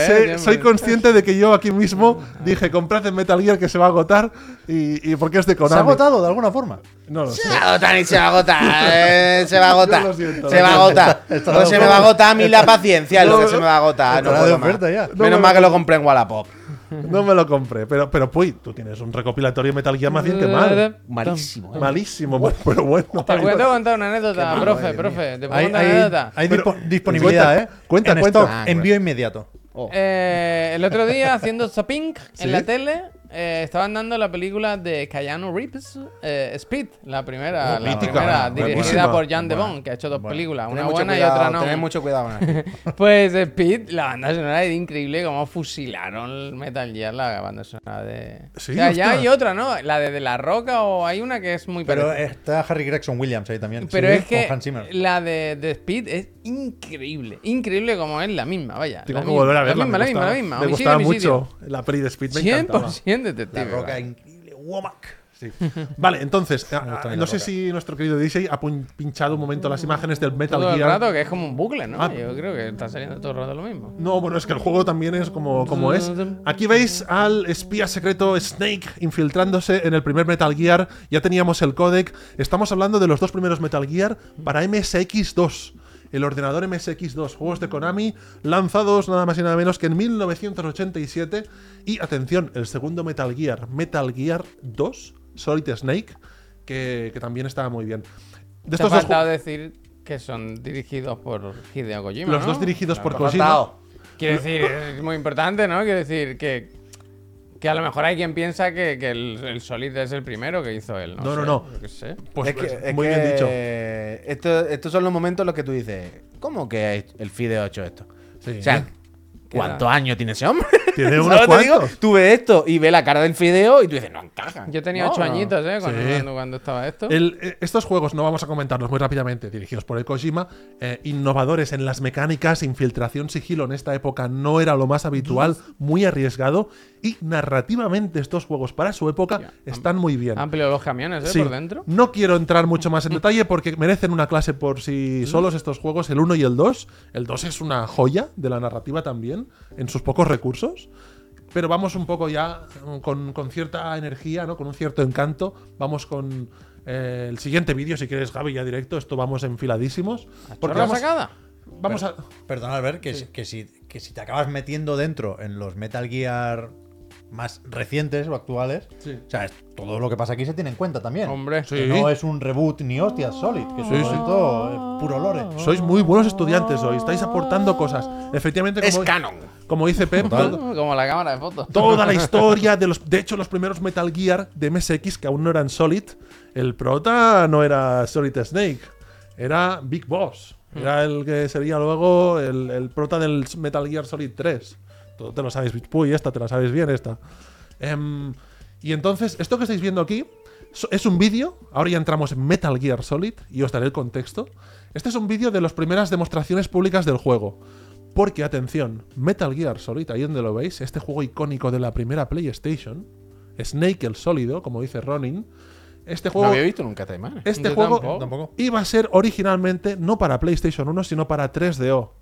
Speaker 3: Sí, sí,
Speaker 1: eh. 100%.
Speaker 3: soy consciente de que yo aquí mismo *laughs* dije, comprad el Metal Gear que se va a agotar y, y porque es de
Speaker 4: ¿Se ha
Speaker 3: Konami.
Speaker 4: agotado de alguna forma?
Speaker 3: No lo sé.
Speaker 2: Se va a agotar y se va a agotar. eh, se va a
Speaker 3: Yo lo
Speaker 2: agotar.
Speaker 3: siento,
Speaker 2: se
Speaker 3: lo
Speaker 2: va a
Speaker 3: siento.
Speaker 2: agotar.
Speaker 4: Está
Speaker 2: No
Speaker 4: de
Speaker 2: se me va a agotar a mí la paciencia, lo que se me va a agotar. No
Speaker 4: Estará
Speaker 2: puedo
Speaker 4: de oferta
Speaker 2: más.
Speaker 4: ya.
Speaker 3: No me
Speaker 2: Menos mal que lo compré en Wallapop.
Speaker 3: No me lo compré. Pero, pero Puy, tú tienes un recopilatorio de Metal Gear más bien que mal.
Speaker 2: Malísimo. ¿eh?
Speaker 3: Malísimo, *laughs* pero bueno.
Speaker 1: Te puedo contar una anécdota, profe, profe. Te puedo
Speaker 4: Hay,
Speaker 1: contar
Speaker 4: hay-
Speaker 1: una anécdota.
Speaker 4: hay dispo- disponibilidad,
Speaker 3: Cuenta,
Speaker 4: ¿eh?
Speaker 3: cuenta,
Speaker 4: En
Speaker 3: cuenta.
Speaker 4: stock,
Speaker 2: Ah,
Speaker 4: envío inmediato.
Speaker 1: Eh, el otro día, haciendo zapping en la tele, eh, estaban dando la película de Keanu Reeves, eh, Speed, la primera, la
Speaker 3: Oh, mítica,
Speaker 1: primera
Speaker 3: buena,
Speaker 1: dirigida
Speaker 3: buenísima.
Speaker 1: por Jan Devon, que ha hecho dos películas,
Speaker 2: Tened
Speaker 1: una
Speaker 2: mucho
Speaker 1: buena y
Speaker 2: cuidado,
Speaker 1: otra no.
Speaker 2: Tened mucho cuidado con esto.
Speaker 1: Pues Speed, la banda sonora es increíble cómo fusilaron el Metal Gear, la banda sonora de...
Speaker 3: Sí,
Speaker 1: o sea, ya
Speaker 3: hostia.
Speaker 1: hay otra, ¿no? La de, de La Roca o hay una que es muy
Speaker 4: Pero
Speaker 3: eh,
Speaker 1: parecida.
Speaker 4: está Harry Gregson Williams ahí también.
Speaker 1: Pero
Speaker 4: Sí,
Speaker 1: es que
Speaker 4: Con Hans Zimmer.
Speaker 1: la de, de Speed es increíble. Increíble como es la misma, vaya.
Speaker 3: Tengo
Speaker 1: la
Speaker 3: que
Speaker 1: misma,
Speaker 3: volver a verla.
Speaker 1: La misma,
Speaker 3: me
Speaker 1: la misma, la misma.
Speaker 3: gustaba. Me
Speaker 1: homicidio,
Speaker 3: gustaba
Speaker 1: homicidio.
Speaker 3: mucho la peli de Speed, me encantaba.
Speaker 1: 100% detective.
Speaker 4: La roca
Speaker 1: vaya.
Speaker 4: increíble. Womack. *laughs*
Speaker 3: Vale, entonces, a-
Speaker 4: gusta
Speaker 3: a-
Speaker 4: bien
Speaker 3: no
Speaker 4: la
Speaker 3: sé
Speaker 4: roca.
Speaker 3: si nuestro querido DJ ha pun- pinchado un momento las imágenes del Metal
Speaker 1: Todo el
Speaker 3: Gear.
Speaker 1: rato que es como un bucle, ¿no?
Speaker 3: Ah.
Speaker 1: Yo creo que está saliendo todo el rato lo mismo.
Speaker 3: No, bueno, es que el juego también es como, como es. Aquí veis al espía secreto Snake infiltrándose en el primer Metal Gear. Ya teníamos el codec. Estamos hablando de los dos primeros Metal Gear para MSX2. El ordenador MSX2, juegos de Konami, lanzados nada más y nada menos que en 1987. Y atención, el segundo Metal Gear, Metal Gear 2, Solid Snake, que, que también estaba muy bien. De
Speaker 1: Te ha
Speaker 3: estos dos
Speaker 1: faltado
Speaker 3: ju-
Speaker 1: decir que son dirigidos por Hideo Kojima.
Speaker 3: los
Speaker 1: ¿no?
Speaker 3: dos dirigidos por Kojima.
Speaker 2: Cortado.
Speaker 1: Quiero decir, es muy importante, ¿no? Quiero decir que, que a lo mejor hay quien piensa que, que el, el Solid es el primero que hizo él. No, sé,
Speaker 3: No, no, no.
Speaker 1: yo qué sé.
Speaker 3: Pues
Speaker 2: es que, es
Speaker 3: muy bien
Speaker 2: que
Speaker 3: dicho.
Speaker 2: Esto, estos son los momentos en los que tú dices, ¿cómo que el FIDE ha hecho esto?
Speaker 3: Sí.
Speaker 2: O sea, ¿cuántos años tiene ese hombre? *laughs*
Speaker 3: Tiene
Speaker 2: ¿Sabes
Speaker 3: unos
Speaker 2: lo que te digo?
Speaker 3: cuantos.
Speaker 2: Tú ves esto y ves la cara del fideo y tú dices, no encaja.
Speaker 1: Yo tenía
Speaker 2: No,
Speaker 1: ocho
Speaker 2: no.
Speaker 1: añitos, ¿eh? Cuando,
Speaker 3: Sí.
Speaker 1: cuando- cuando estaba esto.
Speaker 3: El- eh, estos juegos, no vamos a comentarlos muy rápidamente, dirigidos por el Kojima, eh, innovadores en las mecánicas, infiltración, sigilo en esta época no era lo más habitual, muy arriesgado, y narrativamente estos juegos para su época están muy bien.
Speaker 1: Amplio los camiones, ¿eh?
Speaker 3: Sí.
Speaker 1: Por dentro.
Speaker 3: No quiero entrar mucho más
Speaker 1: *laughs*
Speaker 3: en detalle porque merecen una clase por
Speaker 1: Mm.
Speaker 3: sí solos estos juegos, el 1 y el 2. El 2 es una joya de la narrativa también, en sus pocos recursos. Pero vamos un poco ya mm, con, con cierta energía, ¿no? Con un cierto encanto. Vamos con eh, el siguiente vídeo, si quieres, Gaby, ya directo. Esto vamos enfiladísimos. Porque
Speaker 1: chorra
Speaker 3: vamos,
Speaker 1: sacada?
Speaker 3: vamos a.
Speaker 4: Perdón, Albert, que, si- que si, que si te acabas metiendo dentro en los Metal Gear más recientes o actuales,
Speaker 3: Sí.
Speaker 4: o sea, es- todo lo que pasa aquí se tiene en cuenta también.
Speaker 1: Hombre,
Speaker 4: Que
Speaker 3: Sí.
Speaker 4: no es un reboot ni hostias Solid, que es un
Speaker 3: Sí, sí.
Speaker 4: proyecto, eh, puro lore.
Speaker 3: Sois muy buenos estudiantes hoy, estáis aportando cosas. Efectivamente, como, como dice Pep,
Speaker 4: Total.
Speaker 3: to-
Speaker 1: Mm, *laughs* Como la cámara de fotos. *laughs*
Speaker 3: toda la historia de los. De hecho, los primeros Metal Gear de MSX que aún no eran Solid, el prota no era Solid Snake, era Big Boss. Era el que sería luego el, el prota del Metal Gear Solid 3. Todo te lo sabes, Puy, esta te la sabes bien, esta. Em, y entonces, esto que estáis viendo aquí so- es un vídeo. Ahora ya entramos en Metal Gear Solid y os daré el contexto. Este es un vídeo de las primeras demostraciones públicas del juego. Porque, atención, Metal Gear Solid, ahí donde lo veis, este juego icónico de la primera PlayStation, Snake el Sólido, como dice Ronin, este
Speaker 2: No
Speaker 3: juego.
Speaker 2: había visto nunca Taimán.
Speaker 3: Este
Speaker 1: Yo
Speaker 3: juego
Speaker 1: tampoco.
Speaker 4: Tampoco.
Speaker 3: iba a ser originalmente no para PlayStation 1, sino para 3DO.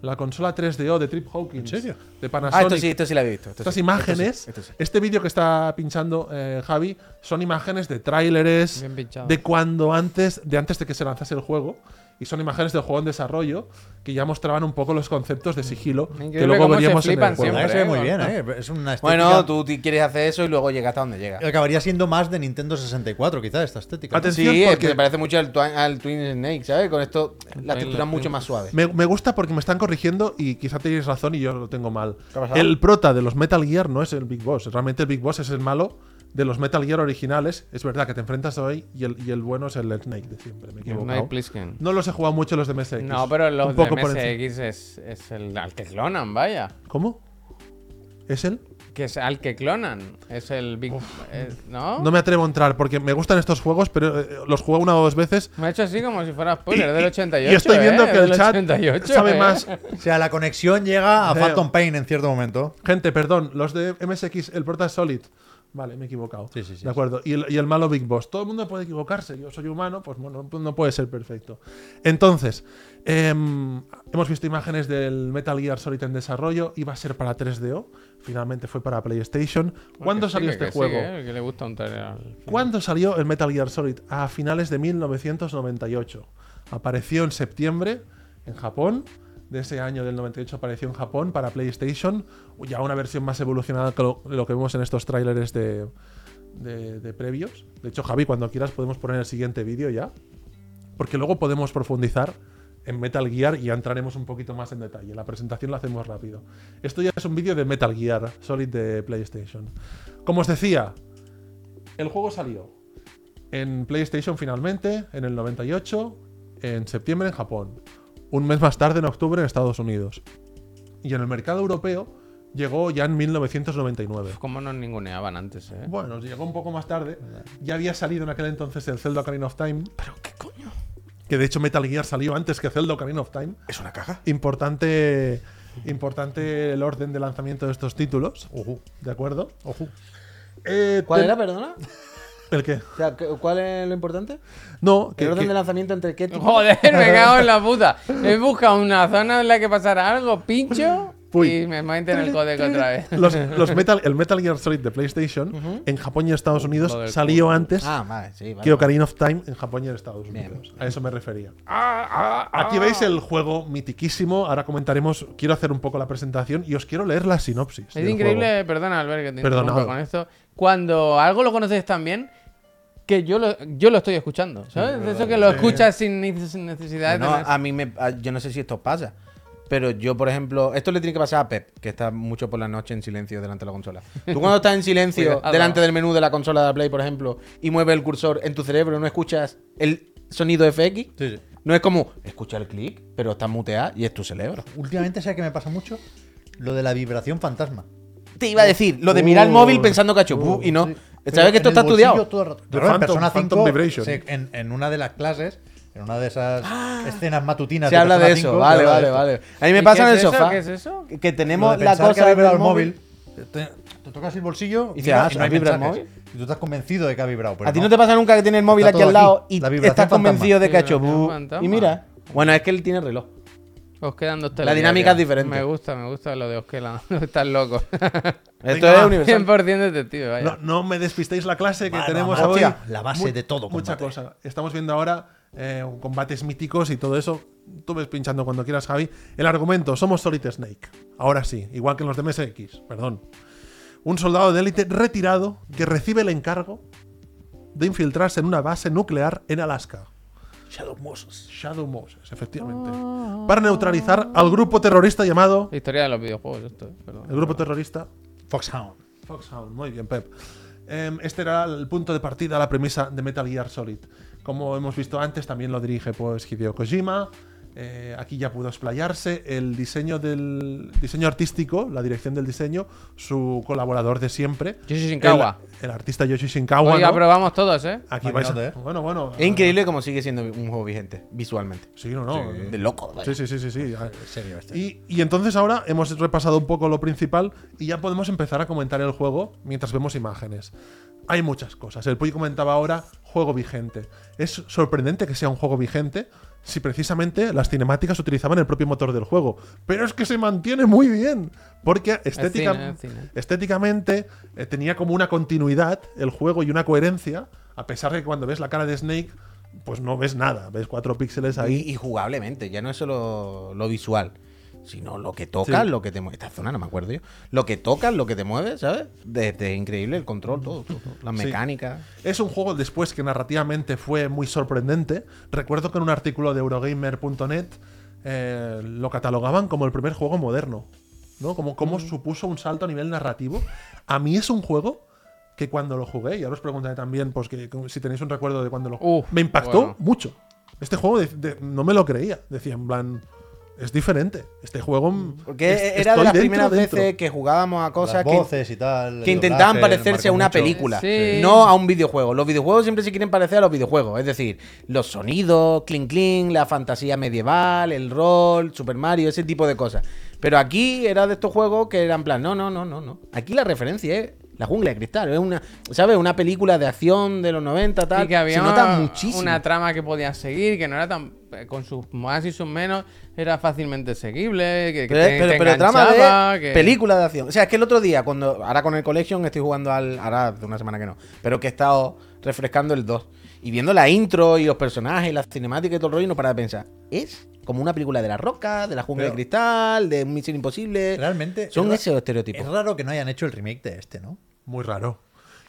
Speaker 3: La consola 3DO de Trip Hawkins.
Speaker 4: ¿En serio?
Speaker 3: De Panasonic.
Speaker 2: Ah, esto sí, esto sí lo había visto. esto
Speaker 3: Estas
Speaker 2: sí,
Speaker 3: imágenes,
Speaker 2: esto sí, esto sí.
Speaker 3: este vídeo que está pinchando eh, Javi, son imágenes de tráileres
Speaker 1: Bien pinchado.
Speaker 3: de cuando antes, de antes de que se lanzase el juego, y son imágenes del juego en desarrollo que ya mostraban un poco los conceptos de sigilo que
Speaker 1: Increíble
Speaker 3: luego
Speaker 1: cómo se
Speaker 3: veríamos en
Speaker 1: flipan
Speaker 3: el
Speaker 4: Pues
Speaker 3: juego.
Speaker 4: la verdad que
Speaker 1: Siempre,
Speaker 4: se ve muy
Speaker 1: ¿eh?
Speaker 4: bien, ¿eh? Es una estética-
Speaker 2: Bueno, tú ti- quieres hacer eso y luego llega hasta donde llega.
Speaker 4: Acabaría siendo más de Nintendo 64, quizás, esta estética.
Speaker 3: Atención.
Speaker 2: Sí,
Speaker 3: porque-
Speaker 2: se parece mucho al, Twi- al Twin Snake, ¿sabes? Con esto la textura es mucho más suave.
Speaker 3: Me, me gusta porque me están corrigiendo y quizá tenéis razón y yo lo tengo mal.
Speaker 2: ¿Qué ha pasado?
Speaker 3: El prota de los Metal Gear no es el Big Boss. Realmente el Big Boss es el malo de los Metal Gear originales. Es verdad que te enfrentas hoy y el, y el bueno es el Snake de siempre. Me he equivocado.
Speaker 1: Snake Plissken.
Speaker 3: No los he jugado mucho los de MSX.
Speaker 1: No, pero los
Speaker 3: Un
Speaker 1: de
Speaker 3: poco por encima.
Speaker 1: MSX es, es el al que clonan, vaya.
Speaker 3: ¿Cómo? ¿Es él?
Speaker 1: Que es al que clonan. Es el Big. es- ¿No?
Speaker 3: No me atrevo a entrar porque me gustan estos juegos, pero eh, los jugué una o dos veces.
Speaker 1: Me ha hecho así como si fuera spoiler, es del 88.
Speaker 3: y estoy viendo
Speaker 1: ¿eh?
Speaker 3: que el
Speaker 1: Del
Speaker 3: chat
Speaker 1: 88,
Speaker 3: sabe
Speaker 1: ¿eh?
Speaker 3: más.
Speaker 4: O sea, la conexión llega a
Speaker 3: Eh.
Speaker 4: Phantom Pain en cierto momento.
Speaker 3: Gente, perdón, los de MSX, el prota es Solid. Vale, me he equivocado.
Speaker 4: Sí, sí, sí.
Speaker 3: De acuerdo. Y el, y el malo Big Boss. Todo el mundo puede equivocarse. Yo soy humano, pues bueno, no puede ser perfecto. Entonces, em, hemos visto imágenes del Metal Gear Solid en desarrollo. Iba a ser para 3DO. Finalmente fue para PlayStation. ¿Cuándo
Speaker 1: Que
Speaker 3: salió
Speaker 1: sigue,
Speaker 3: este
Speaker 1: que
Speaker 3: juego?
Speaker 1: sigue, eh, que le gusta un tal- al-
Speaker 3: ¿Cuándo salió el Metal Gear Solid? A finales de 1998. Apareció en septiembre en Japón. De ese año del 98 apareció en Japón para PlayStation. Ya una versión más evolucionada que lo, lo que vemos en estos tráileres de, de- de previos. De hecho, Javi, cuando quieras podemos poner el siguiente vídeo ya. Porque luego podemos profundizar en Metal Gear y ya entraremos un poquito más en detalle. La presentación la hacemos rápido. Esto ya es un vídeo de Metal Gear Solid de PlayStation. Como os decía, el juego salió en PlayStation finalmente, en el 98, en septiembre en Japón, un mes más tarde en octubre en Estados Unidos. Y en el mercado europeo llegó ya en 1999.
Speaker 1: Cómo nos ninguneaban antes, *laughs* eh.
Speaker 3: Bueno, llegó un poco más tarde. Ya había salido en aquel entonces el Zelda Ocarina of Time. ¿Pero qué coño? Que de hecho Metal Gear salió antes que Zelda Ocarina of Time.
Speaker 2: ¿Es una caja?
Speaker 3: Importante, importante el orden de lanzamiento de estos títulos. ¿De acuerdo? Eh,
Speaker 2: ¿Cuál
Speaker 3: ten-
Speaker 2: era, perdona?
Speaker 3: ¿El qué?
Speaker 2: O sea, ¿cu- ¿cuál es lo importante?
Speaker 3: No, que,
Speaker 2: ¿El orden
Speaker 3: que- ¡Oh!
Speaker 2: de lanzamiento entre qué tipo?
Speaker 1: Joder,
Speaker 3: *laughs*
Speaker 1: me cago en la puta. He buscado una zona en la que pasara algo, pincho,
Speaker 3: Uy.
Speaker 1: y me meten el código otra vez.
Speaker 3: los, los Metal, el Metal Gear Solid de PlayStation en Japón y Estados Unidos
Speaker 1: Joder,
Speaker 3: salió antes
Speaker 2: Ah, vale, sí, vale.
Speaker 3: que Ocarina of Time en Japón y en Estados Unidos. A eso me refería. Aquí veis el juego mitiquísimo. Ahora comentaremos. Quiero hacer un poco la presentación y os quiero leer la sinopsis.
Speaker 1: Es
Speaker 3: del
Speaker 1: increíble,
Speaker 3: juego.
Speaker 1: perdona Albert, que te
Speaker 3: Perdona.
Speaker 1: interrumpa con esto. Cuando algo lo conoces tan bien, que yo lo, yo lo estoy escuchando, ¿sabes? De eso que lo escuchas sin, ni- sin necesidad
Speaker 2: No,
Speaker 1: de tener...
Speaker 2: a mí me. a- yo no sé si esto pasa. Pero yo, por ejemplo, esto le tiene que pasar a Pep, que está mucho por la noche en silencio delante de la consola. Tú cuando estás en *laughs* silencio
Speaker 1: Cuidado.
Speaker 2: delante del menú de la consola de la Play, por ejemplo, y mueves el cursor en tu cerebro, no escuchas el sonido FX.
Speaker 4: Sí, sí.
Speaker 2: No es como escucha el clic, pero está muteada y es tu cerebro.
Speaker 4: Últimamente, ¿sabes que me pasa mucho? Lo de la vibración fantasma.
Speaker 2: Te iba a decir, lo de mirar el
Speaker 3: Uh,
Speaker 2: móvil pensando que ha hecho "Buh", y no. ¿Sabes que esto está estudiado?
Speaker 3: The
Speaker 4: Pero en
Speaker 3: Phantom-
Speaker 4: Persona
Speaker 3: Phantom
Speaker 4: 5,
Speaker 3: Vibration.
Speaker 4: se- en, en una de las clases, en una de esas escenas matutinas.
Speaker 2: Ah. Se habla de
Speaker 4: Persona
Speaker 2: eso,
Speaker 4: 5, se
Speaker 2: vale,
Speaker 4: habla de
Speaker 2: vale,
Speaker 4: esto.
Speaker 2: vale. A mí
Speaker 1: ¿Y
Speaker 2: me
Speaker 1: qué
Speaker 2: pasa en el
Speaker 1: es eso?
Speaker 2: sofá.
Speaker 1: ¿Qué es eso?
Speaker 2: Que- Que
Speaker 4: Lo
Speaker 2: tenemos
Speaker 4: de
Speaker 2: la
Speaker 4: pensar
Speaker 2: cosa
Speaker 4: que ha
Speaker 2: de
Speaker 4: vibrado
Speaker 2: ver
Speaker 4: el móvil. Te, te tocas el bolsillo y,
Speaker 2: dices,
Speaker 4: no-
Speaker 2: ah,
Speaker 4: y no hay
Speaker 2: vibra el
Speaker 4: mensajes. Y tú estás convencido de que ha vibrado. pero
Speaker 2: a ti Pues no te pasa nunca que tienes el móvil
Speaker 4: Está
Speaker 2: aquí
Speaker 4: todo
Speaker 2: al lado
Speaker 4: aquí,
Speaker 2: y
Speaker 4: la vibración
Speaker 2: estás convencido de que ha hecho
Speaker 1: Vibración
Speaker 2: "Buh",
Speaker 1: fantasma.
Speaker 2: Y mira. Bueno, es que él tiene reloj.
Speaker 1: Os quedan dos
Speaker 2: La dinámica es diferente.
Speaker 1: Me gusta, me gusta lo de os quedan. Estás
Speaker 2: *laughs*
Speaker 1: loco. *laughs*
Speaker 2: Esto es universal.
Speaker 1: 100% detective, vaya.
Speaker 3: No, no me despistéis la clase que
Speaker 4: Vale,
Speaker 3: tenemos
Speaker 4: vamos,
Speaker 3: hoy.
Speaker 4: hostia, la base
Speaker 3: Mu-
Speaker 4: de todo
Speaker 3: Mucha
Speaker 4: combate.
Speaker 3: cosa. Estamos viendo ahora eh, combates míticos y todo eso. Tú ves pinchando cuando quieras, Javi. El argumento, somos Solid Snake. Ahora sí, igual que en los de MSX, perdón. Un soldado de élite retirado que recibe el encargo de infiltrarse en una base nuclear en Alaska.
Speaker 4: Shadow Moses.
Speaker 3: Shadow Moses, efectivamente. Para neutralizar al grupo terrorista llamado...
Speaker 1: Historia de los videojuegos, esto. eh, perdón.
Speaker 3: El grupo terrorista
Speaker 4: Foxhound.
Speaker 3: Foxhound, muy bien, Pep. Em, este era el punto de partida, la premisa de Metal Gear Solid. Como hemos visto antes, también lo dirige pues, Hideo Kojima. Eh, aquí ya pudo explayarse. El diseño del diseño artístico, la dirección del diseño, su colaborador de siempre.
Speaker 1: Yoshi Shinkawa.
Speaker 3: El, el artista Yoshi Shinkawa.
Speaker 1: Oiga,
Speaker 3: ¿no?
Speaker 1: probamos todos, ¿eh?
Speaker 3: Aquí vais a-
Speaker 4: Imagínate, ¿eh?
Speaker 3: Bueno, bueno.
Speaker 2: Es increíble como sigue siendo un juego vigente, visualmente.
Speaker 3: Sí, no, no.
Speaker 2: De loco, vaya.
Speaker 3: Sí, sí, sí, sí. sí.
Speaker 4: Serio este.
Speaker 3: Y, y entonces ahora hemos repasado un poco lo principal y ya podemos empezar a comentar el juego mientras vemos imágenes. Hay muchas cosas. El Puy comentaba ahora juego vigente. Es sorprendente que sea un juego vigente si precisamente las cinemáticas utilizaban el propio motor del juego. Pero es que se mantiene muy bien. Porque estética,
Speaker 1: cine, es cine.
Speaker 3: estéticamente eh, tenía como una continuidad el juego y una coherencia. A pesar de que cuando ves la cara de Snake, pues no ves nada. Ves cuatro píxeles ahí.
Speaker 2: Y, y jugablemente, ya no es solo lo visual, sino lo que tocas,
Speaker 3: Sí.
Speaker 2: lo que te mueve. Esta zona no me acuerdo yo. Lo que tocas, lo que te mueve, ¿sabes? Desde increíble el control, todo, todo, todo. las
Speaker 3: Sí.
Speaker 2: mecánicas.
Speaker 3: Es un juego después que narrativamente fue muy sorprendente. Recuerdo que en un artículo de Eurogamer.net eh, lo catalogaban como el primer juego moderno. ¿no? Como, como
Speaker 1: Mm.
Speaker 3: supuso un salto a nivel narrativo. A mí es un juego que cuando lo jugué, y ahora os preguntaré también pues, que, que si tenéis un recuerdo de cuando lo jugué,
Speaker 1: Uf,
Speaker 3: me impactó
Speaker 1: bueno.
Speaker 3: mucho. Este juego de- de- no me lo creía. Decía, en plan, es diferente. Este juego. mm,
Speaker 2: Porque
Speaker 3: es-
Speaker 2: era de
Speaker 3: estoy
Speaker 2: las
Speaker 3: dentro,
Speaker 2: primeras
Speaker 3: dentro".
Speaker 2: veces que jugábamos a cosas
Speaker 4: Las
Speaker 2: que,
Speaker 4: voces y tal.
Speaker 2: que
Speaker 4: el
Speaker 2: intentaban
Speaker 4: doblaje,
Speaker 2: parecerse a
Speaker 4: marcó
Speaker 2: una
Speaker 4: mucho.
Speaker 2: película,
Speaker 1: Sí.
Speaker 2: no a un videojuego. Los videojuegos siempre se quieren parecer a los videojuegos, es decir, los sonidos, clink clink, la fantasía medieval, el rol, Super Mario, ese tipo de cosas. Pero aquí era de estos juegos que eran en plan, no, no, no, no, no. Aquí la referencia es la jungla de cristal, es una, ¿sabes? Una película de acción de los 90 tal,
Speaker 1: Y que había
Speaker 2: se nota
Speaker 1: una-
Speaker 2: muchísimo.
Speaker 1: una trama que podías seguir, que no era tan. eh, con sus más y sus menos, era fácilmente seguible, que, que
Speaker 2: Pero,
Speaker 1: te-
Speaker 2: pero-
Speaker 1: te
Speaker 2: pero trama
Speaker 1: enganchaba,
Speaker 2: de
Speaker 1: que-
Speaker 2: película de acción. O sea, es que el otro día, cuando ahora con el Collection estoy jugando al. Ahora hace una semana que no. Pero que he estado refrescando el 2. Y viendo la intro y los personajes, y la cinemática y todo el rollo, y no para de pensar. Es como una película de la roca, de la jungla
Speaker 4: Pero-
Speaker 2: de cristal, de un misión imposible.
Speaker 4: Realmente.
Speaker 2: Son
Speaker 4: es ra-
Speaker 2: esos estereotipos.
Speaker 4: Es raro que no hayan hecho el remake de este, ¿no?
Speaker 3: Muy raro.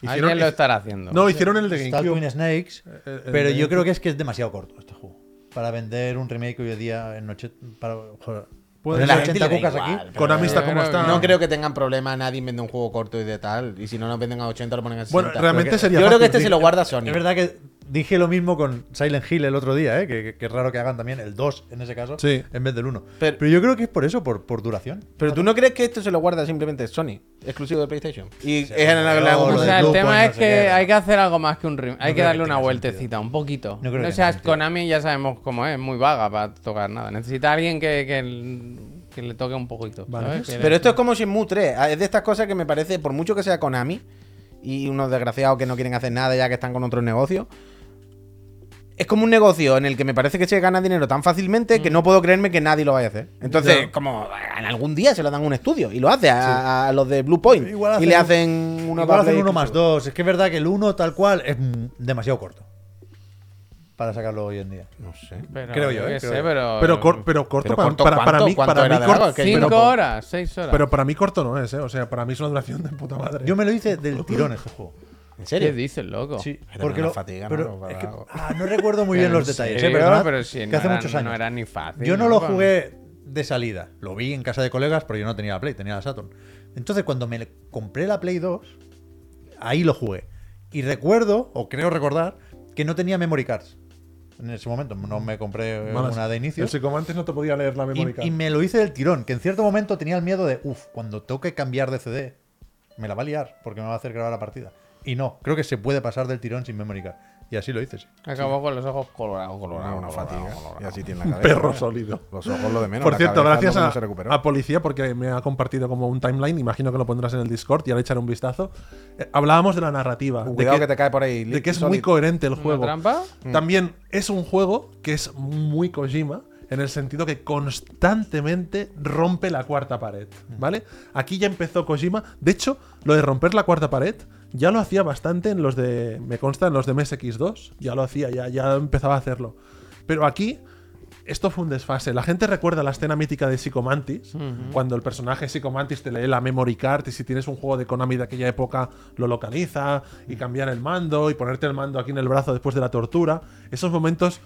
Speaker 1: Alguien lo estará haciendo.
Speaker 3: No, hicieron el de
Speaker 4: Está
Speaker 3: GameCube.
Speaker 4: Twin Snakes.
Speaker 3: eh, el
Speaker 4: Pero
Speaker 3: de
Speaker 4: yo creo que es que es demasiado corto este juego. Para vender un remake hoy en día en noche. Para, joder, poner
Speaker 3: Puede ser.
Speaker 4: las 80
Speaker 2: Gente le da
Speaker 4: cucas
Speaker 2: igual,
Speaker 4: aquí.
Speaker 2: pero-
Speaker 3: Konami está como
Speaker 1: Yo creo
Speaker 3: está.
Speaker 1: que
Speaker 2: No creo que tengan problema nadie vende un juego corto y de tal. Y si no nos venden a 80, lo ponen a 60.
Speaker 3: Bueno, realmente
Speaker 2: Porque-
Speaker 3: sería
Speaker 2: Yo creo
Speaker 3: fácil,
Speaker 2: que este
Speaker 3: sí.
Speaker 2: se lo guarda Sony.
Speaker 4: Es verdad que dije lo mismo con Silent Hill el otro día, ¿eh? que, que- que es raro que hagan también el 2 en ese caso,
Speaker 3: Sí.
Speaker 4: en vez del 1.
Speaker 2: Pero-
Speaker 4: Pero, yo creo que es por eso, por, por duración.
Speaker 2: Pero tú no crees que esto se lo guarda simplemente Sony, exclusivo de PlayStation. Y
Speaker 4: Sí,
Speaker 2: es en algún- en algún
Speaker 4: no,
Speaker 1: O
Speaker 4: lo
Speaker 2: momento.
Speaker 1: sea,
Speaker 4: del
Speaker 1: el
Speaker 4: grupo,
Speaker 1: tema
Speaker 4: no
Speaker 1: es
Speaker 4: sé
Speaker 1: que
Speaker 4: qué.
Speaker 1: hay que hacer algo más que un remake. Hay que
Speaker 4: No creo
Speaker 1: darle
Speaker 4: que
Speaker 1: una
Speaker 4: tenga
Speaker 1: vueltecita,
Speaker 4: sentido.
Speaker 1: un poquito.
Speaker 4: No creo
Speaker 1: No
Speaker 4: que
Speaker 1: seas
Speaker 4: tenga sentido.
Speaker 1: Konami, ya sabemos cómo es, muy vaga para tocar nada. Necesita alguien que, que- que le toque un poquito.
Speaker 3: Vale.
Speaker 1: ¿sabes? Que le-
Speaker 2: Pero esto es como Shenmue 3. Ah, Es de estas cosas que me parece, por mucho que sea Konami, y unos desgraciados que no quieren hacer nada ya que están con otros negocios. Es como un negocio en el que me parece que se gana dinero tan fácilmente
Speaker 4: Mm.
Speaker 2: que no puedo creerme que nadie lo vaya a hacer. Entonces,
Speaker 3: Ya.
Speaker 2: como en algún día se lo dan a un estudio y lo hace a, a los de Blue Point.
Speaker 4: Igual
Speaker 2: y le
Speaker 4: hacen-
Speaker 2: hacen uno,
Speaker 4: Igual hacen uno más dos. Es que es verdad que el 1 tal cual es mm, demasiado corto para sacarlo hoy en día.
Speaker 2: No sé.
Speaker 1: pero
Speaker 4: creo yo,
Speaker 1: qué
Speaker 4: eh, creo
Speaker 1: sé,
Speaker 4: yo.
Speaker 1: pero.
Speaker 3: Pero, cor- pero corto,
Speaker 2: pero
Speaker 3: pa-
Speaker 2: corto,
Speaker 3: para, para
Speaker 2: ¿cuánto?
Speaker 3: mí,
Speaker 2: ¿Cuánto
Speaker 3: para mí
Speaker 2: era de
Speaker 3: corto-
Speaker 2: largo? Que
Speaker 1: Cinco
Speaker 3: pero-
Speaker 1: horas, seis horas.
Speaker 3: Pero para mí corto no es, ¿eh? O sea, para mí es una duración de puta madre.
Speaker 4: Yo me lo hice del tirón este juego.
Speaker 2: ¿En
Speaker 1: ¿Qué
Speaker 2: serio?
Speaker 1: dices, loco?
Speaker 4: Sí,
Speaker 2: Pero
Speaker 4: porque
Speaker 2: una
Speaker 4: lo-
Speaker 2: fatiga,
Speaker 4: pero
Speaker 2: ¿no? Para
Speaker 4: es que-
Speaker 2: algo.
Speaker 4: ah, no recuerdo muy bien
Speaker 1: ¿En
Speaker 4: los detalles,
Speaker 1: serio?
Speaker 4: ¿eh? Perdonad,
Speaker 1: Pero si
Speaker 4: que
Speaker 1: no
Speaker 4: hace
Speaker 1: era-
Speaker 4: muchos años.
Speaker 1: no era ni fácil,
Speaker 4: Yo no lo
Speaker 1: papá.
Speaker 4: jugué de salida. Lo vi en casa de colegas, pero yo no tenía la Play, tenía la Saturn. Entonces, cuando me le- compré la Play 2, ahí lo jugué. Y recuerdo, o creo recordar, que no tenía memory cards. En ese momento no me compré
Speaker 2: Eh,
Speaker 3: Malas.
Speaker 4: una de inicio.
Speaker 3: El psicomantes no te podía leer la memoria.
Speaker 4: Y, y me lo hice del tirón, que en cierto momento tenía el miedo de, uff, cuando toque cambiar de CD, me la va a liar, porque me va a hacer grabar la partida. Y no, creo que se puede pasar del tirón sin memory card. Y así lo hice, sí.
Speaker 1: Acabó con los ojos colorados, colorados,
Speaker 2: una
Speaker 1: colorados,
Speaker 2: fatiga.
Speaker 1: colorados.
Speaker 2: Y así tiene la cabeza.
Speaker 3: Perro
Speaker 2: ¿no?
Speaker 3: sólido.
Speaker 2: Los ojos lo de menos.
Speaker 3: Por
Speaker 2: la
Speaker 3: cierto,
Speaker 2: cabeza
Speaker 3: gracias
Speaker 2: es lo que
Speaker 3: a,
Speaker 2: no se recuperó.
Speaker 3: a Policía, porque me ha compartido como un timeline. Imagino que lo pondrás en el Discord y ahora echaré un vistazo. Eh, hablábamos de la narrativa. De
Speaker 2: Cuidado
Speaker 3: que,
Speaker 2: que, te cae por ahí.
Speaker 3: de que es
Speaker 2: Solid.
Speaker 3: muy coherente el
Speaker 1: ¿Una
Speaker 3: juego.
Speaker 1: trampa?
Speaker 3: También es un juego que es muy Kojima en el sentido que constantemente rompe la cuarta pared, ¿vale? Aquí ya empezó Kojima. De hecho, lo de romper la cuarta pared ya lo hacía bastante en los de, me consta, en los de MSX2. Ya lo hacía, ya, ya empezaba a hacerlo. Pero aquí esto fue un desfase. La gente recuerda la escena mítica de Psychomantis,
Speaker 12: Ujú.
Speaker 3: cuando el personaje Psychomantis te lee la memory card y si tienes un juego de Konami de aquella época lo localiza y cambiar el mando y ponerte el mando aquí en el brazo después de la tortura. Esos momentos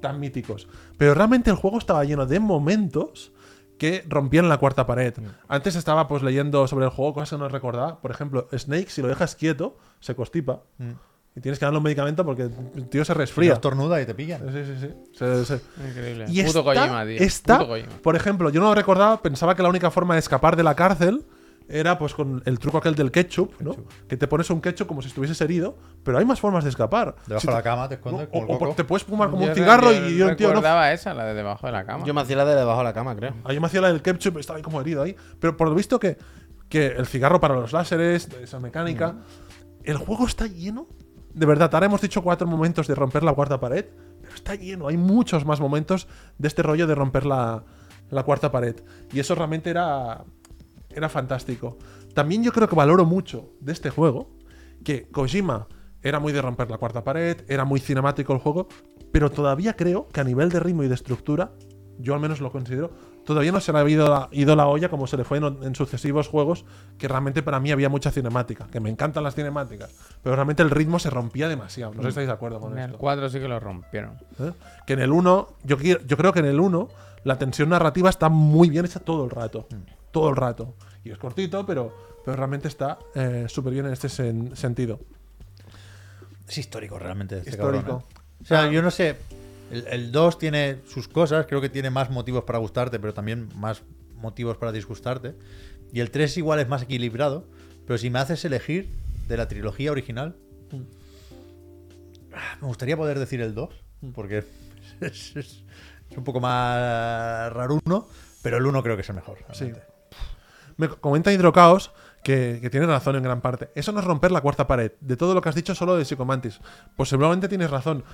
Speaker 3: tan míticos. Pero realmente el juego estaba lleno de momentos que rompían la cuarta pared. Antes estaba pues leyendo sobre el juego cosas que no recordaba. Por ejemplo, Snake, si lo dejas quieto, se constipa.
Speaker 4: Mm.
Speaker 3: Y tienes que darle un medicamento porque el tío se
Speaker 4: Y
Speaker 3: resfría.
Speaker 4: los tornuda y te pillan.
Speaker 3: Sí, sí, sí. Se- se-
Speaker 1: Increíble.
Speaker 3: y
Speaker 1: Puto
Speaker 3: está,
Speaker 1: Kojima, tío.
Speaker 3: está-
Speaker 1: Puto Kojima.
Speaker 3: por ejemplo, yo no lo recordaba, pensaba que la única forma de escapar de la cárcel era pues con el truco aquel del ketchup, ¿no? Que te pones un ketchup como si estuvieses herido, pero hay más formas de escapar.
Speaker 4: Debajo
Speaker 3: Si
Speaker 4: de la cama te escondes
Speaker 3: o-
Speaker 4: con el
Speaker 3: o- o
Speaker 4: coco.
Speaker 3: te puedes fumar como
Speaker 1: Yo
Speaker 3: un
Speaker 1: re-
Speaker 3: cigarro
Speaker 1: yo
Speaker 3: y yo un tío no
Speaker 1: recordaba esa, la de debajo de la cama.
Speaker 2: Yo me hacía la de debajo de la cama, creo.
Speaker 3: Ah, Yo me hacía la del ketchup, estaba ahí como herido ahí. Pero por lo visto que, que el cigarro para los láseres, esa mecánica. El juego está lleno. De verdad, ahora hemos dicho cuatro momentos de romper la cuarta pared, pero está lleno. Hay muchos más momentos de este rollo de romper la, la cuarta pared. Y eso realmente era, era fantástico. También yo creo que valoro mucho de este juego que Kojima era muy de romper la cuarta pared, era muy cinemático el juego, pero todavía creo que a nivel de ritmo y de estructura, yo al menos lo considero, todavía no se le ha ido la, ido la olla como se le fue en, en sucesivos juegos, que realmente para mí había mucha cinemática, que me encantan las cinemáticas, pero realmente el ritmo se rompía demasiado. No sé si estáis de acuerdo con
Speaker 1: En el
Speaker 3: esto.
Speaker 1: 4 sí que lo rompieron.
Speaker 3: ¿eh? Que en el 1, yo, qui- yo creo que en el 1 la tensión narrativa está muy bien hecha todo el rato. Todo el rato. Y es cortito, pero, pero realmente está eh, súper bien en este sen- sentido.
Speaker 4: Es histórico realmente. Este
Speaker 3: Histórico.
Speaker 4: cabrón,
Speaker 3: Ah.
Speaker 4: ¿eh? O sea, yo no sé. El- El 2 tiene sus cosas, creo que tiene más motivos para gustarte, pero también más motivos para disgustarte. Y el 3 igual es más equilibrado, pero si me haces elegir de la trilogía original,
Speaker 3: Mm.
Speaker 4: ah, me gustaría poder decir el 2,
Speaker 3: Mm.
Speaker 4: porque *laughs* es, es- es un poco más raro uno, pero el 1 creo que es el mejor.
Speaker 3: Sí. Me co- comenta Hidrocaos que, que tiene razón en gran parte. Eso no es romper la cuarta pared. De todo lo que has dicho, solo de Psicomantis. Pues seguramente tienes razón.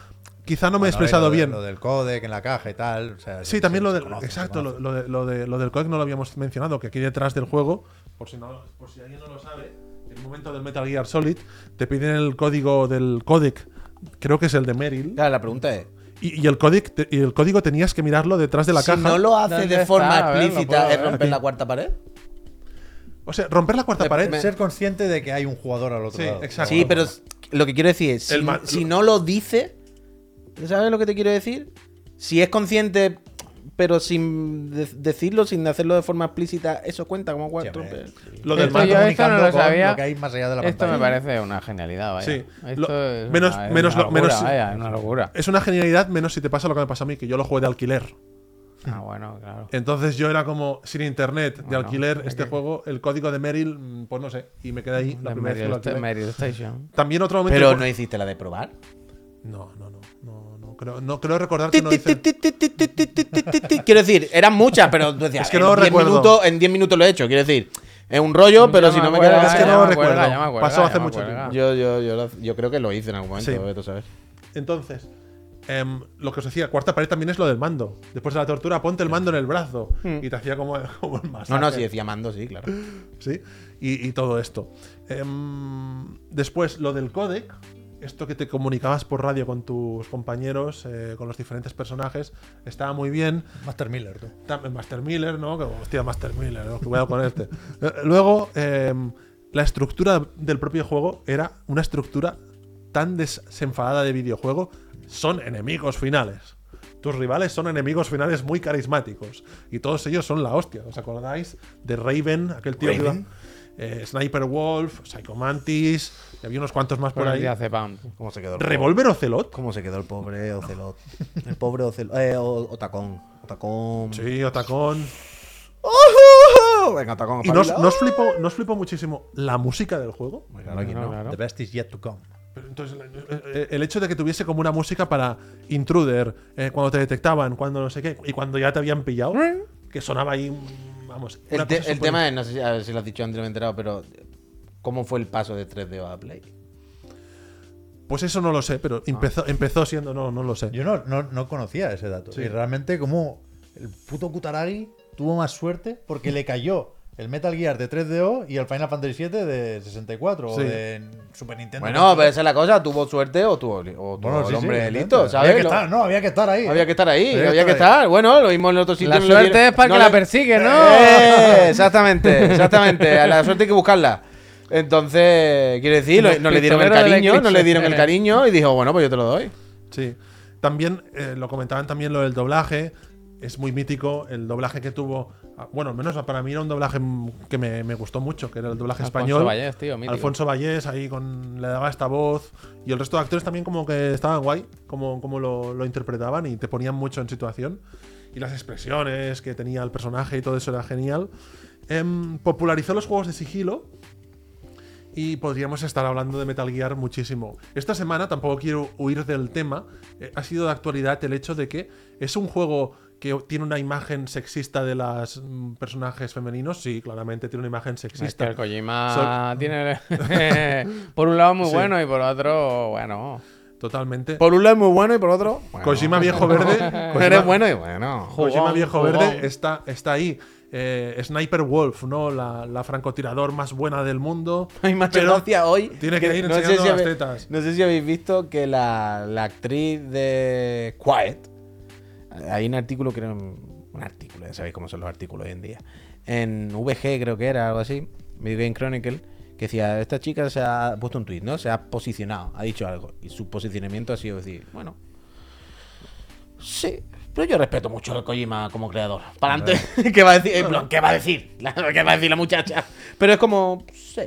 Speaker 3: Quizá no me he
Speaker 4: Bueno,
Speaker 3: expresado
Speaker 4: lo de-
Speaker 3: bien.
Speaker 4: Lo del codec en la caja y tal. o sea,
Speaker 3: Sí,
Speaker 4: se-
Speaker 3: también
Speaker 4: se-
Speaker 3: lo
Speaker 4: se
Speaker 3: del.
Speaker 4: conoce, se
Speaker 3: exacto,
Speaker 4: conoce.
Speaker 3: lo, lo de- lo de- lo del codec no lo habíamos mencionado, que aquí detrás del juego, por si, no- por si alguien no lo sabe, en el momento del Metal Gear Solid, te piden el código del codec, creo que es el de Merrill.
Speaker 2: Claro, la pregunta es.
Speaker 3: Y, y el codec te- y el código tenías que mirarlo detrás de la
Speaker 2: si
Speaker 3: caja.
Speaker 2: no lo hace de forma explícita, ¿es romper la cuarta
Speaker 3: cuarta.
Speaker 2: pared?
Speaker 3: O sea, romper la cuarta pared.
Speaker 4: Ser consciente de que hay un jugador al otro
Speaker 3: Sí,
Speaker 4: lado.
Speaker 3: exacto.
Speaker 2: Sí, pero lo que quiero decir es, si,
Speaker 3: El ma-
Speaker 2: si no lo dice, ¿sabes lo que te quiero decir? Si es consciente, pero sin de- decirlo, sin hacerlo de forma explícita, eso cuenta como cuatro.
Speaker 4: hombre.
Speaker 3: Lo del
Speaker 1: Esto
Speaker 3: mando
Speaker 1: yo esto no
Speaker 3: comunicando
Speaker 1: lo
Speaker 3: con
Speaker 1: sabía.
Speaker 4: lo que hay más allá de la
Speaker 1: esto me
Speaker 4: pantalla.
Speaker 1: parece una genialidad, vaya.
Speaker 3: Sí.
Speaker 1: Esto
Speaker 3: Lo-
Speaker 1: es
Speaker 3: menos-
Speaker 1: una, es
Speaker 3: menos
Speaker 1: una
Speaker 3: lo-
Speaker 1: locura,
Speaker 3: menos si-
Speaker 1: vaya, es una
Speaker 3: *laughs*
Speaker 1: locura.
Speaker 3: Es una genialidad, menos si te pasa lo que me pasó a mí, que yo lo jugué de alquiler.
Speaker 1: Ah, bueno, claro.
Speaker 3: Entonces yo era como sin internet, de
Speaker 1: Bueno,
Speaker 3: alquiler,
Speaker 1: hay
Speaker 3: este
Speaker 1: que-
Speaker 3: juego, el código de Merrill, mm, pues no sé, y me quedé ahí la
Speaker 1: De
Speaker 3: primera vez que
Speaker 1: Meryl
Speaker 3: lo
Speaker 1: Sta-
Speaker 3: alquilé.
Speaker 1: Meryl Station.
Speaker 3: También otro momento.
Speaker 2: Pero no hiciste la de probar.
Speaker 3: No, no, no, no, no creo, no creo recordar
Speaker 2: Ti,
Speaker 3: que no
Speaker 2: ti,
Speaker 3: hice-
Speaker 2: ti, ti, ti, ti, ti, ti, ti, ti, ti. Quiero decir, eran muchas, pero tú decías,
Speaker 3: Es que no
Speaker 2: en 10
Speaker 3: recuerdo.
Speaker 2: minutos, en 10 minutos lo he hecho. Quiero decir, es un rollo, pero
Speaker 1: Ya
Speaker 2: si no me
Speaker 1: acuerdo,
Speaker 2: queda
Speaker 3: es
Speaker 1: ya
Speaker 3: que no
Speaker 1: me
Speaker 3: lo
Speaker 1: acuerdo,
Speaker 3: recuerdo.
Speaker 1: ya me acuerdo,
Speaker 3: Pasó
Speaker 1: ya
Speaker 3: hace
Speaker 1: me
Speaker 3: mucho
Speaker 1: acuerdo.
Speaker 2: Yo, yo, yo, lo- yo creo que lo hice en algún momento,
Speaker 3: Sí.
Speaker 2: vete a saber.
Speaker 3: Entonces, em, lo que os decía, cuarta pared también es lo del mando. Después de la tortura, ponte el mando en el brazo. Y te hacía como, *laughs* como el
Speaker 2: Mm. No,
Speaker 3: masaje.
Speaker 2: no, si decía mando, sí, claro.
Speaker 3: ¿sí? Y, y todo esto. Em, después, lo del codec, esto que te comunicabas por radio con tus compañeros, eh, con los diferentes personajes, estaba muy bien.
Speaker 4: Master Miller, tú.
Speaker 3: Tam- Master Miller, ¿no? Que, hostia, Master Miller, ¿no? cuidado con este. *laughs* Eh, Luego, em, la estructura del propio juego era una estructura tan desenfadada de videojuego. Son enemigos finales. Tus rivales son enemigos finales muy carismáticos. Y todos ellos son la hostia. ¿Os acordáis de Raven, aquel tío que iba-
Speaker 4: ¿Raven?
Speaker 3: eh, Sniper Wolf, Psychomantis, y había unos cuantos más por
Speaker 1: Buenos
Speaker 3: ahí.
Speaker 1: días, Cepam.
Speaker 2: ¿Cómo se quedó? el
Speaker 3: ¿Revolver Ocelot?
Speaker 2: ¿Cómo se quedó el pobre Ocelot? El pobre Ocelot. Eh, o- Otacón. Otacón.
Speaker 3: Sí, Otacón.
Speaker 2: Venga, Otacón.
Speaker 3: Y nos,
Speaker 2: espabila.
Speaker 3: nos flipó, nos flipó muchísimo la música del juego.
Speaker 2: Claro, ¿quién no?
Speaker 4: The best is yet to come.
Speaker 3: Pero entonces, eh, el- el- el hecho de que tuviese como una música para intruder, eh, cuando te detectaban, cuando no sé qué, y cuando ya te habían pillado, que sonaba ahí, mm, vamos.
Speaker 2: El,
Speaker 3: una
Speaker 2: te-
Speaker 3: cosa
Speaker 2: el
Speaker 3: súper-
Speaker 2: tema es, no sé si, a ver si lo has dicho antes, no me he enterado, pero ¿cómo fue el paso de 3D a Play?
Speaker 3: Pues eso no lo sé, pero empezó, empezó siendo, no, no lo sé.
Speaker 4: Yo no, no, no conocía ese dato.
Speaker 3: Sí.
Speaker 4: Y realmente como el puto Kutaragi tuvo más suerte porque le cayó el Metal Gear de 3DO y el Final Fantasy VII de 64
Speaker 2: Sí.
Speaker 4: o de Super Nintendo.
Speaker 2: Bueno, pero esa es la cosa. Tuvo suerte o tuvo, o tuvo
Speaker 4: Bueno, sí,
Speaker 2: el
Speaker 4: sí,
Speaker 2: hombre
Speaker 4: evidente.
Speaker 2: listo, ¿sabes?
Speaker 4: Había que
Speaker 2: Lo-
Speaker 4: estar, no, había que estar ahí.
Speaker 2: *laughs* Había que estar ahí, había, que estar. Bueno, lo mismo en otro sitio.
Speaker 1: La
Speaker 2: no lo
Speaker 1: suerte
Speaker 2: tiene-
Speaker 1: es para
Speaker 2: no
Speaker 1: que
Speaker 2: le-
Speaker 1: la persigue, ¿no?
Speaker 2: Eh, exactamente, exactamente. A la suerte hay que buscarla. Entonces, quiero decir, lo- no le dieron el
Speaker 1: Pistolero de
Speaker 2: cariño, no
Speaker 1: Electric
Speaker 2: le dieron el
Speaker 1: Sheep.
Speaker 2: cariño y dijo, bueno, pues yo te lo doy.
Speaker 3: Sí. También eh, lo comentaban también lo del doblaje. Es muy mítico el doblaje que tuvo. ah, Bueno, al menos para mí era un doblaje mm, que me, me gustó mucho, que era el doblaje
Speaker 1: Alfonso
Speaker 3: español.
Speaker 1: Vallés, tío, mítico.
Speaker 3: Alfonso Vallés ahí con le daba esta voz. Y el resto de actores también como que estaban guay, como, como lo, lo interpretaban y te ponían mucho en situación. Y las expresiones que tenía el personaje y todo eso era genial. Em, popularizó los juegos de sigilo. Y podríamos estar hablando de Metal Gear muchísimo. Esta semana tampoco quiero huir del tema. eh, ha sido de actualidad el hecho de que es un juego que tiene una imagen sexista de los personajes femeninos. Sí, claramente tiene una imagen
Speaker 1: Es
Speaker 3: sexista.
Speaker 1: que el Kojima
Speaker 3: Sol-
Speaker 1: tiene. *laughs* por un lado muy
Speaker 3: Sí.
Speaker 1: bueno y por otro, bueno.
Speaker 3: Totalmente.
Speaker 2: Por un lado es muy bueno y por otro. bueno.
Speaker 3: Kojima viejo verde.
Speaker 2: No
Speaker 3: Kojima-
Speaker 2: eres bueno y bueno.
Speaker 3: pues Kojima
Speaker 1: Jugón,
Speaker 3: viejo
Speaker 1: jugón.
Speaker 3: verde está, está ahí. Eh, Sniper Wolf, ¿no? La, la francotirador más buena
Speaker 2: *laughs*
Speaker 3: del mundo.
Speaker 2: Hay más
Speaker 3: Pero
Speaker 2: gracia hoy.
Speaker 3: Tiene que, ir
Speaker 2: no sé,
Speaker 3: enseñando
Speaker 2: si
Speaker 3: las
Speaker 2: habe-
Speaker 3: tetas.
Speaker 2: no sé si habéis visto que la, la actriz de Quiet. Hay un artículo, creo. Un artículo, ya sabéis cómo son los artículos hoy en día. En VG, creo que era, algo así. Video Game Chronicle. Que decía, esta chica se ha puesto un tweet, ¿no? Se ha posicionado, ha dicho algo. Y su posicionamiento ha sido decir, bueno. Sí, pero yo respeto mucho al Kojima como creador. Para adelante, *laughs* ¿qué va a decir? En plan, ¿Qué va a decir? La- ¿Qué va a decir la muchacha? Pero es como, sí,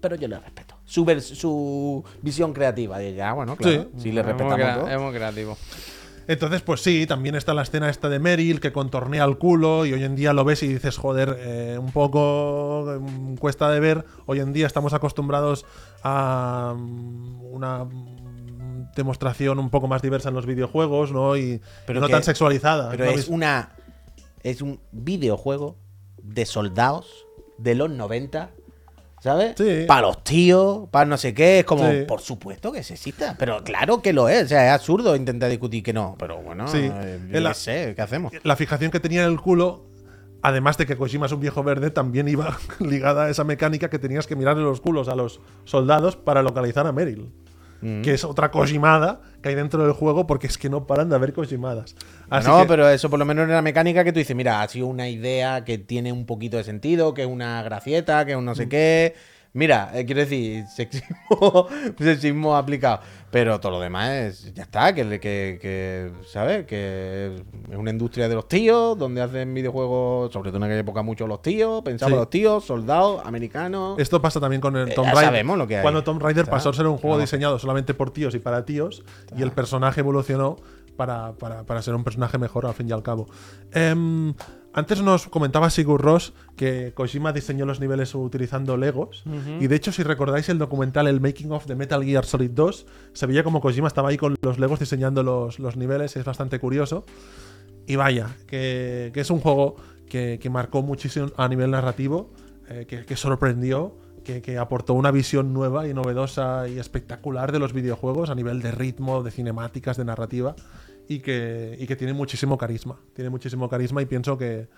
Speaker 2: pero yo le respeto. Su, vers- su visión creativa. Y ya, bueno, claro.
Speaker 3: Sí. eh,
Speaker 2: Sí, le respetamos
Speaker 1: es, muy
Speaker 2: todo.
Speaker 1: crea- es muy creativo.
Speaker 3: Entonces, pues sí, también está la escena esta de Meryl que contornea el culo y hoy en día lo ves y dices, joder, eh, un poco mm, cuesta de ver. Hoy en día estamos acostumbrados a mm, una mm, demostración un poco más diversa en los videojuegos, ¿no? Y
Speaker 2: Pero
Speaker 3: no
Speaker 2: que-
Speaker 3: tan sexualizada.
Speaker 2: Pero
Speaker 3: ¿no?
Speaker 2: es una. Es un videojuego de soldados de los 90. ¿Sabes?
Speaker 3: Sí.
Speaker 2: Para los tíos, para no sé qué. Es como,
Speaker 3: Sí.
Speaker 2: por supuesto que se exista. Pero claro que lo es. O sea, es absurdo intentar discutir que no. Pero bueno,
Speaker 3: Sí.
Speaker 2: eh, yo
Speaker 3: En la-
Speaker 2: qué sé, ¿qué hacemos?
Speaker 3: la fijación que tenía en el culo, además de que Kojima es un viejo verde, también iba *laughs* ligada a esa mecánica que tenías que mirarle los culos a los soldados para localizar a Meryl.
Speaker 2: Mm.
Speaker 3: Que es otra Kojimada que hay dentro del juego porque es que no paran de haber Kojimadas.
Speaker 1: Ah,
Speaker 3: Así
Speaker 2: no,
Speaker 3: que-
Speaker 2: pero eso por lo menos era la mecánica que tú dices, mira, ha sido una idea que tiene un poquito de sentido, que es una gracieta, que es un no sé
Speaker 1: Mm.
Speaker 2: qué. Mira, eh, quiero decir, *laughs* sexismo, sexismo aplicado. Pero todo lo demás es- ya está, que, que, que, ¿sabes? Que es una industria de los tíos, donde hacen videojuegos, sobre todo en aquella época, mucho los tíos, pensaba
Speaker 3: Sí.
Speaker 2: los tíos, soldados, americanos.
Speaker 3: Esto pasa también con el
Speaker 2: Eh,
Speaker 3: Tomb
Speaker 2: ya
Speaker 3: Raider.
Speaker 2: sabemos lo que hay.
Speaker 3: Cuando Tomb Raider
Speaker 2: Está.
Speaker 3: pasó a ser un juego
Speaker 2: Claro.
Speaker 3: diseñado solamente por tíos y para tíos, y el personaje evolucionó para, para- para ser un personaje mejor al fin y al cabo. Em, antes nos comentaba Sigur Ross que Kojima diseñó los niveles utilizando Legos. Y de hecho, si recordáis el documental El Making of de Metal Gear Solid 2, se veía como Kojima estaba ahí con los Legos diseñando los, los niveles. Es bastante curioso. Y vaya, que, que es un juego que, que marcó muchísimo a nivel narrativo, eh, que, que sorprendió, que, que aportó una visión nueva y novedosa y espectacular de los videojuegos a nivel de ritmo, de cinemáticas, de narrativa, y que, y que tiene muchísimo carisma. Tiene muchísimo carisma y pienso que,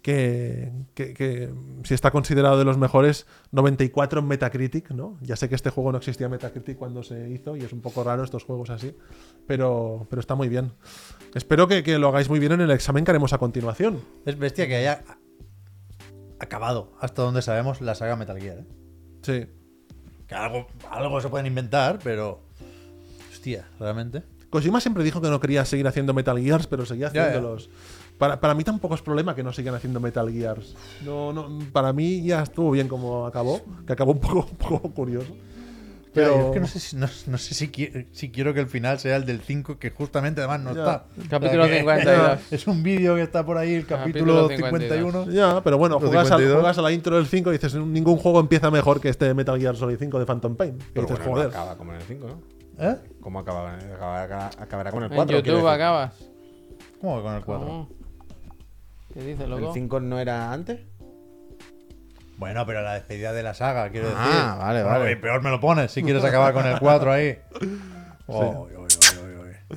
Speaker 3: que, que- que si está considerado de los mejores, 94 en Metacritic, ¿no? Ya sé que este juego no existía Metacritic cuando se hizo y es un poco raro estos juegos así, pero, pero está muy bien. Espero que, que lo hagáis muy bien en el examen que haremos a continuación.
Speaker 4: Es bestia que haya acabado hasta donde sabemos la saga Metal Gear. ¿eh?
Speaker 3: Sí.
Speaker 4: Que algo, algo se pueden inventar, pero. Hostia, realmente.
Speaker 3: Kojima siempre dijo que no quería seguir haciendo Metal Gears, pero seguía
Speaker 4: Ya, ya.
Speaker 3: haciéndolos. Para, para mí tampoco es problema que no sigan haciendo Metal Gears. No, no, para mí ya estuvo bien como acabó, que acabó un poco, *laughs* un poco curioso.
Speaker 4: Pero
Speaker 3: Pero
Speaker 4: es que no sé, si, no, no sé si, qui- si quiero que el final sea el del 5, que justamente además no
Speaker 3: Ya.
Speaker 4: está.
Speaker 1: Capítulo
Speaker 4: que-
Speaker 1: 52.
Speaker 4: *laughs* Es un vídeo que está por ahí, el
Speaker 1: Capítulo
Speaker 4: capítulo,
Speaker 1: 52.
Speaker 4: 51.
Speaker 3: Ya, pero bueno,
Speaker 4: Los
Speaker 3: juegas, al-
Speaker 4: 52.
Speaker 3: juegas a la intro del 5 y dices, ningún juego empieza mejor que este Metal Gear Solid 5 de Phantom Pain. Y
Speaker 2: Pero
Speaker 3: dices,
Speaker 2: bueno, no
Speaker 3: joder.
Speaker 2: acaba como en el 5, ¿no?
Speaker 4: ¿Eh?
Speaker 2: ¿Cómo acaba? Acabará, acabará con el
Speaker 1: En
Speaker 2: 4.
Speaker 1: YouTube acabas.
Speaker 4: ¿Cómo que con el 4?
Speaker 1: ¿Qué dices,
Speaker 2: ¿El
Speaker 1: loco?
Speaker 2: 5 no era antes?
Speaker 4: Bueno, pero la despedida de la saga, quiero decir.
Speaker 2: Ah, vale,
Speaker 4: Bueno,
Speaker 2: vale.
Speaker 4: y peor me lo pones si quieres acabar con el 4
Speaker 2: *laughs*
Speaker 4: ahí. Oh, oy, oy, oy, oy.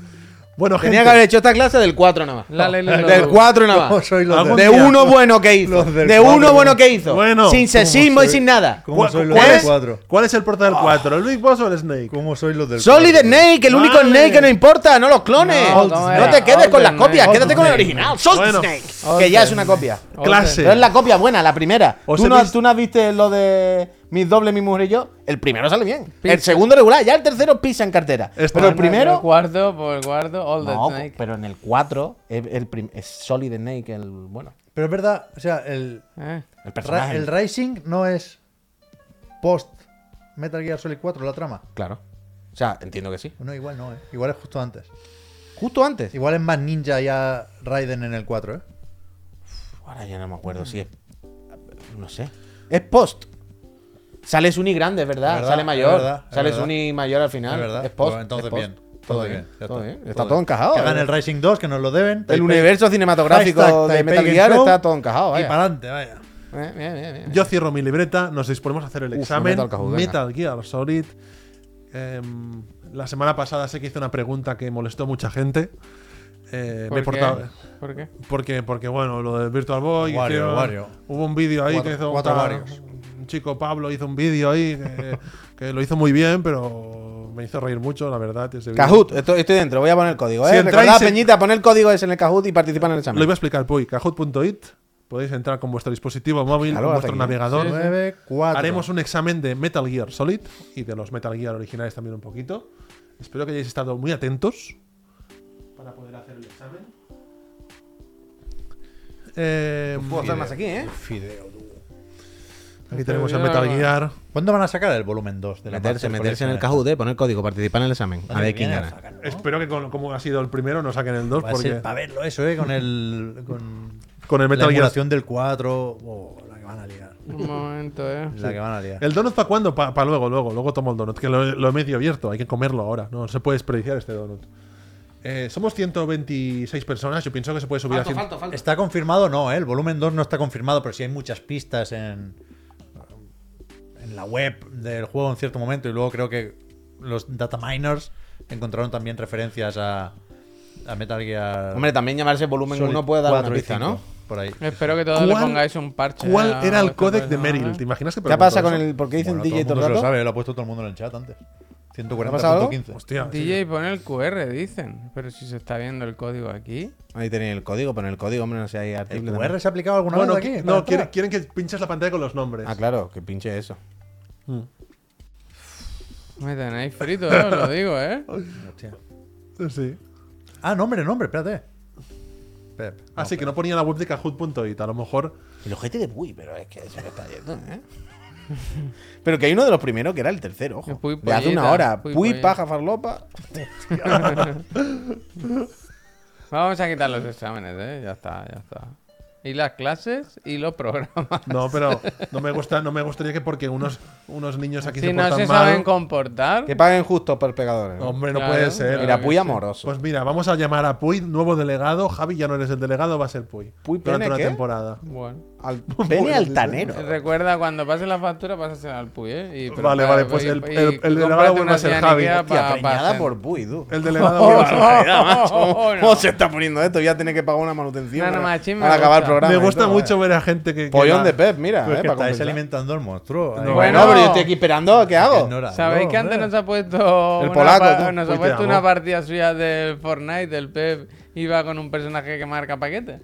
Speaker 3: Bueno,
Speaker 2: Tenía
Speaker 3: gente.
Speaker 2: que haber hecho esta clase del 4 nada más.
Speaker 1: La ley lo
Speaker 2: Del
Speaker 1: logra.
Speaker 2: 4 nada
Speaker 4: ¿Cómo
Speaker 2: más.
Speaker 4: soy los
Speaker 3: Algún
Speaker 2: De
Speaker 3: día.
Speaker 2: uno bueno que hizo.
Speaker 4: Los del
Speaker 2: De
Speaker 4: cuatro,
Speaker 2: uno
Speaker 4: ¿no?
Speaker 2: bueno que hizo.
Speaker 3: Bueno.
Speaker 2: sin sexismo y
Speaker 4: soy?
Speaker 2: sin nada.
Speaker 4: ¿Cómo
Speaker 3: ¿Cuál,
Speaker 4: soy los
Speaker 3: cuál
Speaker 4: del
Speaker 3: es,
Speaker 4: 4?
Speaker 3: ¿Cuál es el porta del 4? ¿El Big Boss o el Snake?
Speaker 4: ¿Cómo soy los del
Speaker 2: Solid
Speaker 4: 4?
Speaker 2: Snake, el único
Speaker 3: Vale.
Speaker 2: Snake que no importa, no los clones.
Speaker 1: No,
Speaker 2: No,
Speaker 1: ¿cómo era?
Speaker 2: te quedes con las
Speaker 1: Alternate.
Speaker 2: copias, quédate con el original. Solid
Speaker 3: Bueno.
Speaker 2: Snake, que ya es una copia.
Speaker 3: Clase.
Speaker 2: Pero es la copia buena, la primera.
Speaker 3: ¿Os
Speaker 2: ¿Tú
Speaker 3: he
Speaker 2: no,
Speaker 3: visto-
Speaker 2: tú no has visto lo de mis doble, mi mujer y yo. El primero sale bien.
Speaker 1: Pisa.
Speaker 2: El segundo regular, ya el tercero pisa en cartera.
Speaker 3: Este-
Speaker 2: Pero el
Speaker 1: Por
Speaker 2: primero.
Speaker 1: cuarto, por cuarto, All the
Speaker 2: No,
Speaker 1: Snake.
Speaker 2: pero en el 4 es, el prim- es Solid Snake el bueno.
Speaker 4: Pero es verdad, o sea, el,
Speaker 1: Eh.
Speaker 2: El
Speaker 4: ra-
Speaker 2: personaje.
Speaker 4: el Rising no es post Metal Gear Solid 4, la trama.
Speaker 2: Claro. O sea, entiendo que sí.
Speaker 4: No, igual no, ¿eh? Igual es justo antes.
Speaker 2: Justo antes.
Speaker 4: Igual es más ninja ya Raiden en el 4, ¿eh?
Speaker 2: Ahora ya no me acuerdo si es. No sé. Es post. Sale Suni grande, es verdad.
Speaker 4: Es verdad,
Speaker 2: sale
Speaker 4: es
Speaker 2: mayor.
Speaker 4: verdad, es
Speaker 2: sale
Speaker 4: verdad.
Speaker 2: Suni mayor al final.
Speaker 4: Es verdad.
Speaker 2: Es post.
Speaker 4: Bueno, entonces
Speaker 2: es post.
Speaker 4: bien. Todo bien. ya
Speaker 2: Todo bien. Está
Speaker 4: Todo
Speaker 2: todo
Speaker 4: bien.
Speaker 2: encajado.
Speaker 4: Que gane
Speaker 2: eh.
Speaker 4: el Rising 2, que nos lo deben.
Speaker 2: El
Speaker 4: Taipei-
Speaker 2: universo cinematográfico
Speaker 4: Hashtag
Speaker 2: de
Speaker 4: Taipei
Speaker 2: Metal
Speaker 4: Game
Speaker 2: Gear
Speaker 4: Show.
Speaker 2: está todo encajado.
Speaker 4: Y
Speaker 2: vaya.
Speaker 4: para adelante, vaya.
Speaker 2: Bien, bien, bien, bien.
Speaker 3: Yo cierro mi libreta, nos disponemos a hacer el
Speaker 2: Uf,
Speaker 3: examen.
Speaker 2: Metal Cajudena.
Speaker 3: Metal Gear Solid. Em, la semana pasada sé que hice una pregunta que molestó a mucha gente. Eh, me he portado-
Speaker 1: ¿Por
Speaker 2: *laughs*
Speaker 1: qué?
Speaker 3: Porque, porque, bueno, lo de Virtual Boy.
Speaker 4: Wario,
Speaker 3: hicieron-
Speaker 4: Wario.
Speaker 3: Hubo un vídeo ahí
Speaker 4: Cuatro-
Speaker 3: que hizo.
Speaker 4: cuatro
Speaker 3: ah,
Speaker 4: Warios.
Speaker 3: Un chico, Pablo, hizo un vídeo ahí que, que lo hizo muy bien, pero me hizo reír mucho, la verdad. ese vídeo.
Speaker 2: Cajut, estoy, estoy dentro, voy a poner el código.
Speaker 3: Si
Speaker 2: eh.
Speaker 3: entráis
Speaker 2: Recordad,
Speaker 3: en-
Speaker 2: Peñita, poner el código ese en el Cajut y participar en el
Speaker 3: Lo
Speaker 2: examen.
Speaker 3: iba a explicar, Puy. Cajut.it. Podéis entrar con vuestro dispositivo móvil,
Speaker 2: Claro,
Speaker 3: con
Speaker 2: hace
Speaker 3: vuestro
Speaker 2: aquí.
Speaker 3: navegador.
Speaker 4: 9, 4.
Speaker 3: Haremos un examen de Metal Gear Solid y de los Metal Gear originales también un poquito. Espero que hayáis estado muy atentos para poder hacer el examen. Eh,
Speaker 2: Puedo hacer más aquí, ¿eh?
Speaker 4: Fideo. tú.
Speaker 3: aquí tenemos el Metal Gear.
Speaker 4: ¿Cuándo van a sacar el volumen 2 de la
Speaker 2: Meterse,
Speaker 4: Master
Speaker 2: meterse en el
Speaker 4: Collection
Speaker 2: Cajut, eh. Poner el código, participar en el examen.
Speaker 4: esta?
Speaker 2: A ver quién
Speaker 4: Viene
Speaker 2: gana.
Speaker 4: sacar, ¿no?
Speaker 3: Espero que con- como ha sido el primero no saquen el 2
Speaker 4: Va a ser
Speaker 3: porque
Speaker 4: para verlo eso, ¿eh? Con el, con
Speaker 3: con el Metal
Speaker 4: la
Speaker 3: Gear.
Speaker 4: emulación del 4. Oh, la que van a liar.
Speaker 1: Un momento, eh.
Speaker 4: La que van a liar.
Speaker 3: El donut para cuándo? Para luego, luego, luego tomo el donut, que lo, lo he medio abierto, hay que comerlo ahora, no se puede desperdiciar este donut. Eh, somos 126 personas, yo pienso que se puede subir a 100
Speaker 4: ¿Está confirmado? No, ¿eh? el volumen 2 no está confirmado, pero sí hay muchas pistas en, en la web del juego en cierto momento. Y luego creo que los data miners encontraron también referencias a, a Metal Gear.
Speaker 2: Hombre, también llamarse volumen
Speaker 4: Solid
Speaker 2: 1 puede dar una
Speaker 4: 4 y
Speaker 2: pista,
Speaker 4: 5,
Speaker 2: ¿no?
Speaker 4: Por ahí.
Speaker 1: Espero que todos le
Speaker 3: ¿Cuál-
Speaker 1: pongáis un parche.
Speaker 3: ¿Cuál
Speaker 1: a
Speaker 3: era el
Speaker 1: vuestra
Speaker 3: códec de
Speaker 1: persona,
Speaker 3: Merrill?
Speaker 1: eh?
Speaker 3: ¿Te imaginas que
Speaker 2: ¿Qué pasa
Speaker 3: preguntó
Speaker 2: con
Speaker 3: eso?
Speaker 2: el. ¿Por qué dicen
Speaker 4: Bueno,
Speaker 2: DJ
Speaker 4: todo
Speaker 2: todo el
Speaker 4: el mundo se lo
Speaker 2: rato?
Speaker 4: sabe, lo ha puesto todo el mundo en el chat antes.
Speaker 2: pasado algo?
Speaker 4: 140.15.
Speaker 3: Hostia,
Speaker 1: DJ, pon el QR, dicen. Pero si se está viendo el código aquí.
Speaker 2: Ahí tenéis el código, poner el código, hombre, no sé, hay
Speaker 4: ¿El
Speaker 2: artículo.
Speaker 4: QR
Speaker 2: también.
Speaker 4: se ha aplicado alguna
Speaker 3: Bueno,
Speaker 4: vez aquí?
Speaker 3: qui-
Speaker 4: para
Speaker 3: no, quieren,
Speaker 4: entrar?
Speaker 3: quieren que pinches la pantalla con los nombres.
Speaker 2: Ah, claro, que pinche eso.
Speaker 1: Me tenéis frito, eh, os lo digo, eh.
Speaker 4: Hostia.
Speaker 3: Sí.
Speaker 4: Ah, nombre, nombre,
Speaker 2: Eh,
Speaker 4: espérate. Espera.
Speaker 3: Así Ah, que no ponía la web de Kahoot.it, a lo mejor.
Speaker 2: El ojete de Puy, pero es que se me está yendo, ¿eh? *laughs* pero que hay uno de los primeros que era el tercero,
Speaker 1: El
Speaker 2: ojo.
Speaker 1: Puy
Speaker 2: de hace
Speaker 1: pollita,
Speaker 2: una hora.
Speaker 1: Puy
Speaker 2: Puy,
Speaker 1: pollita.
Speaker 2: paja, farlopa.
Speaker 1: Vamos a quitar los exámenes, eh. Ya está, ya está. Y las clases y los
Speaker 3: *laughs*
Speaker 1: programas.
Speaker 2: *laughs*
Speaker 3: No, pero no me gusta, no me gustaría que porque unos, unos niños aquí
Speaker 1: Si
Speaker 3: se
Speaker 1: no
Speaker 3: portan
Speaker 1: se
Speaker 3: mal.
Speaker 1: saben comportar.
Speaker 2: Que paguen justo por pegadores.
Speaker 3: Hombre, no
Speaker 1: Claro,
Speaker 3: puede ser.
Speaker 1: claro.
Speaker 2: Mira,
Speaker 1: que
Speaker 2: Puy
Speaker 1: sí.
Speaker 2: amoroso.
Speaker 3: Pues mira, vamos a llamar a Puy, nuevo delegado. Javi, ya no eres el delegado, va a ser Puy.
Speaker 2: Puy
Speaker 3: durante
Speaker 2: pene,
Speaker 3: una
Speaker 2: ¿qué?
Speaker 3: temporada.
Speaker 1: Bueno. *laughs*
Speaker 2: Al...
Speaker 1: pues,
Speaker 2: Pene altanero.
Speaker 1: Recuerda, cuando pase la factura, pásasela al Puy, ¿eh? Y,
Speaker 3: Vale, vale, pues el- el- el delegado vuelve a ser Javi.
Speaker 2: Hostia, preñada por
Speaker 1: *laughs*
Speaker 2: Puy, tú.
Speaker 3: El
Speaker 2: *laughs*
Speaker 3: delegado. va a ser-
Speaker 1: Oh, no.
Speaker 2: ¿Cómo se está poniendo esto? Voy a tener que pagar una manutención
Speaker 1: No, no,
Speaker 2: para-
Speaker 1: machín, me
Speaker 2: para acabar
Speaker 1: gusta.
Speaker 2: el programa.
Speaker 3: me
Speaker 2: y
Speaker 3: gusta
Speaker 2: todo,
Speaker 3: mucho
Speaker 2: vaya.
Speaker 3: ver a gente que. que
Speaker 2: Pollón
Speaker 3: va-
Speaker 2: de Pep, mira.
Speaker 1: pues
Speaker 4: Pero es
Speaker 2: eh,
Speaker 4: que
Speaker 2: para
Speaker 4: estáis
Speaker 2: compensar.
Speaker 4: alimentando al monstruo. Ahí.
Speaker 3: No,
Speaker 1: Bueno.
Speaker 2: No, pero yo estoy aquí esperando. ¿Qué hago?
Speaker 4: Ignora,
Speaker 1: ¿Sabéis
Speaker 4: no,
Speaker 1: que antes
Speaker 4: hombre.
Speaker 1: nos ha puesto.
Speaker 2: El
Speaker 1: una
Speaker 2: polaco,
Speaker 1: pa-
Speaker 2: tú.
Speaker 1: Nos ha
Speaker 3: Uy, te
Speaker 1: puesto
Speaker 3: amo.
Speaker 1: una partida suya del Fortnite, del Pep. Iba con un personaje que marca paquetes.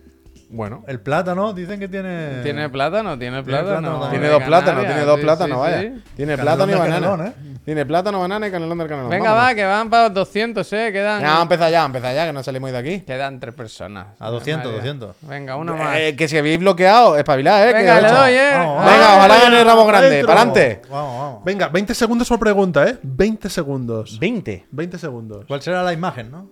Speaker 2: Bueno.
Speaker 4: El plátano, dicen que Eh. tiene.
Speaker 1: ¿Tiene plátano? ¿Tiene
Speaker 4: plátano
Speaker 1: plátano?
Speaker 4: también.
Speaker 2: Tiene
Speaker 1: de
Speaker 2: dos plátanos,
Speaker 1: Canarias,
Speaker 2: tiene dos
Speaker 1: sí,
Speaker 2: plátanos,
Speaker 1: sí,
Speaker 2: vaya.
Speaker 1: sí.
Speaker 2: Tiene
Speaker 4: Canelón
Speaker 2: plátano y
Speaker 4: del
Speaker 2: banana.
Speaker 4: canelón, ¿eh?
Speaker 2: Tiene plátano, banana y canelón del canelón.
Speaker 1: Venga, va,
Speaker 2: Vámonos.
Speaker 1: que van para 200, ¿eh? Quedan.
Speaker 2: Ya, empezar ya, empezar ya, que no salimos de aquí.
Speaker 1: Quedan tres personas.
Speaker 4: A 200,
Speaker 1: Madre.
Speaker 4: 200.
Speaker 1: Venga, una más.
Speaker 2: Eh, que si habéis bloqueado, espabilad, eh. que
Speaker 1: Venga,
Speaker 2: de
Speaker 1: le
Speaker 2: hecho.
Speaker 1: doy, eh.
Speaker 4: Vamos,
Speaker 1: Ah,
Speaker 2: Venga, ojalá gane el ramo grande.
Speaker 3: Dentro.
Speaker 2: Para adelante.
Speaker 4: Vamos, vamos.
Speaker 3: Venga, 20 segundos por pregunta, ¿eh? 20 segundos.
Speaker 2: 20.
Speaker 3: 20 segundos.
Speaker 4: ¿Cuál será la imagen, no?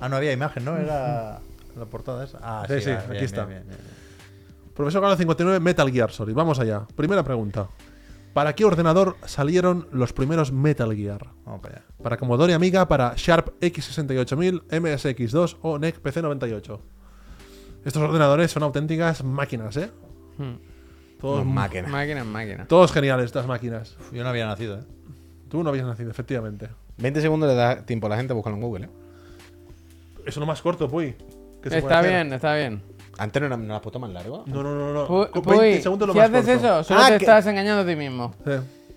Speaker 4: Ah, no había imagen, ¿no? Era la portada esa. Ah,
Speaker 3: Sí,
Speaker 4: sí,
Speaker 3: sí,
Speaker 4: ah,
Speaker 3: aquí
Speaker 4: bien,
Speaker 3: está.
Speaker 4: bien, bien, bien.
Speaker 3: Profesor Galo 59, Metal Gear Solid. Vamos allá. Primera pregunta. ¿Para qué ordenador salieron los primeros Metal Gear?
Speaker 4: Vamos para allá.
Speaker 3: Para Commodore Amiga, para Sharp X68000, MSX2 o E NEC PC98. Estos ordenadores son auténticas máquinas, ¿eh?
Speaker 2: Pues
Speaker 3: Todos
Speaker 2: máquinas.
Speaker 1: Máquinas, máquinas.
Speaker 3: Todos geniales, estas máquinas.
Speaker 4: Yo no había nacido, ¿eh?
Speaker 3: Tú no habías nacido, efectivamente.
Speaker 2: 20 segundos le da tiempo a la gente a buscarlo en Google, ¿eh?
Speaker 3: Eso no más corto, Puy. ¿Qué se puede
Speaker 1: Está
Speaker 3: hacer?
Speaker 1: bien, está bien.
Speaker 2: Antes no, era- no la has puesto más largo.
Speaker 3: No, no, no. no.
Speaker 1: Pu-
Speaker 3: Con
Speaker 1: Puy,
Speaker 3: 20 segundos lo
Speaker 1: si
Speaker 3: más
Speaker 1: haces
Speaker 3: corto.
Speaker 1: eso, solo
Speaker 2: Ah,
Speaker 1: te
Speaker 2: que-
Speaker 1: estás engañando a ti mismo.
Speaker 3: Sí.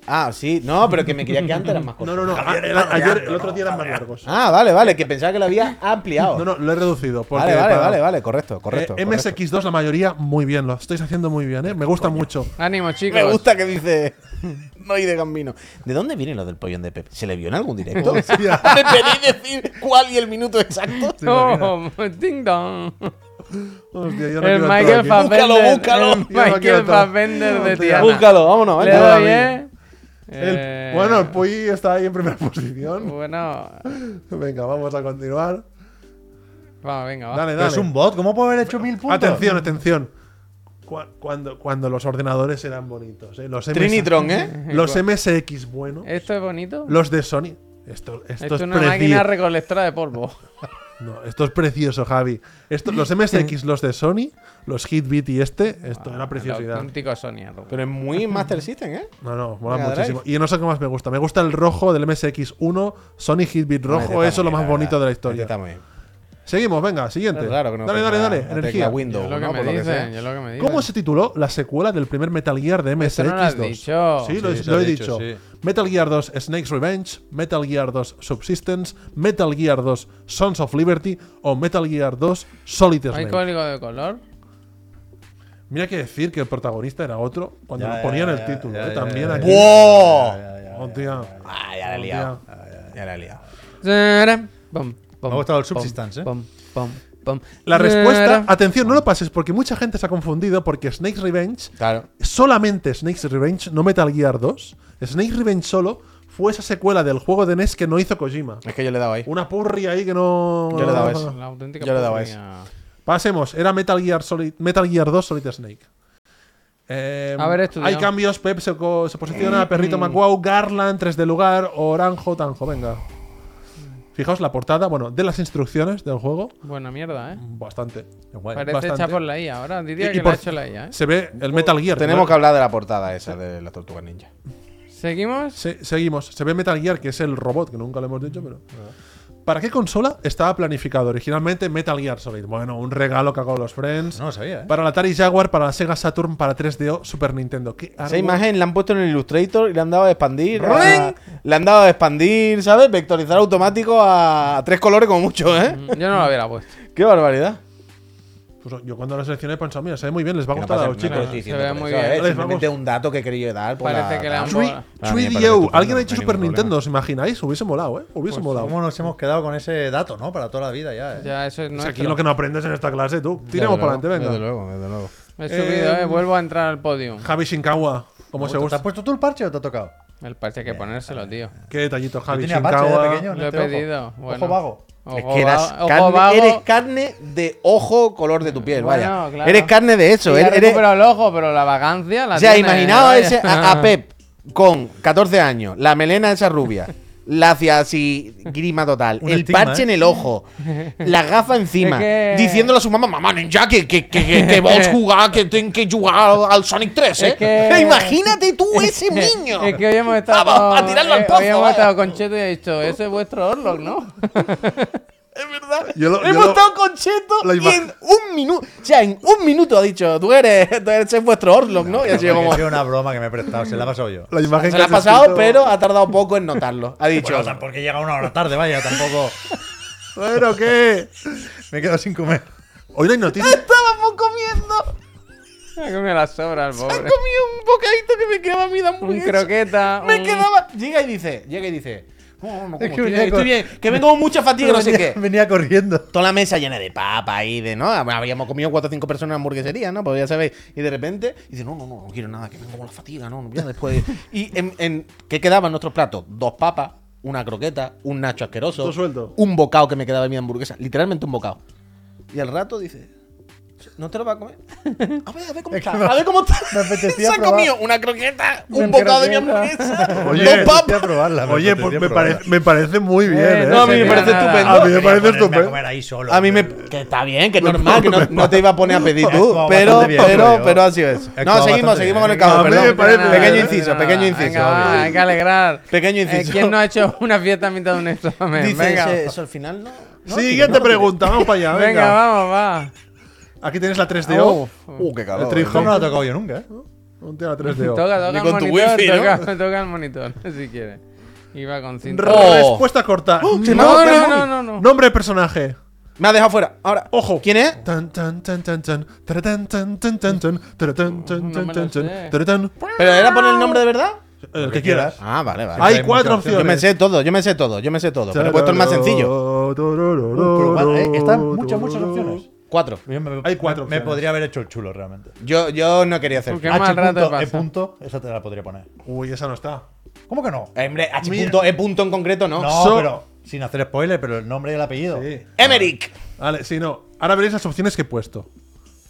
Speaker 2: Ah, sí. No, pero que me quería que antes eran más
Speaker 3: No,
Speaker 2: cortos.
Speaker 3: no, no. a- el- ayer, el otro día eran más largos.
Speaker 2: Ah, vale, vale. Que pensaba que lo había ampliado.
Speaker 3: *laughs* No, no, lo he reducido. porque
Speaker 2: vale, vale,
Speaker 3: para-
Speaker 2: vale, vale. Correcto, correcto.
Speaker 3: Eh,
Speaker 2: correcto.
Speaker 3: MSX2, la mayoría, muy bien. Lo estáis haciendo muy bien, ¿eh? Me
Speaker 4: *laughs*
Speaker 3: gusta mucho. *laughs*
Speaker 1: Ánimo, chicos.
Speaker 2: Me gusta que dice. *laughs* No y de Gambino. ¿De dónde viene lo del pollón de Pepe? ¿Se le vio en algún directo? *laughs*
Speaker 3: *laughs*
Speaker 2: ¿Me
Speaker 3: Hostia.
Speaker 2: pedí decir cuál y el minuto exacto?
Speaker 1: *laughs* Oh, ding dong.
Speaker 3: Hostia, yo
Speaker 1: El
Speaker 3: no quiero todo
Speaker 1: Michael
Speaker 3: aquí.
Speaker 1: Fassbender.
Speaker 2: Búscalo, búscalo.
Speaker 1: El
Speaker 2: Yo no
Speaker 3: quiero
Speaker 1: Michael
Speaker 3: todo.
Speaker 1: Fassbender de
Speaker 3: No,
Speaker 1: Tiana.
Speaker 2: Búscalo, vámonos,
Speaker 1: Le
Speaker 2: venga.
Speaker 1: doy, ¿eh?
Speaker 3: El-
Speaker 1: Eh,
Speaker 3: Bueno, el Puy está ahí en primera *laughs* posición.
Speaker 1: Bueno,
Speaker 3: Venga, vamos a continuar.
Speaker 1: vamos, venga, va.
Speaker 3: Dale,
Speaker 4: Ah, Pero
Speaker 3: dale.
Speaker 4: es un bot, ¿cómo puedo haber hecho mil puntos?
Speaker 3: Atención, atención. Cu- Cuando, cuando los ordenadores eran bonitos, ¿eh? Los,
Speaker 2: *laughs*
Speaker 3: MS
Speaker 2: Trinitron, ¿eh?
Speaker 3: los MSX buenos,
Speaker 1: ¿Esto es bonito?
Speaker 3: los de Sony. Esto, esto,
Speaker 1: Esto es
Speaker 3: es
Speaker 1: una máquina
Speaker 3: precioso.
Speaker 1: recolectora de polvo.
Speaker 3: No, esto es precioso, Javi. Esto, los
Speaker 1: *laughs*
Speaker 3: MSX, los de Sony, los Hitbit y este, esto
Speaker 1: Ah,
Speaker 3: era preciosidad.
Speaker 1: Auténtico Sonia. Rubén.
Speaker 2: Pero es muy Master System, ¿eh?
Speaker 3: No, no, mola
Speaker 2: Mega
Speaker 3: muchísimo. Y no sé qué más me gusta. Me gusta el rojo del MSX1, Sony Hitbit
Speaker 2: Este
Speaker 3: rojo,
Speaker 2: está
Speaker 3: eso es lo
Speaker 2: muy bien,
Speaker 3: más
Speaker 2: la
Speaker 3: bonito de la
Speaker 2: verdad.
Speaker 3: historia.
Speaker 2: Este está muy bien.
Speaker 3: Seguimos, venga, siguiente.
Speaker 2: Es raro que no
Speaker 3: dale, dale,
Speaker 2: tenga
Speaker 3: dale,
Speaker 2: la tecla
Speaker 3: energía.
Speaker 1: Yo
Speaker 2: Windows,
Speaker 1: lo que
Speaker 2: ¿no?
Speaker 1: me
Speaker 2: Por lo que sea.
Speaker 1: dicen, yo lo que me dicen.
Speaker 3: ¿Cómo se tituló la secuela del primer Metal Gear de MSX2?
Speaker 1: Esto no lo has dicho.
Speaker 3: Sí, lo, he-
Speaker 4: Sí, se
Speaker 3: lo
Speaker 4: ha
Speaker 3: he dicho.
Speaker 4: dicho,
Speaker 3: Metal Gear 2 Snake's Revenge, Metal Gear 2 Subsistence, Metal Gear 2 Sons of Liberty o Metal Gear 2 Solid
Speaker 1: ¿Hay
Speaker 3: Snake.
Speaker 1: código de color?
Speaker 3: Mira que decir que el protagonista era otro cuando
Speaker 4: Ya,
Speaker 3: lo
Speaker 4: ya,
Speaker 3: ponían el
Speaker 4: ya,
Speaker 3: título.
Speaker 4: ya, ya,
Speaker 3: ¿eh? También
Speaker 4: ya,
Speaker 3: aquí.
Speaker 2: ¡Wow!
Speaker 3: Hostia.
Speaker 2: Ah, ya la he liado. Ya la he liado.
Speaker 1: Tarán, pom, pom,
Speaker 4: Me ha gustado el
Speaker 1: pom,
Speaker 4: Subsistence, ¿eh?
Speaker 1: pom, pom, pom.
Speaker 3: La respuesta,
Speaker 1: Tarán.
Speaker 3: atención, no lo pases porque mucha gente se ha confundido porque Snake's Revenge
Speaker 2: Claro.
Speaker 3: solamente Snake's Revenge, no Metal Gear 2. Snake's Revenge solo fue esa secuela del juego de NES que no hizo Kojima.
Speaker 2: Es que yo le he dado ahí.
Speaker 3: Una purria ahí que no.
Speaker 2: Yo le he dado eso.
Speaker 1: La auténtica
Speaker 2: Yo le daba
Speaker 1: porquería.
Speaker 3: *laughs* Pasemos, era Metal Gear, Solid, Metal Gear 2 Solid Snake. Eh,
Speaker 1: Haber estudiado.
Speaker 3: hay cambios, Pep se, co- se posiciona, Perrito Macguau, Garland, 3 de lugar, Oranjo, Tanjo, venga. Fijaos la portada, bueno, de las instrucciones del juego,
Speaker 1: Buena mierda, ¿eh?
Speaker 3: bastante.
Speaker 1: Parece
Speaker 3: bastante.
Speaker 1: hecha por la IA ahora. Diría
Speaker 3: Y- y
Speaker 1: que la
Speaker 3: por-
Speaker 1: ha hecho la IA, ¿eh?
Speaker 3: Se ve el Metal Gear.
Speaker 2: Tenemos
Speaker 3: ¿no?
Speaker 2: que hablar de la portada esa de la Tortuga Ninja.
Speaker 1: ¿Seguimos?
Speaker 3: Se- seguimos. Se ve Metal Gear, que es el robot, que nunca lo hemos dicho, pero.
Speaker 4: Ah.
Speaker 3: ¿Para qué consola estaba planificado originalmente Metal Gear Solid? Bueno, un regalo que hago los Friends.
Speaker 4: No lo sabía, ¿eh?
Speaker 3: Para la Atari Jaguar, para la Sega Saturn, para 3DO, Super Nintendo. ¿Qué
Speaker 2: Esa
Speaker 3: árbol?
Speaker 2: imagen la han puesto en el Illustrator y le han dado a expandir. a- le han dado a expandir, ¿sabes? Vectorizar automático a tres colores como mucho, ¿eh?
Speaker 1: Mm, Yo no lo hubiera puesto.
Speaker 2: Qué barbaridad.
Speaker 3: Pues yo cuando la seleccioné he pensado, mira, se ve muy bien, les va a
Speaker 2: Que no
Speaker 3: gustar
Speaker 2: pasa-
Speaker 3: a los
Speaker 2: no
Speaker 3: chicos.
Speaker 2: lo estoy diciendo
Speaker 1: se ve
Speaker 2: por
Speaker 1: muy
Speaker 2: eso,
Speaker 1: bien.
Speaker 2: ¿eh?
Speaker 3: Les va a
Speaker 2: Simplemente un dato que quería yo dar. por
Speaker 1: Parece
Speaker 2: la-
Speaker 1: que le han-
Speaker 2: la-
Speaker 3: Tree-
Speaker 1: Para mí
Speaker 2: me
Speaker 3: Tree
Speaker 2: parece
Speaker 3: DO.
Speaker 2: estupendo,
Speaker 3: Alguien
Speaker 2: no
Speaker 3: ha
Speaker 2: hay
Speaker 3: dicho
Speaker 2: ningún
Speaker 3: Super
Speaker 2: problema.
Speaker 3: Nintendo, ¿os imagináis? Hubiese molado, ¿eh? Hubiese molado.
Speaker 4: ¿Cómo nos hemos quedado con ese dato, no? Para toda la vida ya, ¿eh?
Speaker 1: Ya, eso es
Speaker 3: Es
Speaker 1: nuestro.
Speaker 3: aquí lo que no aprendes en esta clase, tú.
Speaker 2: Desde
Speaker 3: Tiremos para
Speaker 2: luego,
Speaker 3: adelante, venga.
Speaker 2: Desde luego, desde luego.
Speaker 1: Me he subido,
Speaker 3: Eh,
Speaker 1: ¿eh? Vuelvo a entrar al podio.
Speaker 3: Javi Shinkawa, como
Speaker 4: ¿Te gusta? ¿Te
Speaker 3: se
Speaker 4: has
Speaker 3: gusta.
Speaker 4: puesto tú el parche o te ha tocado?
Speaker 1: El parche hay que ponérselo, tío.
Speaker 3: Qué detallito,
Speaker 4: Yo
Speaker 3: Javi
Speaker 4: tenía parche de
Speaker 3: Shinkawa.
Speaker 4: pequeño. en
Speaker 1: Lo he
Speaker 4: este ojo.
Speaker 1: pedido. Bueno.
Speaker 4: Ojo vago.
Speaker 1: Ojo
Speaker 2: es que eras
Speaker 1: vago- ojo
Speaker 2: carne,
Speaker 1: vago.
Speaker 2: eres carne de ojo color de tu piel,
Speaker 1: Bueno,
Speaker 2: vaya.
Speaker 1: claro.
Speaker 2: Eres carne de eso.
Speaker 1: Sí, ha
Speaker 2: eres- eres-
Speaker 1: recuperado el ojo, pero la vagancia la
Speaker 2: o sea,
Speaker 1: tiene,
Speaker 2: imaginado a,
Speaker 1: vaya.
Speaker 2: ese,
Speaker 1: *laughs*
Speaker 2: a, a Pep con 14 años, la melena esa rubia, la hacia así, grima total,
Speaker 4: Un
Speaker 2: el
Speaker 4: estigma,
Speaker 2: parche
Speaker 4: ¿eh?
Speaker 2: en el ojo, la gafa encima,
Speaker 1: Es que-
Speaker 2: diciéndole a su mamá, mamá, ninja, que, que, que, que, que
Speaker 1: *laughs*
Speaker 2: vos jugá, que tengo que jugar al Sonic 3, ¿eh?
Speaker 1: Es que-
Speaker 2: *laughs* Imagínate tú ese
Speaker 1: *laughs*
Speaker 2: niño.
Speaker 1: Es que hoy hemos estado.
Speaker 2: Vamos, a
Speaker 1: con-
Speaker 2: tirarlo al
Speaker 1: eh,
Speaker 2: pozo,
Speaker 1: Hoy hemos
Speaker 2: vaya.
Speaker 1: estado con Cheto y ha dicho: Ese es vuestro Orlok,
Speaker 2: *laughs*
Speaker 1: ¿no? *laughs*
Speaker 2: Es verdad.
Speaker 3: Yo lo- yo
Speaker 2: Hemos
Speaker 3: lo-
Speaker 2: estado con Cheto
Speaker 3: la
Speaker 2: y
Speaker 3: ima-
Speaker 2: en un minuto. O sea, en un minuto ha dicho, tú eres, tú eres ese es vuestro Orlok, ¿no? Y ha
Speaker 4: Porque
Speaker 2: sido como.
Speaker 4: Es una broma que me he prestado, se la he pasado yo.
Speaker 3: La imagen
Speaker 2: Se
Speaker 3: que
Speaker 2: la ha
Speaker 3: has
Speaker 2: pasado,
Speaker 3: escrito-
Speaker 2: pero ha tardado poco en notarlo.
Speaker 3: *laughs*
Speaker 2: Ha dicho.
Speaker 4: Bueno, tampoco he llegado una hora tarde, vaya, tampoco.
Speaker 3: Bueno, ¿qué?
Speaker 4: Me he quedado sin comer.
Speaker 3: Hoy no hay noticias.
Speaker 2: Estábamos comiendo.
Speaker 1: Ha comido las sobras,
Speaker 2: He
Speaker 1: pobre.
Speaker 2: comido un bocadito que me quedaba a mí de
Speaker 1: Un
Speaker 2: hamburguesa.
Speaker 1: croqueta.
Speaker 2: Me
Speaker 1: un- *laughs*
Speaker 2: quedaba. Llega y dice, llega y dice. "Oh, no, como
Speaker 1: que
Speaker 2: estoy,
Speaker 1: venía
Speaker 2: bien,
Speaker 1: con-
Speaker 2: estoy bien, que vengo con mucha fatiga, no sé
Speaker 4: venía,
Speaker 2: qué.
Speaker 4: venía corriendo.
Speaker 2: Toda la mesa llena de papa y de, ¿no? Habíamos comido cuatro o cinco personas en hamburguesería, ¿no? Pues ya sabéis. Y de repente dice, no, no, no, no quiero nada, que vengo con la fatiga, no, no, ya después. y en, en, ¿qué quedaba en nuestros platos? Dos papas, una croqueta, un nacho asqueroso,
Speaker 3: Todo suelto.
Speaker 2: un bocado que me quedaba en mi hamburguesa, literalmente un bocado. Y al rato dice, ¿No te lo va a comer? A ver, a ver cómo
Speaker 4: Es que
Speaker 2: está.
Speaker 4: no-
Speaker 2: A ver cómo está.
Speaker 4: *laughs* me apetecía
Speaker 2: Se ha
Speaker 4: probar.
Speaker 2: comido una croqueta, un
Speaker 4: Una
Speaker 2: bocado de mi
Speaker 4: croqueta.
Speaker 2: hamburguesa,
Speaker 4: Oye,
Speaker 2: dos papas.
Speaker 4: apetecía probarla, me
Speaker 3: Oye,
Speaker 4: apetecía
Speaker 3: pues me,
Speaker 4: probarla.
Speaker 3: pare- me parece muy bien.
Speaker 2: Eh,
Speaker 3: ¿eh?
Speaker 2: no, a mí me parece estupendo.
Speaker 3: A mí
Speaker 4: Quería
Speaker 3: me parece
Speaker 4: ponerme a
Speaker 3: estupendo.
Speaker 4: comer ahí solo.
Speaker 2: A mí me. Que está bien, que es normal, que no, no te iba a poner a pedir
Speaker 4: Estuvo
Speaker 2: tú.
Speaker 4: bastante
Speaker 2: Pero,
Speaker 4: bien,
Speaker 2: pero,
Speaker 4: yo.
Speaker 2: pero ha sido eso.
Speaker 4: Estuvo
Speaker 2: No, seguimos,
Speaker 4: bastante
Speaker 2: seguimos
Speaker 4: bien.
Speaker 2: con el cabo,
Speaker 3: A mí me
Speaker 2: perdón.
Speaker 3: parece-
Speaker 2: Pequeño
Speaker 3: no,
Speaker 2: inciso, pequeño inciso.
Speaker 1: Venga, va,
Speaker 2: obvio.
Speaker 1: hay que alegrar.
Speaker 2: Pequeño
Speaker 1: Eh,
Speaker 2: inciso.
Speaker 1: ¿Quién no ha hecho una fiesta a mitad de un examen?
Speaker 2: Dice
Speaker 1: venga,
Speaker 2: ese- eso al final, ¿no? no tío,
Speaker 3: Siguiente
Speaker 2: no.
Speaker 3: pregunta, vamos
Speaker 2: *laughs*
Speaker 3: para allá.
Speaker 1: venga,
Speaker 3: Venga,
Speaker 1: vamos, va.
Speaker 3: Aquí tienes la 3DO.
Speaker 2: Uh, qué
Speaker 3: el
Speaker 2: calor.
Speaker 1: eh.
Speaker 4: No
Speaker 3: trijo.
Speaker 4: me lo he tocado yo nunca, ¿eh?
Speaker 3: Un tío a la
Speaker 1: Toca,
Speaker 3: 3DO.
Speaker 1: toca
Speaker 2: Ni
Speaker 1: el
Speaker 2: con tu
Speaker 1: monitor,
Speaker 2: wifi, ¿no?
Speaker 1: toca, toca el monitor, *laughs* si quieres. Iba con cinta.
Speaker 2: Oh.
Speaker 3: Respuesta corta.
Speaker 2: se me ha
Speaker 1: No,
Speaker 2: dado
Speaker 1: no,
Speaker 2: pena.
Speaker 1: no, no, no.
Speaker 3: Nombre de personaje.
Speaker 2: Me ha dejado fuera. Ahora,
Speaker 3: Ojo.
Speaker 2: ¿Quién es?
Speaker 3: Tan, tan, tan, tan, tan, taratan, tan, tan, tan, tan, taratan, tan,
Speaker 1: No me lo
Speaker 3: tan, tan,
Speaker 1: sé.
Speaker 3: taratan.
Speaker 2: ¿Pero era poner el nombre de verdad?
Speaker 3: El que quieras.
Speaker 2: Ah, vale, vale.
Speaker 3: Hay
Speaker 4: hay
Speaker 3: cuatro
Speaker 4: muchas opciones.
Speaker 3: opciones.
Speaker 2: Yo me sé todo, yo me sé todo, yo me sé todo. Pero he puesto el más sencillo.
Speaker 4: Pero igual, eh, Están muchas, muchas opciones.
Speaker 2: Cuatro.
Speaker 4: Yo me-
Speaker 3: Hay cuatro
Speaker 4: Me, me
Speaker 3: opciones.
Speaker 4: podría haber hecho el chulo, realmente.
Speaker 2: Yo, yo no quería hacer. Ah,
Speaker 1: Porque- Qué
Speaker 4: H
Speaker 1: mal rato
Speaker 4: punto,
Speaker 1: pasa.
Speaker 4: E punto, esa te la podría poner.
Speaker 3: Uy, esa no está.
Speaker 4: ¿Cómo que no?
Speaker 2: Hombre, H. Punto, e punto en concreto no.
Speaker 4: No,
Speaker 3: so-
Speaker 4: pero sin hacer spoiler, pero el nombre y el apellido.
Speaker 3: Sí.
Speaker 2: Emerick.
Speaker 3: Vale, sí, no. Ahora veréis las opciones que he puesto.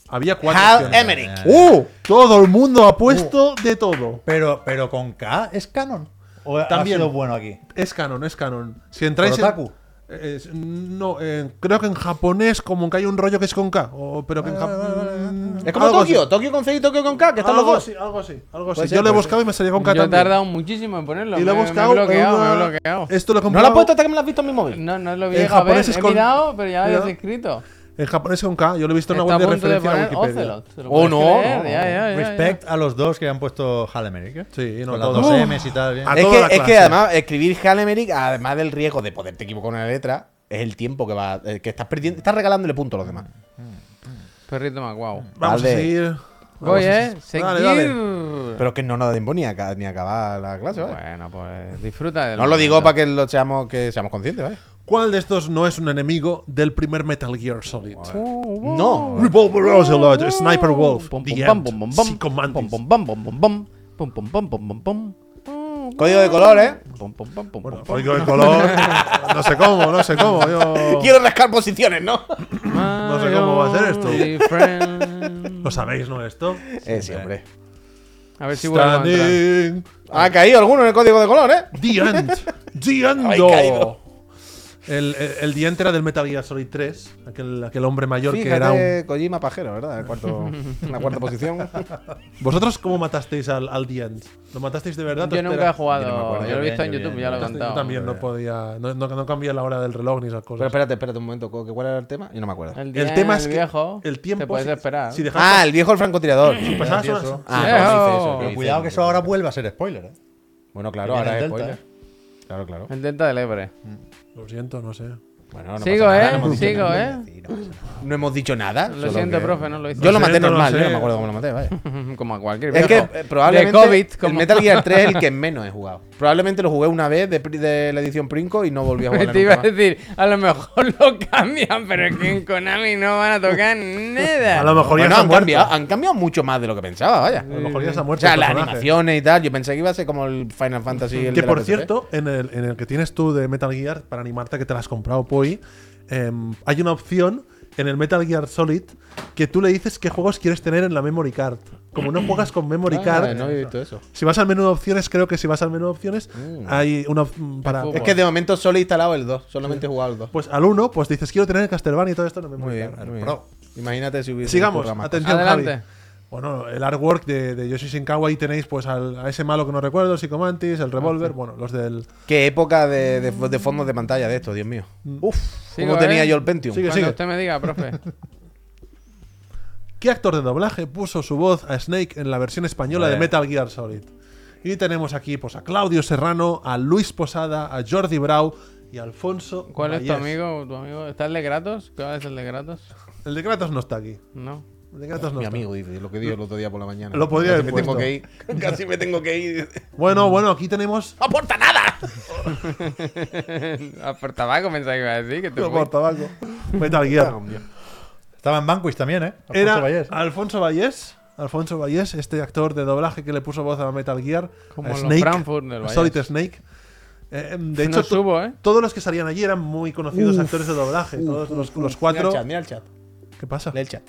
Speaker 3: Había cuatro
Speaker 2: Hal
Speaker 3: opciones.
Speaker 2: Emerick.
Speaker 3: ¡Uh! Todo el mundo ha puesto de todo.
Speaker 4: Pero, pero con K es canon. O
Speaker 3: También.
Speaker 4: También lo bueno aquí.
Speaker 3: Es canon, es canon. Si entráis en-
Speaker 4: ¿Por otaku?
Speaker 3: Eh, es- no, eh, creo que en japonés como que hay un rollo que es con K. o- pero que en Jap- Mm,
Speaker 2: Es como
Speaker 3: Algo así.
Speaker 2: Tokio, Tokio con C y Tokio con K, que están los
Speaker 3: Algo
Speaker 2: dos.
Speaker 3: así, algo así, algo así.
Speaker 2: Puede
Speaker 3: Pues Yo
Speaker 2: ser,
Speaker 3: lo he
Speaker 2: puede
Speaker 3: buscado y me salía con K
Speaker 1: Yo he
Speaker 3: también.
Speaker 1: tardado muchísimo en ponerlo.
Speaker 3: Y lo he
Speaker 1: me-
Speaker 3: buscado.
Speaker 1: Me he bloqueado,
Speaker 3: en
Speaker 1: me
Speaker 3: una-
Speaker 1: he bloqueado.
Speaker 3: Esto lo he
Speaker 2: No la
Speaker 3: comprado
Speaker 2: has puesto hasta que me la has visto en mi móvil.
Speaker 1: No, no lo
Speaker 3: En
Speaker 1: vi.
Speaker 3: japonés
Speaker 1: japonés
Speaker 3: es
Speaker 1: He
Speaker 3: con-
Speaker 1: mirado, pero ya lo habías
Speaker 3: Mira.
Speaker 1: escrito.
Speaker 3: en japonés con K. Yo lo he visto en
Speaker 1: Está
Speaker 3: una
Speaker 1: a
Speaker 3: web de
Speaker 1: punto de
Speaker 3: referencia
Speaker 1: poner
Speaker 3: a Wikipedia.
Speaker 1: Ocelot. ¿te lo
Speaker 2: Oh,
Speaker 1: puedes
Speaker 2: no,
Speaker 1: creer?
Speaker 2: no,
Speaker 1: Ya, ya, ya, ya.
Speaker 4: Respect a los dos que han puesto Halemerick, ¿eh?
Speaker 3: Sí, no,
Speaker 4: Con las
Speaker 3: todos.
Speaker 4: dos
Speaker 3: Uh.
Speaker 4: M's y tal. bien.
Speaker 3: A
Speaker 2: Es
Speaker 3: toda
Speaker 2: que,
Speaker 3: la
Speaker 2: es que
Speaker 3: clase.
Speaker 2: además, escribir Hal Emerick, además del riesgo de poderte equivocar una letra, es el tiempo que va, eh, que estás perdiendo, estás regalándole puntos a los demás.
Speaker 1: Perrito más guau.
Speaker 3: Vamos
Speaker 2: Vale.
Speaker 3: a seguir.
Speaker 1: Voy, eh.
Speaker 3: Vamos a-
Speaker 1: Seguir.
Speaker 3: Dale, dale.
Speaker 2: Pero es que no nos da tiempo ni a, ca- ni a acabar la clase, ¿vale?
Speaker 1: Bueno, pues disfruta de
Speaker 2: No lo digo para que lo seamos, que seamos conscientes, ¿vale?
Speaker 3: ¿Cuál de estos no es un enemigo del primer Metal Gear Solid?
Speaker 2: No.
Speaker 3: Revolver Ocelot, Sniper Wolf,
Speaker 1: Pom, pom,
Speaker 3: The
Speaker 1: pam,
Speaker 3: End,
Speaker 1: pom, pom, pam.
Speaker 3: Psycho Mantis.
Speaker 1: Pom, pom, pam, pom, pom, pam. Pom, pom, pam, pom, pom, pom.
Speaker 2: Código de color, ¿eh?
Speaker 1: Pom, pom, pam, pom,
Speaker 3: Bueno,
Speaker 1: pom, pom.
Speaker 3: código de color. No sé cómo, no sé cómo. Yo...
Speaker 2: *laughs* Quiero rascar posiciones, ¿no?
Speaker 3: no sé cómo va a hacer esto.
Speaker 1: My only friend.
Speaker 3: Lo sabéis, ¿no? Esto.
Speaker 2: Eh, sí, hombre.
Speaker 1: A ver si vuelvo a entrar.
Speaker 3: Standing.
Speaker 2: Ha caído alguno en el código de color, ¿eh?
Speaker 3: The End. The
Speaker 2: Ay, caído.
Speaker 3: Endo. El, el, el The End era del Metal Gear Solid 3. Aquel, aquel hombre mayor que era un.
Speaker 2: Fíjate, Kojima Pajero, ¿verdad? El cuarto, en la cuarta posición.
Speaker 3: ¿Vosotros cómo matasteis al, al The End? ¿Lo matasteis de verdad?
Speaker 1: Yo
Speaker 3: ¿O
Speaker 1: nunca
Speaker 3: espera?
Speaker 1: he jugado.
Speaker 4: Yo no me acuerdo,
Speaker 1: Yo lo he
Speaker 4: yo
Speaker 1: visto en
Speaker 4: bien, yo
Speaker 1: YouTube,
Speaker 4: bien,
Speaker 1: ya lo he
Speaker 4: yo
Speaker 3: Matasteis- Yo
Speaker 1: contado.
Speaker 3: también no podía. No, no, no cambié la hora del reloj ni esas
Speaker 2: Pero
Speaker 3: cosas.
Speaker 2: espérate, espérate un momento. ¿cu- ¿Cuál era el tema? Yo no me acuerdo.
Speaker 1: El,
Speaker 3: el tema es que.
Speaker 1: viejo.
Speaker 3: el tiempo.
Speaker 1: Te puedes
Speaker 3: si-
Speaker 1: esperar.
Speaker 3: Si dejas
Speaker 2: Ah, el viejo el francotirador.
Speaker 3: pasar
Speaker 4: Gracias,
Speaker 3: horas-
Speaker 4: eso.
Speaker 2: Ah,
Speaker 1: Sí.
Speaker 2: pero no
Speaker 1: Viejo.
Speaker 2: dice eso,
Speaker 4: Pero
Speaker 2: dice
Speaker 4: cuidado
Speaker 2: eso.
Speaker 4: que eso ahora vuelve a ser spoiler, ¿eh?
Speaker 2: Bueno, claro,
Speaker 4: Que
Speaker 2: ahora
Speaker 4: viene
Speaker 2: es
Speaker 4: el Delta, ¿eh?
Speaker 2: spoiler. Claro, claro.
Speaker 1: El Delta del Ebre.
Speaker 3: Lo siento, no sé.
Speaker 2: Bueno, no
Speaker 1: Sigo,
Speaker 2: pasa nada,
Speaker 1: ¿eh?
Speaker 2: no hemos dicho
Speaker 1: Sigo,
Speaker 2: nada.
Speaker 1: ¿eh?
Speaker 2: Sí, no pasa nada. No hemos dicho nada.
Speaker 1: Lo
Speaker 2: solo
Speaker 1: siento,
Speaker 2: que-
Speaker 1: profe, no lo hice.
Speaker 2: Yo lo maté
Speaker 3: siento, no
Speaker 2: normal,
Speaker 3: sé.
Speaker 2: yo no me acuerdo cómo lo
Speaker 1: *laughs*
Speaker 2: maté, vaya.
Speaker 1: *laughs* Como a cualquier
Speaker 2: Es
Speaker 1: viejo.
Speaker 2: que eh, probablemente
Speaker 1: De COVID,
Speaker 2: el
Speaker 1: como-
Speaker 2: Metal Gear 3 es el que menos he jugado. Probablemente lo jugué una vez de, pri- de la edición Princo y
Speaker 1: *laughs*
Speaker 2: no volví a
Speaker 1: *laughs*
Speaker 2: jugarlo
Speaker 1: Te iba
Speaker 2: nunca
Speaker 1: a
Speaker 2: más.
Speaker 1: decir, a lo mejor lo cambian, pero es que en Konami no van a
Speaker 3: *laughs*
Speaker 1: tocar
Speaker 3: A
Speaker 1: nada.
Speaker 3: lo mejor ya
Speaker 2: Bueno,
Speaker 3: se ha
Speaker 2: han
Speaker 3: muerto.
Speaker 2: cambiado, han cambiado mucho más de lo que pensaba, vaya. Mm.
Speaker 3: A lo mejor ya se ha
Speaker 2: O
Speaker 3: muerto.
Speaker 2: sea,
Speaker 3: el
Speaker 2: las
Speaker 3: personaje.
Speaker 2: animaciones y tal, yo pensé que iba a ser como el Final Fantasy. el de
Speaker 3: Que
Speaker 2: la
Speaker 3: por
Speaker 2: PSP.
Speaker 3: cierto, en el, en el que tienes tú de Metal Gear, para animarte que te la has comprado, Poi, em, hay una opción en el Metal Gear Solid que tú le dices qué juegos quieres tener en la memory card. Como no juegas con memory
Speaker 2: Ah,
Speaker 3: card,
Speaker 2: no había visto eso. Mm.
Speaker 3: si vas al menú de opciones, creo que si vas al menú de opciones, hay una op- mm, para.
Speaker 1: fútbol.
Speaker 2: Es que de momento solo he instalado el 2, solamente he jugado el 2.
Speaker 3: Pues al 1, pues dices quiero tener el Castlevania y todo esto en la memory card.
Speaker 2: Claro, pro. Imagínate si hubiese.
Speaker 3: Sigamos,
Speaker 2: un programa.
Speaker 3: atención,
Speaker 1: Adelante.
Speaker 3: Javi. Bueno, el artwork de, de Yoshi Shinkawa, ahí tenéis pues al- a ese malo que no recuerdo, Psycho Mantis,
Speaker 2: Ah,
Speaker 3: el Revolver, bueno, los del.
Speaker 2: Qué época de, de, de fondos de pantalla de esto, Dios mío. Uf,
Speaker 1: Sigo,
Speaker 2: cómo tenía
Speaker 1: ¿eh?
Speaker 2: yo el Pentium.
Speaker 3: Mm. Sigue,
Speaker 1: Cuando
Speaker 3: sigue.
Speaker 1: usted me diga, profe.
Speaker 3: ¿Qué actor de doblaje puso su voz a Snake en la versión española de
Speaker 4: Vale.
Speaker 3: Metal Gear Solid? Y tenemos aquí pues, a Claudio Serrano, a Luis Posada, a Jordi Brau y a Alfonso.
Speaker 1: ¿Cuál es tu
Speaker 3: Mayés.
Speaker 1: amigo? ¿Tu amigo? ¿Está el de Gratos? ¿Cuál es el de Gratos?
Speaker 3: El de Kratos no está aquí.
Speaker 1: No.
Speaker 3: El de Kratos no
Speaker 2: Mi
Speaker 3: está.
Speaker 2: amigo, dice, lo que dio el otro día por la mañana.
Speaker 3: Lo podía
Speaker 2: Casi
Speaker 3: haber
Speaker 2: me tengo
Speaker 3: puesto.
Speaker 2: que ir.
Speaker 3: *laughs*
Speaker 2: Casi me tengo que ir.
Speaker 3: Bueno, bueno, aquí tenemos.
Speaker 2: ¡No aporta nada!
Speaker 1: *laughs* Ah, por tabaco pensaba que iba a decir que te
Speaker 3: Por
Speaker 1: fuiste.
Speaker 3: tabaco. Metal Gear.
Speaker 4: Estaba en Banquist también, ¿eh? Alfonso
Speaker 3: Era
Speaker 4: Vallés.
Speaker 3: Alfonso Vallés. Alfonso Vallés, este actor de doblaje que le puso voz a Metal Gear.
Speaker 1: Como
Speaker 3: a
Speaker 1: los
Speaker 3: Snake,
Speaker 1: Frankfurt del
Speaker 3: a
Speaker 1: Vallés.
Speaker 3: Solid Snake. Eh, em, de
Speaker 1: No
Speaker 3: hecho, to-
Speaker 1: subo, ¿eh?
Speaker 3: todos los que salían allí eran muy conocidos actores de doblaje. todos los, los
Speaker 2: Mira el
Speaker 3: cuatro.
Speaker 2: chat, mira el chat.
Speaker 3: ¿Qué pasa?
Speaker 2: Lee el chat.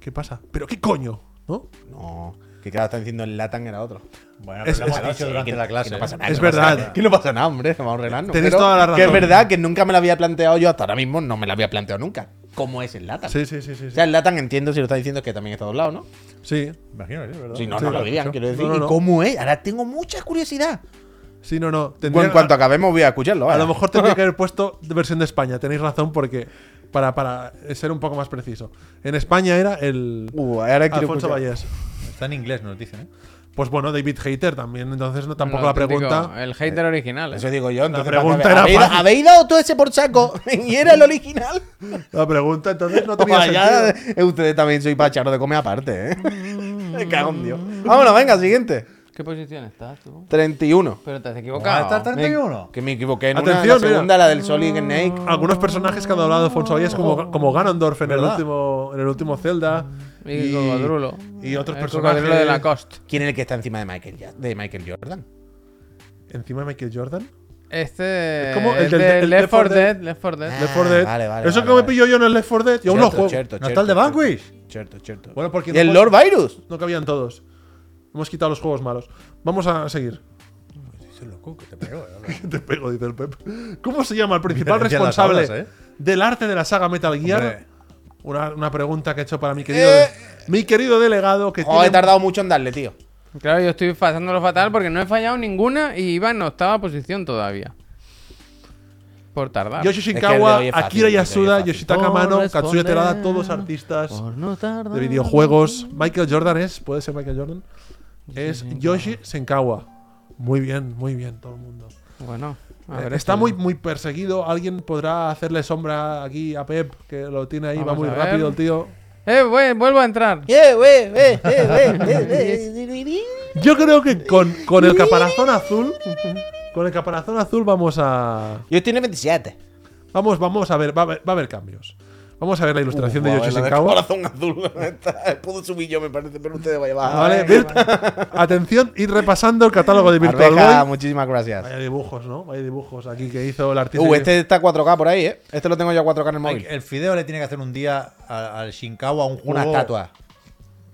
Speaker 3: ¿Qué pasa? ¿Pero qué coño? ¿No?
Speaker 2: No. Que claro, está diciendo el Latan era otro.
Speaker 4: Bueno, pero lo hemos dicho durante la clase. ¿eh?
Speaker 2: no pasa nada,
Speaker 3: Es
Speaker 2: que no pasa
Speaker 3: verdad.
Speaker 2: nada. Que no pasa nada, hombre. Vamos a relajarnos.
Speaker 3: Tenéis
Speaker 2: Pero
Speaker 3: toda la
Speaker 2: Que es
Speaker 3: razón.
Speaker 2: verdad que nunca me lo había planteado yo hasta ahora mismo. No me lo había planteado nunca. ¿Cómo es el Latan?
Speaker 3: Sí, sí, sí, sí.
Speaker 2: O
Speaker 3: sí.
Speaker 2: sea, el Latan entiendo si lo está diciendo es que también está doblado, ¿no?
Speaker 3: Sí,
Speaker 4: Imagino que sí, ¿verdad?
Speaker 2: Si no,
Speaker 3: Sí,
Speaker 2: no
Speaker 3: lo
Speaker 2: lo dirían,
Speaker 3: escucho.
Speaker 2: quiero decir.
Speaker 3: No, no, no.
Speaker 2: ¿Y cómo es? Ahora tengo mucha curiosidad.
Speaker 3: sí, no, no.
Speaker 2: Bueno,
Speaker 3: Tendría-
Speaker 2: en cuanto acabemos voy a escucharlo.
Speaker 3: A
Speaker 2: vaya.
Speaker 3: lo mejor tendría
Speaker 2: *laughs*
Speaker 3: que haber puesto de versión de España, tenéis razón, porque para, para ser un poco más preciso. En España era el
Speaker 2: Uh, ahora quiero
Speaker 3: Alfonso
Speaker 2: escuchar.
Speaker 3: Vallés.
Speaker 4: Está en inglés, nos dicen, ¿eh?
Speaker 3: Pues bueno, David Hater también, entonces no, tampoco
Speaker 1: El
Speaker 3: la
Speaker 1: auténtico-
Speaker 3: pregunta.
Speaker 1: El hater original. ¿eh?
Speaker 2: Eso digo yo. Entonces,
Speaker 3: pregunta
Speaker 2: ¿para qué
Speaker 3: era
Speaker 2: habéis-
Speaker 3: fácil.
Speaker 2: ¿Habéis dado todo ese por
Speaker 3: *laughs*
Speaker 2: saco? *laughs* ¿Y era el original?
Speaker 3: La pregunta entonces no tenía
Speaker 2: Vaya,
Speaker 3: sentido.
Speaker 2: eh, ustedes también sois pacharros de comer aparte,
Speaker 3: *laughs*
Speaker 2: ¿eh? Me cago en Dios. Vámonos, venga, siguiente.
Speaker 1: ¿Qué posición estás tú?
Speaker 2: 31.
Speaker 1: Pero te has
Speaker 4: Ah, está
Speaker 1: equivocado.
Speaker 4: el 31.
Speaker 2: Que me equivoqué en una,
Speaker 3: Atención,
Speaker 2: la segunda, la del Solid Snake.
Speaker 3: Algunos personajes que han hablado de Alfonso Vallés, como, como Ganondorf en el,
Speaker 4: ¿Verdad?
Speaker 3: último, en el último Zelda.
Speaker 1: Y, el cocodrulo.
Speaker 3: y otros
Speaker 1: El
Speaker 3: personajes.
Speaker 1: cocodrulo de Lacoste.
Speaker 2: ¿Quién es el que está encima de Michael, Ja- de Michael Jordan?
Speaker 3: Encima de Michael Jordan.
Speaker 1: Este.
Speaker 3: ¿Cómo?
Speaker 1: es
Speaker 3: El del-
Speaker 1: de
Speaker 3: el
Speaker 1: Left 4 Dead. Left 4 Dead.
Speaker 3: Left 4 Dead.
Speaker 2: Ah, vale, vale,
Speaker 3: Eso
Speaker 2: vale,
Speaker 3: que
Speaker 2: vale.
Speaker 3: me pillo yo en el Left 4 Dead. Yo aún lo
Speaker 2: Cierto,
Speaker 3: juego.
Speaker 2: cierto,
Speaker 4: ¿No está el de
Speaker 2: cierto,
Speaker 4: Vanquish?
Speaker 2: Cierto, cierto.
Speaker 3: Bueno, porque
Speaker 2: ¿Y el
Speaker 3: no-
Speaker 2: Lord Virus?
Speaker 3: No cabían todos. Hemos quitado los juegos malos. Vamos a seguir.
Speaker 4: Eso es loco, que te pegó, ¿eh?
Speaker 3: *laughs* Te pego, dice el Pep. ¿Cómo se llama el principal
Speaker 4: Diferencia en las
Speaker 3: responsable
Speaker 4: tablas, ¿eh?
Speaker 3: del arte de la saga Metal Gear?
Speaker 4: Hombre.
Speaker 3: Una, una pregunta que he hecho para mi querido, mi querido delegado que
Speaker 2: Oh, he
Speaker 3: tiene-
Speaker 2: tardado mucho en darle, tío.
Speaker 1: Claro, yo estoy pasándolo fatal porque no he fallado ninguna y iba en octava posición todavía. Por tardar.
Speaker 3: Yoshi
Speaker 2: que el de
Speaker 3: Shinkawa,
Speaker 2: hoy es fácil,
Speaker 3: Akira
Speaker 2: el de hoy es
Speaker 3: Yasuda,
Speaker 2: fácil.
Speaker 3: Yoshitaka Mano,
Speaker 1: Por
Speaker 3: Katsuya Terada,
Speaker 1: responder.
Speaker 3: todos artistas
Speaker 1: Por no tardar.
Speaker 3: de videojuegos. Michael Jordan es, puede ser Michael Jordan. Es Yoshi Senkawa. Muy bien, muy bien, todo el mundo.
Speaker 1: Bueno, a
Speaker 3: Eh,
Speaker 1: ver.
Speaker 3: está
Speaker 1: este-
Speaker 3: muy, muy perseguido. Alguien podrá hacerle sombra aquí a Pep, que lo tiene ahí, va
Speaker 1: Vamos
Speaker 3: muy
Speaker 1: a ver.
Speaker 3: rápido el tío.
Speaker 1: Eh, güey, vuelvo a entrar.
Speaker 3: Yo creo que con, con el caparazón azul. Con el caparazón azul vamos a.
Speaker 2: Yo tiene 27.
Speaker 3: Vamos, vamos a ver, va a haber, va a haber cambios. Vamos a ver la ilustración de Yoshi
Speaker 2: Joder, la del
Speaker 3: Senkawa.
Speaker 2: corazón azul. *laughs* Esta- Puedo subir yo, me parece, pero ustedes vayan
Speaker 3: Ah,
Speaker 2: abajo.
Speaker 3: Vale, Virt- atención, ir repasando el catálogo de Este Virtual
Speaker 2: Arbeja,
Speaker 3: Boy.
Speaker 2: muchísimas gracias.
Speaker 3: Vaya dibujos, ¿no? Vaya dibujos aquí que hizo el artista.
Speaker 2: Uh, este está 4K por ahí, ¿eh? Este lo tengo yo a 4K en el
Speaker 4: Hay-
Speaker 2: móvil.
Speaker 4: El fideo le tiene que hacer un día a- al Shinkawa un juego.
Speaker 2: Una estatua.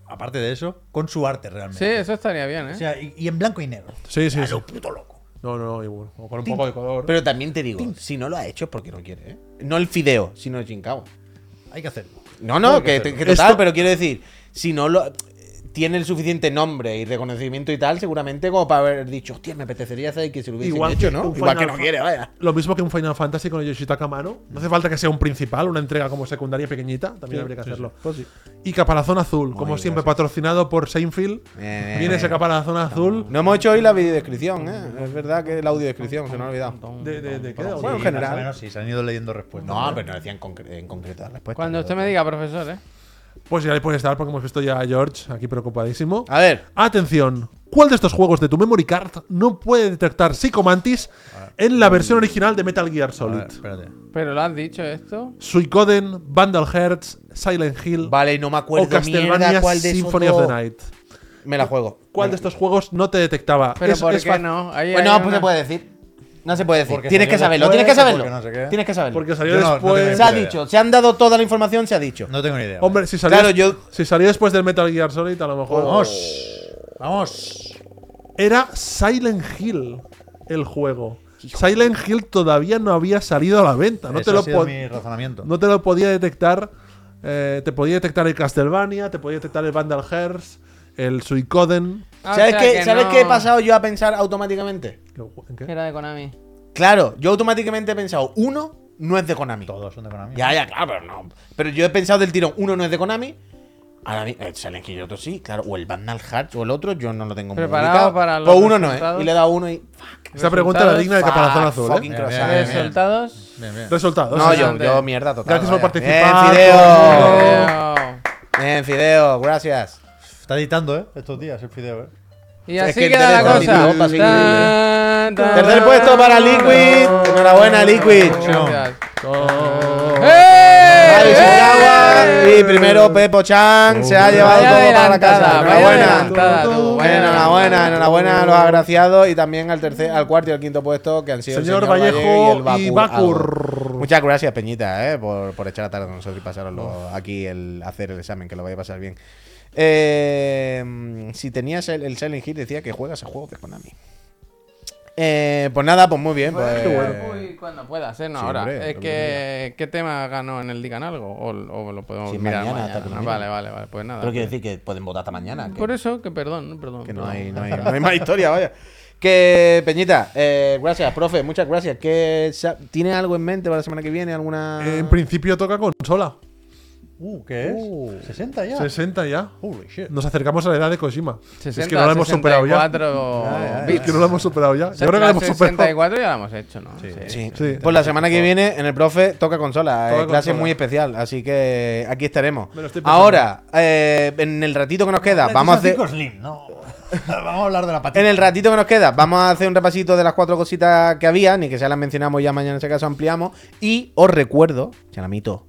Speaker 4: Aparte de eso, con su arte realmente.
Speaker 1: Sí, eso estaría bien,
Speaker 4: O
Speaker 1: ¿eh?
Speaker 4: sea, y, y en blanco y negro.
Speaker 3: Sí, sí,
Speaker 4: A
Speaker 3: sí.
Speaker 4: lo puto loco.
Speaker 3: No, no, no, igual. O con un poco de color.
Speaker 2: Pero también te digo, si no lo ha hecho es porque no quiere, ¿eh? No el fideo, sino el Shinkawa.
Speaker 4: Hay que hacerlo.
Speaker 2: No, no, que, que total,
Speaker 3: Esto-
Speaker 2: pero quiero decir, si no lo tiene el suficiente nombre y reconocimiento y tal, seguramente como para haber dicho, hostia, me apetecería hacer que se lo hubiese
Speaker 3: Igual
Speaker 2: hecho,
Speaker 3: que
Speaker 2: ¿no?
Speaker 3: un
Speaker 2: Igual que
Speaker 3: Final
Speaker 2: no quiere, vaya.
Speaker 3: Lo mismo que un Final Fantasy con el Yoshitaka Mano. No hace falta que sea un principal, una entrega como secundaria pequeñita. También habría que hacerlo.
Speaker 4: Pues
Speaker 3: Y Caparazón Azul, como siempre, patrocinado por Seinfeld.
Speaker 2: Bien,
Speaker 3: Viene ese Caparazón Azul.
Speaker 2: No hemos hecho hoy la videodescripción, ¿eh? Es verdad que la audiodescripción, se nos ha olvidado.
Speaker 3: ¿De, de, de qué?
Speaker 2: Bueno, en
Speaker 4: Sí,
Speaker 2: general.
Speaker 4: más o menos, sí, se han ido leyendo respuestas.
Speaker 2: No, pero no decían concre- en concreto la respuesta.
Speaker 1: Cuando
Speaker 2: pero-
Speaker 1: usted me diga, profesor, ¿eh?
Speaker 3: Pues ya le puedes dar porque hemos visto ya a George aquí preocupadísimo.
Speaker 2: A ver,
Speaker 3: Atención, ¿cuál de estos juegos de tu memory card no puede detectar Psychomantis en la versión original de Metal Gear
Speaker 4: A ver,
Speaker 3: Solid?
Speaker 4: espérate.
Speaker 1: Pero lo has dicho esto.
Speaker 3: Suicoden, Vandal Hearts, Silent Hill
Speaker 2: vale, no me
Speaker 3: o
Speaker 2: acuerdo mierda
Speaker 3: Castlevania
Speaker 2: cuál de esos
Speaker 3: Symphony of
Speaker 2: dos-
Speaker 3: the Night.
Speaker 2: Me la juego.
Speaker 3: ¿Cuál de estos juegos no te detectaba?
Speaker 1: Pero
Speaker 3: Es-
Speaker 1: ¿por
Speaker 3: es
Speaker 1: qué
Speaker 3: fácil,
Speaker 1: no? Ahí
Speaker 2: Pues
Speaker 1: hay
Speaker 2: no, pues
Speaker 1: una-
Speaker 2: se puede decir. No se puede decir.
Speaker 4: Porque
Speaker 2: tienes
Speaker 4: salió
Speaker 2: que saberlo,
Speaker 4: después,
Speaker 2: tienes que saberlo.
Speaker 4: porque no sé qué.
Speaker 2: Tienes que saberlo.
Speaker 3: Porque salió
Speaker 4: Yo no- no
Speaker 3: después.
Speaker 4: tengo
Speaker 2: Se ha
Speaker 4: idea.
Speaker 2: dicho, se han dado toda la información, se ha dicho.
Speaker 4: No tengo ni idea.
Speaker 3: Hombre, si salió,
Speaker 2: Claro, yo-
Speaker 3: si salió después del Metal Gear Solid, a lo mejor.
Speaker 4: Vamos. Vamos.
Speaker 3: Era Silent Hill el juego. Silent Hill todavía no había salido a la venta. No
Speaker 4: Ese
Speaker 3: te lo
Speaker 4: ha sido
Speaker 3: pod-
Speaker 4: mi razonamiento.
Speaker 3: No te lo podía detectar. eh, te podía detectar el Castlevania, te podía detectar el Vandal Hearts, el Suicoden.
Speaker 1: Ah, o
Speaker 2: ¿Sabes,
Speaker 1: sea
Speaker 2: qué,
Speaker 1: que
Speaker 2: ¿sabes
Speaker 1: no-
Speaker 2: qué he pasado yo a pensar automáticamente?
Speaker 3: ¿Qué- en qué?
Speaker 1: que Era de Konami.
Speaker 2: Claro, yo automáticamente he pensado, uno no es de Konami.
Speaker 4: Todos son de Konami.
Speaker 2: Ya, ya, claro, pero no. Pero yo he pensado del tirón, uno no es de Konami. Ahora mismo, el Silent Hill y otro sí, claro. O el Vandal Hearts o el otro, yo no lo tengo muy
Speaker 1: Preparado
Speaker 2: ubicado.
Speaker 1: para los
Speaker 2: Pues uno no es.
Speaker 1: resultados.
Speaker 2: Y le he dado uno y. Fuck.
Speaker 3: Esta pregunta era digna de
Speaker 2: fuck,
Speaker 3: caparazón azul. ¿eh?
Speaker 2: fucking
Speaker 4: Bien,
Speaker 2: croissant.
Speaker 4: bien, bien.
Speaker 1: Resultados.
Speaker 4: Bien, bien.
Speaker 3: Resultados.
Speaker 2: No,
Speaker 3: sí,
Speaker 2: yo,
Speaker 1: Adelante.
Speaker 2: yo mierda total.
Speaker 3: Gracias por
Speaker 2: vaya.
Speaker 3: participar, todo el
Speaker 2: Bien,
Speaker 3: mundo.
Speaker 2: Fideo. Bien, Fideo, gracias.
Speaker 4: Está editando, ¿eh? Estos días el fideo, ¿eh?
Speaker 1: Y
Speaker 2: Es
Speaker 1: así
Speaker 2: que el
Speaker 1: queda la
Speaker 2: teléfono
Speaker 1: cosa.
Speaker 2: tiene bombas increíbles,
Speaker 1: Tan, tan,
Speaker 2: Tercer puesto para Liquid. Enhorabuena, Liquid.
Speaker 1: Gracias.
Speaker 3: Oh.
Speaker 2: Javi Shinkawa.
Speaker 1: ¡Eh!
Speaker 2: Y primero Pepo Chan se ha llevado
Speaker 1: Vaya
Speaker 2: todo para la casa.
Speaker 1: adelantada, vaya
Speaker 2: Enhorabuena.
Speaker 1: adelantada tú, vaya
Speaker 2: Enhorabuena, enhorabuena a los agraciados y también al tercer, al cuarto y al quinto puesto que han sido el
Speaker 3: Señor
Speaker 2: señor Vallejo,
Speaker 3: Vallejo y
Speaker 2: Bakur.
Speaker 3: Bakur.
Speaker 2: Muchas gracias, Peñita, eh, por, por echar la tarde con nosotros y pasarlo aquí, el hacer el examen, que lo vaya a pasar bien. Eh, si tenías el, el Silent Hill, decía que juegas a juegos de Konami. Eh, pues nada, pues muy bien. Pues,
Speaker 1: Uy, cuando puedas, ¿eh? No,
Speaker 2: Sí,
Speaker 1: ahora.
Speaker 2: hombre,
Speaker 1: es que, ¿Qué tema ganó en el Digan Algo? O, o lo podemos
Speaker 2: Sí,
Speaker 1: mirar
Speaker 2: mañana,
Speaker 1: mañana.
Speaker 2: hasta que lo miren.
Speaker 1: Vale, vale, vale. Pues nada.
Speaker 2: Pero quiero decir que pueden votar hasta mañana. Que,
Speaker 1: Por eso, que perdón, perdón.
Speaker 2: que no,
Speaker 1: perdón.
Speaker 2: hay, no, hay, no hay más historia, vaya. Que, Peñita, eh, gracias, profe, muchas gracias. ¿Qué, sa- ¿Tiene algo en mente para la semana que viene? ¿Alguna.?
Speaker 3: En principio toca consola.
Speaker 4: Uh, ¿qué es? ¿60 ya?
Speaker 3: 60 ya.
Speaker 4: Holy shit.
Speaker 3: Nos acercamos a la edad de Kojima.
Speaker 1: 60,
Speaker 3: es que no la hemos superado ya.
Speaker 1: 64
Speaker 3: Es que no la hemos superado ya. Yo creo que la
Speaker 1: La
Speaker 3: hemos superado.
Speaker 1: 64 ya la hemos hecho, ¿no? Sí.
Speaker 2: Sí.
Speaker 3: Sí.
Speaker 2: Pues la semana que viene en el profe toca consola,
Speaker 3: Toca
Speaker 2: eh, clase
Speaker 3: consola.
Speaker 2: muy especial, así que aquí estaremos.
Speaker 3: Me lo estoy pensando.
Speaker 2: Ahora, eh, en el ratito que nos queda,
Speaker 4: La
Speaker 2: vamos a hacer
Speaker 4: PlayStation 5 Slim,
Speaker 3: *laughs*
Speaker 4: no. vamos a hablar de la patita.
Speaker 2: en el ratito que nos queda, vamos a hacer un repasito de las cuatro cositas que había, ni que ya las mencionamos ya mañana en ese caso ampliamos y os recuerdo, Chalamito,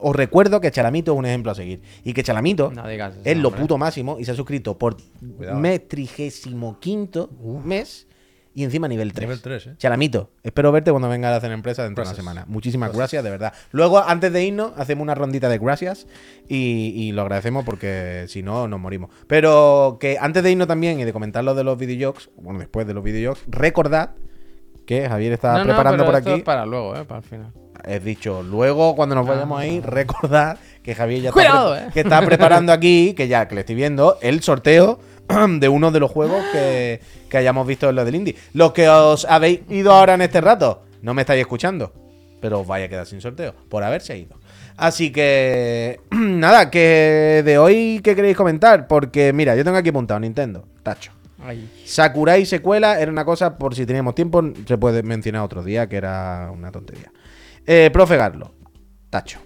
Speaker 2: os recuerdo que Chalamito es un ejemplo a seguir y que Chalamito
Speaker 1: No digas eso,
Speaker 2: es lo
Speaker 1: hombre.
Speaker 2: puto máximo y se ha suscrito por mes trigésimo quinto mes y encima nivel 3.
Speaker 4: Nivel tres, eh.
Speaker 2: Chalamito, espero verte cuando venga a hacer empresa dentro de
Speaker 4: Gracias.
Speaker 2: una semana. Muchísimas gracias. de verdad. Luego, antes de irnos, hacemos una rondita de gracias y, y lo agradecemos porque si no, nos morimos. Pero que antes de irnos también y de comentar lo de los videojuegos, bueno, después de los videojuegos, recordad que Javier está
Speaker 1: No, no,
Speaker 2: preparando
Speaker 1: pero
Speaker 2: por
Speaker 1: esto
Speaker 2: aquí.
Speaker 1: es para luego, ¿eh? Para el final.
Speaker 2: He dicho, luego cuando nos vayamos ahí, recordad que Javier ya
Speaker 1: Ah. Cuidado,
Speaker 2: está, pre-
Speaker 1: eh.
Speaker 2: que está preparando aquí, que ya que le estoy viendo, el sorteo *clears throat* de uno de los juegos que, que hayamos visto en lo del indie. Los que os habéis ido ahora en este rato, no me estáis escuchando, pero os vais a quedar sin sorteo por haberse ido. Así que, *clears throat* nada, que de hoy, ¿qué queréis comentar? Porque, mira, yo tengo aquí apuntado Nintendo, tacho.
Speaker 1: Ay.
Speaker 2: Sakurai secuela era una cosa, por si teníamos tiempo, se puede mencionar otro día, que era una tontería. Eh, profe Garlo, tacho.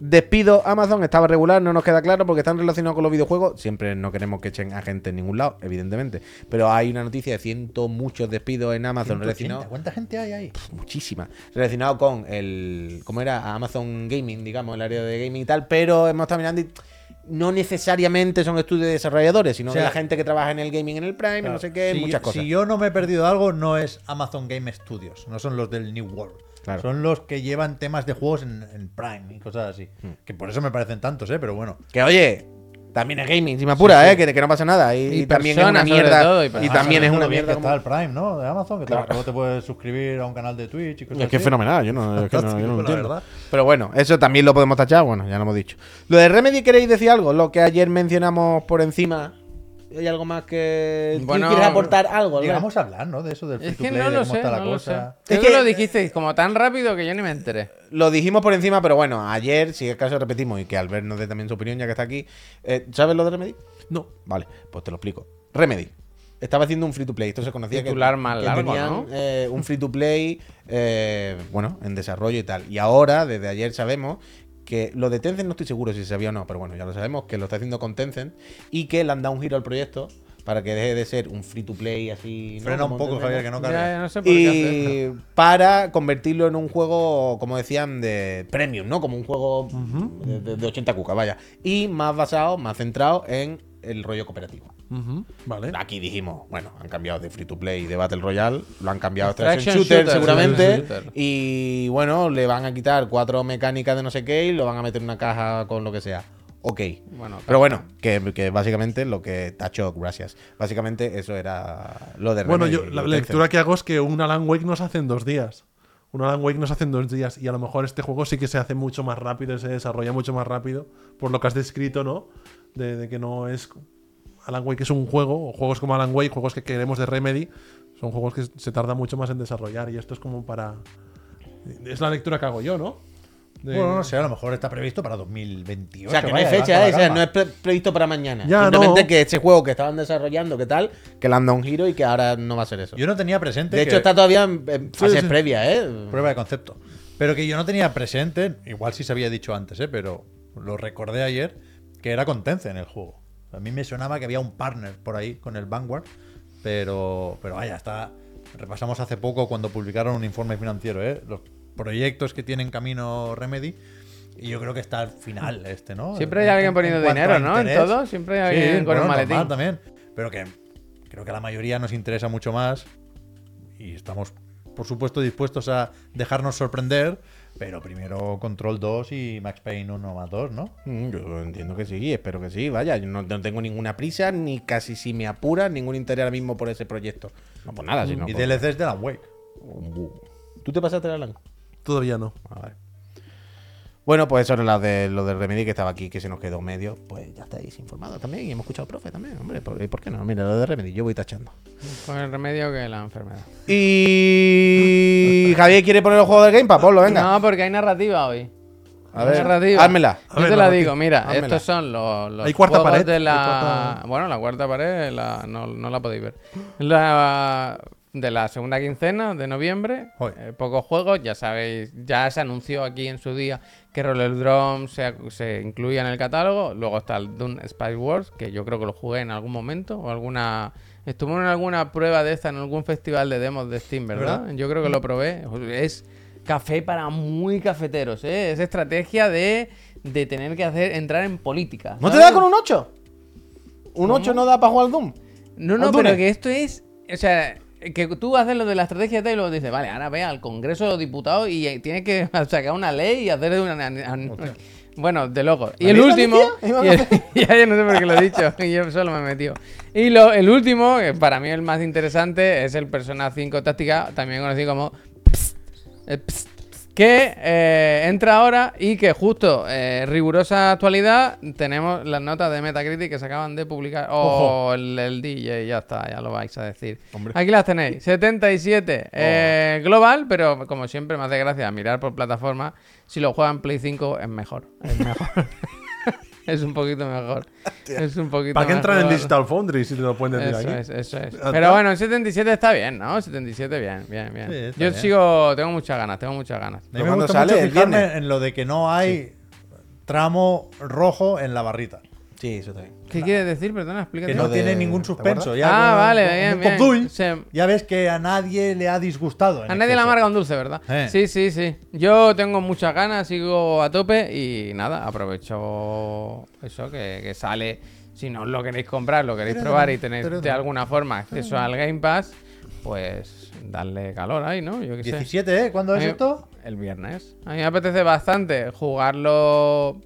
Speaker 2: Despido Amazon, estaba regular, no nos queda claro porque están relacionados con los videojuegos. Siempre no queremos que echen a gente en ningún lado, evidentemente. Pero hay una noticia de ciento muchos despidos en Amazon
Speaker 4: 180.
Speaker 2: relacionados
Speaker 4: ¿Cuánta gente hay ahí?
Speaker 2: muchísima. Relacionado con el. ¿Cómo era? Amazon Gaming, digamos, el área de gaming y tal. Pero hemos estado mirando y no necesariamente son estudios de desarrolladores, sino
Speaker 4: O sea,
Speaker 2: de la gente que trabaja en el gaming en el Prime, no sé qué,
Speaker 4: si
Speaker 2: muchas
Speaker 4: yo,
Speaker 2: cosas.
Speaker 4: Si yo no me he perdido algo, no es Amazon Game Studios, no son los del New World.
Speaker 2: Claro.
Speaker 4: Son los que llevan temas de juegos en, en Prime y cosas así. Que por eso me parecen tantos, ¿eh? Pero bueno.
Speaker 2: Que oye. También es gaming, si me apura, ¿eh? Que, que no pasa nada. Y,
Speaker 1: Y
Speaker 2: y también es una
Speaker 1: personas, sobre
Speaker 2: mierda.
Speaker 1: todo, y
Speaker 2: y,
Speaker 1: personas.
Speaker 2: también es
Speaker 4: Lo
Speaker 2: una
Speaker 4: bien
Speaker 2: mierda.
Speaker 4: que
Speaker 2: como-
Speaker 4: está el Prime, ¿no? De Amazon, que te-
Speaker 2: Claro.
Speaker 4: luego te puedes suscribir a un canal de Twitch y cosas
Speaker 2: Es que es
Speaker 4: así.
Speaker 2: fenomenal, yo no, es que no- yo no
Speaker 4: Fantástico,
Speaker 2: lo
Speaker 4: la
Speaker 2: entiendo.
Speaker 4: verdad.
Speaker 2: Pero bueno, eso también lo podemos tachar, bueno, ya lo hemos dicho. Lo de Remedy, ¿queréis decir algo? Lo que ayer mencionamos por encima. ¿Hay algo más que. ¿Tú
Speaker 1: Bueno,
Speaker 2: ¿Quieres aportar algo? Albert?
Speaker 4: Llegamos a hablar, ¿no? De eso del free
Speaker 1: Es
Speaker 4: to
Speaker 1: que
Speaker 4: play,
Speaker 1: no
Speaker 4: de
Speaker 1: lo
Speaker 4: cómo
Speaker 1: sé,
Speaker 4: está la
Speaker 1: no lo sé.
Speaker 4: cosa.
Speaker 1: Creo
Speaker 2: Es
Speaker 1: que
Speaker 2: que-
Speaker 1: lo dijisteis como tan rápido que yo ni me enteré.
Speaker 2: Lo dijimos por encima, pero bueno, ayer, si es caso, repetimos y que Albert nos dé también su opinión ya que está aquí. Eh, ¿Sabes lo de Remedy?
Speaker 3: No.
Speaker 2: Vale, pues te lo explico. Remedy. Estaba haciendo un free to play. Esto se conocía
Speaker 1: Titular
Speaker 2: que,
Speaker 1: más
Speaker 2: que
Speaker 1: largo,
Speaker 2: tenían,
Speaker 1: ¿no?
Speaker 2: eh, un free to play, eh, bueno, en desarrollo y tal. Y ahora, desde ayer sabemos que lo de Tencent no estoy seguro si se sabía o no, pero bueno, ya lo sabemos que lo está haciendo con Tencent y que le han dado un giro al proyecto para que deje de ser un free to play así. ¿no?
Speaker 4: Frena un
Speaker 2: Como
Speaker 4: poco,
Speaker 2: Tencent.
Speaker 4: Javier, que no
Speaker 1: Ya,
Speaker 4: carga.
Speaker 1: ya no sé por qué
Speaker 2: Y para convertirlo en un juego, como decían, de premium, ¿no? Como un juego de- de, de 80 cucas, vaya. Y más basado, más centrado en el rollo cooperativo.
Speaker 3: Ujú, Vale.
Speaker 2: Aquí dijimos, bueno, han cambiado de Free to Play y de Battle Royale, lo han cambiado a Extraction
Speaker 1: Extraction
Speaker 2: Shooter,
Speaker 1: Shooter,
Speaker 2: seguramente.
Speaker 1: sí, sí, sí.
Speaker 2: Y bueno, le van a quitar cuatro mecánicas de no sé qué y lo van a meter en una caja con lo que sea. Ok.
Speaker 1: Bueno,
Speaker 2: Pero bueno, que, que básicamente lo que tacho, gracias. Básicamente eso era lo de
Speaker 3: Bueno,
Speaker 2: Remedy
Speaker 3: yo,
Speaker 2: y
Speaker 3: la
Speaker 2: Tencent.
Speaker 3: lectura que hago es que un Alan Wake nos hace en dos días. Un Alan Wake nos hace en dos días. Y a lo mejor este juego sí que se hace mucho más rápido, se desarrolla mucho más rápido. Por lo que has descrito, ¿no? De, de que no es. Alan Wake es un juego, o juegos como Alan Wake, juegos que queremos de Remedy, son juegos que se tarda mucho más en desarrollar. Y esto es como para. Es la lectura que hago yo, ¿no? De-
Speaker 4: Bueno, no sé, a lo mejor está previsto para 2028.
Speaker 2: O sea, que no
Speaker 4: vaya,
Speaker 2: hay
Speaker 4: va con
Speaker 2: fecha,
Speaker 4: la
Speaker 2: ¿eh? O sea,
Speaker 4: calma.
Speaker 2: no es pre- previsto para mañana.
Speaker 3: Ya,
Speaker 2: Simplemente
Speaker 3: no.
Speaker 2: que ese juego que estaban desarrollando, ¿qué tal? Que le han dado un giro y que ahora no va a ser eso.
Speaker 4: Yo no tenía presente.
Speaker 2: de hecho,
Speaker 4: que-
Speaker 2: está todavía en, en fase
Speaker 3: sí.
Speaker 2: previa, ¿eh?
Speaker 4: prueba de concepto. Pero que yo no tenía presente, igual sí se había dicho antes, ¿eh? pero lo recordé ayer, que era con Tencent el juego. A mí me sonaba que había un partner por ahí con el Vanguard, pero, pero vaya, está. Repasamos hace poco cuando publicaron un informe financiero, ¿eh? los proyectos que tiene en camino Remedy. Y yo creo que está al final este, ¿no?
Speaker 1: Siempre hay alguien poniendo dinero, ¿no? En todo, siempre hay alguien con el
Speaker 4: normal
Speaker 1: maletín.
Speaker 4: también. Pero que creo que a la mayoría nos interesa mucho más y estamos, por supuesto, dispuestos a dejarnos sorprender Pero primero Control 2 y Max Payne 1 más 2, ¿no?
Speaker 2: Mm, Yo entiendo que sí, espero que sí. Vaya, yo no, no tengo ninguna prisa, ni casi si me apura, ningún interés ahora mismo por ese proyecto. No por nada, sino.
Speaker 4: y
Speaker 2: por-
Speaker 4: DLCs de la Wake.
Speaker 2: Mm, ¿Tú te pasaste la LAN?
Speaker 3: Todavía no.
Speaker 2: Bueno, pues eso era la de, lo de Remedy que estaba aquí, que se nos quedó medio. Pues ya estáis informados también. Y hemos escuchado al profe también, hombre. ¿Por, por qué no? Mira, lo de Remedy, yo voy tachando.
Speaker 1: Con el remedio que la enfermedad.
Speaker 2: Y. Javier quiere poner el juego del Game Pass, Pablo, venga.
Speaker 1: No, porque hay narrativa hoy.
Speaker 2: A ver,
Speaker 1: narrativa.
Speaker 2: házmela.
Speaker 1: Yo
Speaker 2: A ver,
Speaker 1: te la
Speaker 2: narrativa.
Speaker 1: digo, mira,
Speaker 2: Házmela.
Speaker 1: estos son los, los
Speaker 2: Hay cuarta
Speaker 1: juegos
Speaker 2: pared,
Speaker 1: de la...
Speaker 2: hay cuarta-
Speaker 1: Bueno, la cuarta pared la- no, no la podéis ver. La... De la segunda quincena de noviembre, eh, pocos juegos, ya sabéis, ya se anunció aquí en su día que Roller Drum se, se incluía en el catálogo, luego está el Dune Spice Wars, que yo creo que lo jugué en algún momento, o alguna... Estuvo en alguna prueba de esta, en algún festival de demos de Steam, ¿verdad?
Speaker 4: ¿Verdad?
Speaker 1: Yo creo que lo probé. Es café para muy cafeteros, ¿eh? Es estrategia de, de tener que hacer entrar en política.
Speaker 2: ¿No te
Speaker 1: ¿sabes?
Speaker 2: da con un 8? ¿Un 8 no da para jugar al Doom?
Speaker 1: No, no,
Speaker 2: al Dune?
Speaker 1: pero que esto es. O sea, que tú haces lo de la estrategia y tal, y luego dices, vale, ahora ve al Congreso de los Diputados y eh, tienes que *laughs* sacar una ley y hacer una. una- una- bueno, de loco. Y
Speaker 2: ¿A
Speaker 1: el
Speaker 2: mí me
Speaker 1: último.
Speaker 2: metía?
Speaker 1: Y el- *laughs* ya yo no sé por qué lo he dicho. *laughs* y Yo solo me he metido. Y lo- el último, que para mí el más interesante, es el Persona 5 Táctica, también conocido como eh, pst, pst, que eh, entra ahora y que justo, eh, rigurosa actualidad, tenemos las notas de Metacritic que se acaban de publicar. O el, el DJ, ya está, ya lo vais a decir. Aquí las tenéis,
Speaker 3: Oh.
Speaker 1: 77 eh, global, pero como siempre me hace gracia mirar por plataforma. Si lo juegan Play 5 es mejor, es mejor. *laughs* es un poquito mejor. Es un poquito
Speaker 3: ¿Para qué entran en
Speaker 1: mejor.
Speaker 3: Digital Foundry si te lo pueden decir
Speaker 1: Eso
Speaker 3: aquí?
Speaker 1: es, eso es.
Speaker 3: Ah,
Speaker 1: Pero
Speaker 3: está.
Speaker 1: bueno, en 77 está bien, ¿no? 77 bien, bien, bien.
Speaker 4: Sí, está
Speaker 1: Yo
Speaker 4: bien.
Speaker 1: sigo, tengo muchas ganas, tengo muchas ganas.
Speaker 4: A mí me gusta mucho fijarme en lo de que no hay tramo rojo en la barrita.
Speaker 2: Sí, eso también.
Speaker 1: ¿Qué quieres decir? Perdona, explícate.
Speaker 4: Que no tiene ningún suspenso. Ya
Speaker 1: Ah,
Speaker 4: con-
Speaker 1: vale,
Speaker 4: con-
Speaker 1: bien,
Speaker 4: con
Speaker 1: bien.
Speaker 4: Copdul,
Speaker 1: Se-
Speaker 4: Ya ves que a nadie le ha disgustado. en
Speaker 1: A nadie le
Speaker 4: exceso.
Speaker 1: amarga un dulce, ¿verdad?
Speaker 4: Eh.
Speaker 1: Sí, sí, sí. Yo tengo muchas ganas, sigo a tope y nada, aprovecho eso que, que sale. Si no os lo queréis comprar, lo queréis
Speaker 4: Pero
Speaker 1: probar
Speaker 4: no,
Speaker 1: y tenéis
Speaker 4: pero
Speaker 1: de
Speaker 4: no.
Speaker 1: alguna forma acceso
Speaker 4: no.
Speaker 1: al Game Pass, pues darle calor ahí, ¿no? Yo qué sé.
Speaker 4: 17, ¿eh? ¿Cuándo
Speaker 1: A
Speaker 4: es
Speaker 1: mí-
Speaker 4: esto?
Speaker 1: El viernes. A mí me apetece bastante jugarlo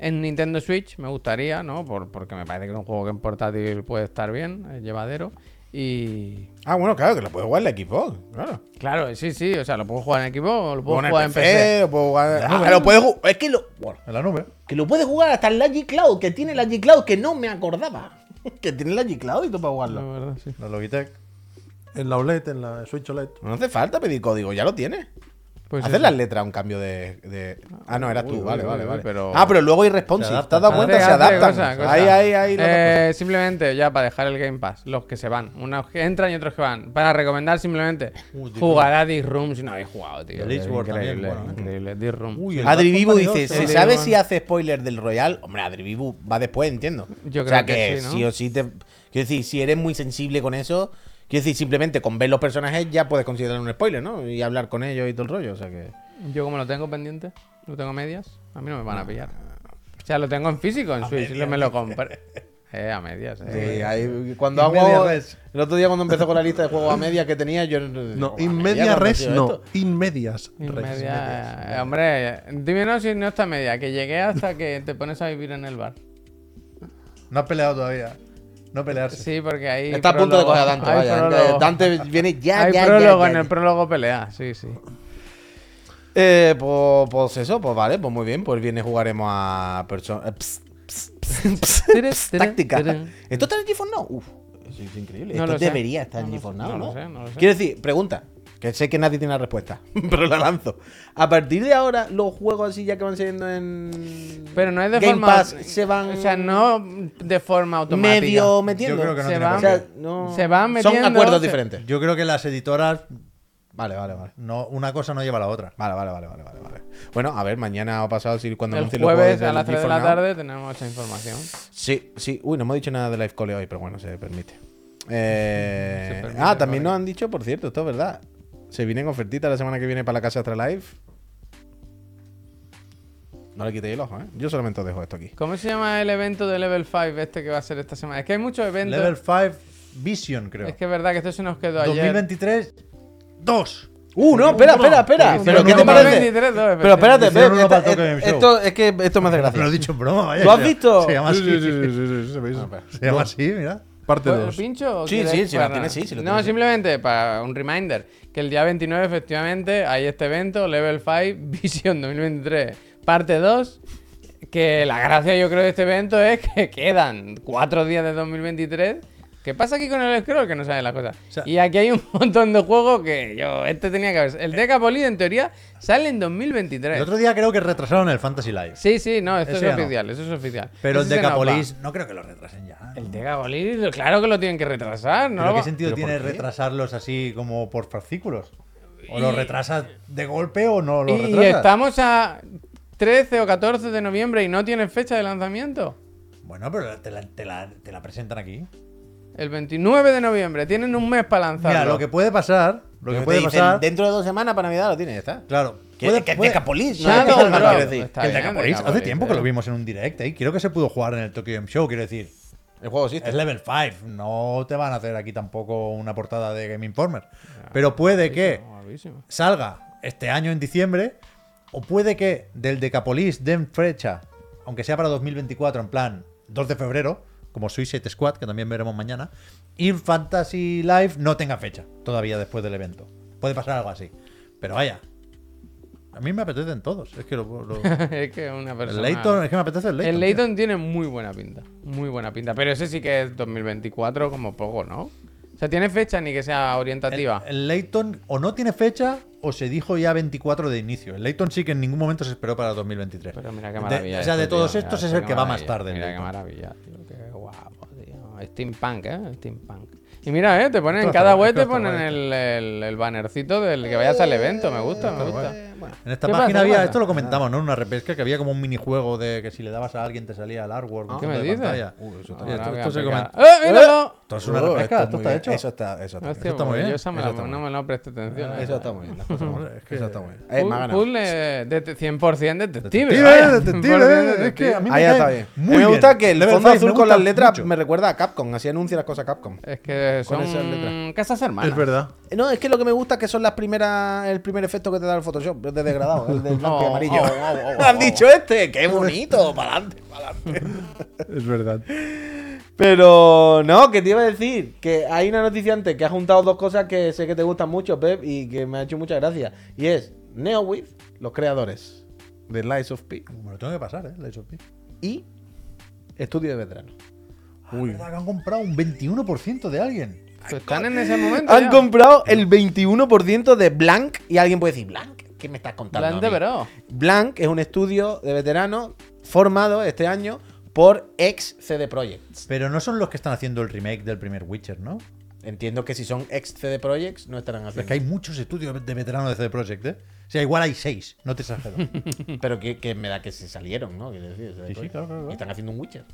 Speaker 1: en Nintendo Switch, me gustaría, ¿no? Por- porque me parece que es un juego que en portátil puede estar bien, es llevadero. Y.
Speaker 2: Ah, bueno, claro, que lo puedes jugar en la Xbox. Claro.
Speaker 1: Claro, sí, sí, o sea, lo puedo jugar en equipo o lo puedo
Speaker 2: Con el
Speaker 1: jugar en
Speaker 2: PC,
Speaker 1: PC.
Speaker 2: lo puedo jugar-
Speaker 1: Ah,
Speaker 2: Ah,
Speaker 1: bueno.
Speaker 2: lo puedes ju- Es que lo. bueno,
Speaker 4: En la nube.
Speaker 2: que lo puedes jugar hasta en la G-Cloud, que tiene la G-Cloud, que no me acordaba. *laughs* que tiene la G-Cloud y tú para jugarlo.
Speaker 1: La verdad, sí.
Speaker 4: La Logitech.
Speaker 3: En la OLED, en la Switch OLED.
Speaker 2: No hace falta pedir código, ya lo tienes.
Speaker 1: Pues
Speaker 2: Haces
Speaker 1: eso.
Speaker 2: las letras un cambio de, de- Ah, no, eras tú.
Speaker 1: Uy, uy,
Speaker 2: vale,
Speaker 1: uy,
Speaker 2: vale,
Speaker 1: uy,
Speaker 2: vale.
Speaker 1: pero-
Speaker 2: Ah, pero luego irresponsive.
Speaker 1: Se
Speaker 2: ¿Te has dado cuenta?
Speaker 1: Hace-
Speaker 2: se
Speaker 1: hace
Speaker 2: adaptan.
Speaker 1: cosa, cosa.
Speaker 2: Ahí, ahí, ahí. lo-
Speaker 1: Eh, simplemente ya para dejar el Game Pass, los que se van. Unos que entran y otros que van. Para recomendar simplemente
Speaker 4: Uy, tío.
Speaker 1: jugar a This Room si no habéis jugado, tío.
Speaker 4: El Age War también,
Speaker 1: increíble,
Speaker 4: bueno, ¿eh?
Speaker 1: increíble. This Room.
Speaker 4: Uy, el
Speaker 2: Adri Vivo
Speaker 4: Bad Company
Speaker 2: dice,
Speaker 4: dos,
Speaker 2: ¿se
Speaker 4: ¿no?
Speaker 2: sabe
Speaker 4: Sí,
Speaker 2: si hace spoiler del Royal? Hombre, Adri Vivo va después, entiendo.
Speaker 1: Yo
Speaker 2: o sea
Speaker 1: creo que
Speaker 2: que,
Speaker 1: sí, ¿no?
Speaker 2: sí o sí te... Quiero decir, si eres muy sensible con eso, quiero decir, simplemente con ver los personajes ya puedes considerar un spoiler, ¿no? Y hablar con ellos y todo el rollo, o sea que...
Speaker 1: Yo como lo tengo pendiente, lo tengo a medias, a mí no me van a pillar. O sea, lo tengo en físico, en Switch, me lo compré. *laughs* Eh, a medias. eh.
Speaker 2: Sí, ahí- cuando
Speaker 4: In media
Speaker 2: hago...
Speaker 4: res.
Speaker 2: El otro día cuando empezó con la lista de juegos a media que tenía, yo...
Speaker 3: No,
Speaker 2: digo,
Speaker 3: in
Speaker 2: "A
Speaker 3: media
Speaker 2: cuando
Speaker 3: res,
Speaker 2: hacía
Speaker 3: no.
Speaker 2: esto".
Speaker 3: In medias res.
Speaker 1: Media- eh, hombre, dime no si no está a media, que llegué hasta que te pones a vivir en el bar.
Speaker 4: No has peleado todavía. No pelearse.
Speaker 1: Sí, porque ahí.
Speaker 2: Está a punto de coger a Dante,
Speaker 1: hay
Speaker 2: vaya. eh,
Speaker 1: prólogo.
Speaker 2: Dante viene ya,
Speaker 1: Hay
Speaker 2: ya, ya,
Speaker 1: prólogo,
Speaker 2: ya,
Speaker 1: en
Speaker 2: ya.
Speaker 1: el prólogo pelea, sí, sí.
Speaker 2: Eh, pues, pues eso, pues vale, pues muy bien, pues el viernes jugaremos a persona. eh, Táctica.
Speaker 1: tere.
Speaker 2: ¿Esto está en GeForce Now? Uf, eso es increíble.
Speaker 1: No lo
Speaker 2: Esto
Speaker 1: sé.
Speaker 2: debería estar
Speaker 1: No
Speaker 2: en
Speaker 1: lo
Speaker 2: GeForce
Speaker 1: sé,
Speaker 2: Now,
Speaker 1: no
Speaker 2: ¿no?
Speaker 1: lo sé, no lo sé.
Speaker 2: Quiero decir, pregunta, que sé que nadie tiene la respuesta, *laughs* pero la lanzo. A partir de ahora, los juegos así ya que van saliendo en.
Speaker 1: Pero no es de
Speaker 2: Game
Speaker 1: forma.
Speaker 2: Pass se van.
Speaker 1: O sea, no de forma automática.
Speaker 2: medio metiendo.
Speaker 4: Yo creo que no
Speaker 1: Se
Speaker 4: tiene
Speaker 1: van-
Speaker 2: O
Speaker 4: por qué.
Speaker 2: sea, no-
Speaker 1: Se van metiendo,
Speaker 2: Son acuerdos
Speaker 1: se-
Speaker 2: diferentes.
Speaker 4: Yo creo que las editoras,
Speaker 2: Vale, vale, vale.
Speaker 4: no, una cosa no lleva a la otra.
Speaker 2: Vale, vale, vale, vale, vale, vale. Bueno, a ver, mañana o pasado, si cuando
Speaker 1: El
Speaker 2: anuncien los juegos
Speaker 1: jueves a
Speaker 2: del
Speaker 1: las 3 de
Speaker 2: GeForce
Speaker 1: la
Speaker 2: Now.
Speaker 1: tarde tenemos esa información.
Speaker 2: Sí, sí. Uy, no hemos dicho nada de Live Cole hoy, pero bueno, se permite. Eh,
Speaker 1: Se permite,
Speaker 2: ah, también
Speaker 1: vale.
Speaker 2: nos han dicho, por cierto, esto es verdad. Se vienen ofertitas la semana que viene para la casa Astralife. No le quitéis el ojo, ¿eh? Yo solamente os dejo esto aquí.
Speaker 1: ¿Cómo se llama el evento de Level 5 este que va a ser esta semana? Es que hay muchos eventos.
Speaker 4: Level 5 Vision, creo.
Speaker 1: Es que es verdad que esto se nos quedó ayer.
Speaker 4: 2023 2.
Speaker 2: Uh, no, espera, espera, espera.
Speaker 1: Hicieron
Speaker 2: ¿Pero qué
Speaker 1: uno
Speaker 2: te
Speaker 1: para el
Speaker 2: parece?
Speaker 1: 23, dos,
Speaker 2: Pero espérate,
Speaker 1: hicieron
Speaker 2: ve,
Speaker 1: uno para
Speaker 2: esta-
Speaker 1: el Tokyo Game Show.
Speaker 2: esto es que esto me hace gracia.
Speaker 4: Lo he dicho en broma, vaya.
Speaker 2: ¿Tú has
Speaker 4: se-
Speaker 2: visto?
Speaker 4: Se llama
Speaker 3: Sí,
Speaker 4: así.
Speaker 3: sí, sí, sí, sí, sí, se veis.
Speaker 4: Se llama así, mira.
Speaker 3: Parte
Speaker 1: ¿Lo- lo
Speaker 3: 2.
Speaker 1: pincho? o
Speaker 2: Sí,
Speaker 1: quieres-
Speaker 2: sí, si lo
Speaker 1: para
Speaker 2: tienes,
Speaker 1: nada?
Speaker 2: sí, si lo
Speaker 1: No,
Speaker 2: tienes, sí.
Speaker 1: simplemente para un reminder, que el día 29 efectivamente hay este evento, Level 5 *laughs* Vision 2023, parte 2, que la gracia yo creo de este evento es que quedan cuatro días de 2023. ¿Qué pasa aquí con el scroll? Que no saben las cosas.
Speaker 4: sea-
Speaker 1: y aquí hay un *laughs* montón de juegos que yo, este tenía que haber. El Decapolid en teoría sale en 2023.
Speaker 4: El otro día creo que retrasaron el Fantasy Live.
Speaker 1: Eh. Sí, sí, no, esto
Speaker 4: Ese
Speaker 1: es
Speaker 4: ya no.
Speaker 1: oficial, eso es oficial.
Speaker 4: Pero el
Speaker 1: Ese se nos va.
Speaker 4: Decapolis no creo que lo retrasen ya.
Speaker 1: El Decapolid, claro que lo tienen que retrasar, ¿no?
Speaker 4: ¿Pero
Speaker 1: lo
Speaker 4: ¿Qué
Speaker 1: va-
Speaker 4: sentido tiene retrasarlos así como por fascículos? ¿O lo retrasas de golpe o no lo
Speaker 1: Y
Speaker 4: retrasas?
Speaker 1: estamos a 13 o 14 de noviembre y no tienen fecha de lanzamiento.
Speaker 4: Bueno, pero te la, te la- te la presentan aquí.
Speaker 1: El 29 de noviembre, tienen un mes para lanzarlo.
Speaker 4: Mira, lo que puede pasar, lo que
Speaker 2: Pero
Speaker 4: puede
Speaker 2: te dicen,
Speaker 4: pasar,
Speaker 2: Dentro de dos semanas para Navidad lo tienes, ya está.
Speaker 4: claro,
Speaker 2: Que,
Speaker 4: puede-
Speaker 2: que es
Speaker 4: puede-
Speaker 2: Decapolis, no
Speaker 1: Ya
Speaker 2: es
Speaker 4: *laughs*
Speaker 1: no,
Speaker 2: Decapolis,
Speaker 1: claro,
Speaker 2: quiero decir.
Speaker 1: está
Speaker 4: que el
Speaker 1: bien,
Speaker 4: Decapolis, hace
Speaker 1: Decapolis,
Speaker 4: tiempo que lo vimos en un direct ¿eh? y creo que se pudo jugar en el Tokyo Game Show, quiero decir,
Speaker 2: El juego existe.
Speaker 4: es level 5, no te van a hacer aquí tampoco una portada de Game Informer, pero puede que
Speaker 1: Guapísimo. *laughs*
Speaker 4: salga este año en diciembre, o puede que del Decapolis den fecha, aunque sea para 2024, en plan 2 de febrero, como Suicide Squad, que también veremos mañana, y Fantasy Live no tenga fecha todavía después del evento. Puede pasar algo así. Pero vaya, a mí me apetecen todos. Es que lo. lo-
Speaker 1: es que es una
Speaker 4: el
Speaker 1: persona.
Speaker 4: Leighton, es que me apetece el Leighton.
Speaker 1: El
Speaker 4: tío.
Speaker 1: Layton tiene muy buena pinta. Muy buena pinta. Pero ese sí que es 2024 como poco, ¿no? O sea, tiene fecha ni que sea
Speaker 4: El,
Speaker 1: orientativa.
Speaker 4: el Leighton o no tiene fecha o se dijo ya 24 de inicio. El Leighton sí que en ningún momento se esperó para 2023.
Speaker 1: Pero mira qué
Speaker 4: De-
Speaker 1: maravilla.
Speaker 4: o sea, de
Speaker 1: esto,
Speaker 4: todos
Speaker 1: tío.
Speaker 4: estos
Speaker 1: Mira,
Speaker 4: es
Speaker 1: mira
Speaker 4: el
Speaker 1: qué
Speaker 4: que va más
Speaker 1: maravilla,
Speaker 4: tarde. el
Speaker 1: Mira qué
Speaker 4: Leighton.
Speaker 1: maravilla, tío. Qué guapo, tío. Steampunk, ¿eh? Steampunk. Y mira, ¿eh? Te ponen en
Speaker 4: Esto está
Speaker 1: cada
Speaker 4: guay,
Speaker 1: web,
Speaker 4: esto Eh,
Speaker 1: te
Speaker 4: está
Speaker 1: ponen
Speaker 4: guay.
Speaker 1: el, el, el bannercito del que vayas al evento. Me gusta, me gusta.
Speaker 4: En esta
Speaker 1: ¿Qué
Speaker 4: página
Speaker 1: pasa? ¿Qué
Speaker 4: había,
Speaker 1: pasa?
Speaker 4: esto lo comentamos, ¿no? En una repesca que había como un minijuego de que si le dabas a alguien te salía el artwork. un
Speaker 1: ¿Qué
Speaker 4: fondo
Speaker 1: me
Speaker 4: de
Speaker 1: dices?
Speaker 4: pantalla.
Speaker 1: Uy, eso
Speaker 4: Oye,
Speaker 1: está-
Speaker 4: esto-
Speaker 1: Ahora
Speaker 4: esto se
Speaker 1: voy a
Speaker 4: comenta-
Speaker 1: pecar. ¡Eh, míralo!
Speaker 4: Esto es una
Speaker 2: Oh,
Speaker 4: repesca,
Speaker 2: esto es
Speaker 4: esto está
Speaker 2: muy
Speaker 4: hecho.
Speaker 2: bien. Eso está, eso está.
Speaker 1: Hostia, pues
Speaker 4: está muy bien,
Speaker 1: yo esa me
Speaker 2: eso
Speaker 1: la-
Speaker 2: está muy
Speaker 1: no me la preste atención.
Speaker 2: bien.
Speaker 1: eh.
Speaker 2: Eso está muy bien. las
Speaker 4: *laughs*
Speaker 2: cosas muy bien.
Speaker 4: Es que-
Speaker 2: Eso está muy bien. Eh,
Speaker 1: Pu-
Speaker 2: me ha ganado.
Speaker 1: Puzzle eh, de 100% detective.
Speaker 4: Detective,
Speaker 1: vaya,
Speaker 4: detective, eh,
Speaker 1: 100%
Speaker 4: es que a mí
Speaker 2: Ahí
Speaker 4: me
Speaker 2: está
Speaker 4: cae
Speaker 2: bien.
Speaker 4: muy
Speaker 2: A mí me
Speaker 4: bien.
Speaker 2: gusta que el
Speaker 4: Level
Speaker 2: fondo
Speaker 4: five me
Speaker 2: azul con
Speaker 4: gusta
Speaker 2: las letras
Speaker 4: mucho.
Speaker 2: me recuerda a Capcom. Así anuncia las cosas Capcom.
Speaker 1: Es que
Speaker 2: Con esas
Speaker 1: son
Speaker 2: letras.
Speaker 1: casas hermanas.
Speaker 3: Es verdad.
Speaker 2: Eh, No, es que lo que me gusta es que son las primeras, el primer efecto que te da el Photoshop, de degradado, *laughs* el del blanco y
Speaker 1: Oh,
Speaker 2: amarillo.
Speaker 1: oh, oh, oh, oh.
Speaker 2: *laughs* Han dicho este, qué bonito, para adelante, para adelante.
Speaker 3: Es verdad.
Speaker 2: Pero no, que te iba a decir que hay una noticia antes que ha juntado dos cosas que sé que te gustan mucho, Pep, y que me ha hecho mucha gracia. Y es NeoWith, los creadores de Lies of P,
Speaker 4: Me lo tengo que pasar, ¿eh? La HP.
Speaker 2: y Estudio de Veteranos.
Speaker 4: Uy. que han comprado un 21% de alguien.
Speaker 1: Pues están en ese momento.
Speaker 2: Han
Speaker 1: ya.
Speaker 2: comprado el 21% de Blank, y alguien puede decir, Blank, ¿qué me estás contando?
Speaker 1: Adelante,
Speaker 2: a mí?"
Speaker 1: pero.
Speaker 2: Blank es un estudio de veteranos formado este año por ex CD Projekt.
Speaker 4: Pero no son los que están haciendo el remake del primer Witcher, ¿no?
Speaker 2: Entiendo que si son ex CD Projekt no estarán
Speaker 4: Pero
Speaker 2: haciendo.
Speaker 4: es que hay muchos estudios de veteranos de CD Projekt, ¿eh? O sea, igual hay seis, no
Speaker 2: *laughs*
Speaker 4: te exagero.
Speaker 2: Pero que, que me da que se salieron, ¿no? Quiero decir, CD
Speaker 4: Sí, sí,
Speaker 2: Projekt.
Speaker 4: claro, claro, claro.
Speaker 2: Y están haciendo un Witcher.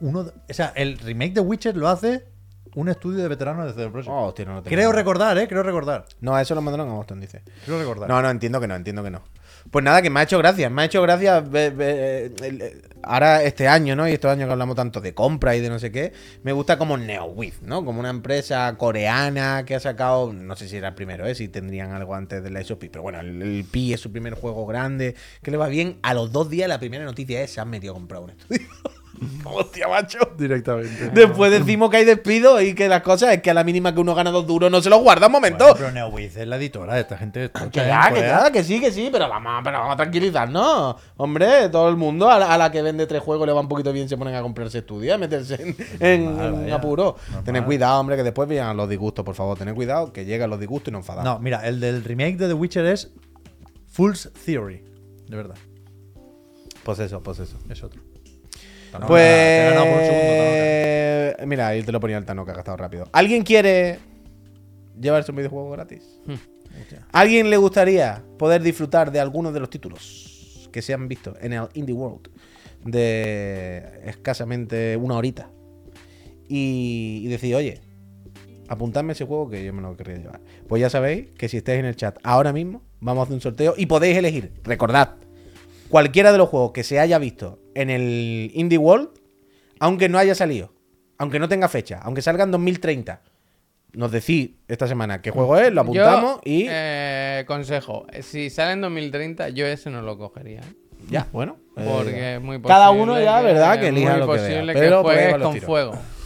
Speaker 4: Uno, de- o sea, el remake de Witcher lo hace un estudio de veteranos de CD Projekt.
Speaker 2: Oh, hostia, no lo tengo.
Speaker 4: Creo recordar, ¿eh? Creo recordar.
Speaker 2: No, eso lo mandaron a Boston, dice.
Speaker 4: Creo recordar.
Speaker 2: No, no, entiendo que no, entiendo que no. Pues nada, que me ha hecho gracia, me ha hecho gracia ve- ve- el- el- ahora este año, ¿no? Y estos años que hablamos tanto de compra y de no sé qué, me gusta como NeoWiz, ¿no? Como una empresa coreana que ha sacado, no sé si era el primero, ¿eh? Si tendrían algo antes de la SOP, pero bueno, el, el Pi es su primer juego grande, que le va bien. A los dos días la primera noticia es, se han metido a comprar un estudio. *laughs* Hostia, macho.
Speaker 3: Directamente.
Speaker 2: Después decimos que hay despido y que las cosas es que a la mínima que uno gana dos duros no se los guarda un momento. Ah,
Speaker 4: Bueno, pero NeoWiz es la editora de esta gente.
Speaker 2: Que
Speaker 4: tocha,
Speaker 2: ya,
Speaker 4: ¿eh?
Speaker 2: que
Speaker 4: Corea.
Speaker 2: ya, que sí, que sí, pero vamos, pero vamos a tranquilizarnos. Hombre, todo el mundo a la, a la que vende tres juegos le va un poquito bien, se ponen a comprarse estudios, a meterse en, en- en
Speaker 4: vaya.
Speaker 2: apuro.
Speaker 4: Normal.
Speaker 2: Tened cuidado, hombre, que después vean los disgustos, por favor, tened cuidado, que llegan los disgustos y no enfadamos.
Speaker 4: No, mira, el del remake de The Witcher es Fool's Theory. De verdad.
Speaker 2: Pues eso, pues eso.
Speaker 4: Es otro.
Speaker 2: pues.
Speaker 4: Te he ganado por un segundo, Tanaka.
Speaker 2: mira, ahí te lo ponía el Tano que ha gastado rápido. ¿Alguien quiere llevarse un videojuego gratis? ¿Alguien le gustaría poder disfrutar de algunos de los títulos que se han visto en el Indie World de escasamente una horita? Y, y decir, oye, apuntadme ese juego que yo me lo querría llevar. Pues ya sabéis que si estáis en el chat ahora mismo, vamos a hacer un sorteo y podéis elegir. Recordad, cualquiera de los juegos que se haya visto en el Indie World, aunque no haya salido, aunque no tenga fecha, aunque salga en 2030, nos decís esta semana qué juego es, lo apuntamos
Speaker 1: Yo,
Speaker 2: y
Speaker 1: eh, consejo, si sale en 2030, yo ese no lo cogería.
Speaker 2: ya, bueno. eh,
Speaker 1: Porque es muy posible.
Speaker 2: Cada uno ya,
Speaker 1: que-
Speaker 2: ¿verdad?
Speaker 1: es
Speaker 2: Que elija
Speaker 1: muy
Speaker 2: lo que vea,
Speaker 1: posible
Speaker 2: pero por ahí
Speaker 1: juegues
Speaker 2: van los
Speaker 1: con
Speaker 2: tiros.
Speaker 1: fuego.
Speaker 2: Pues-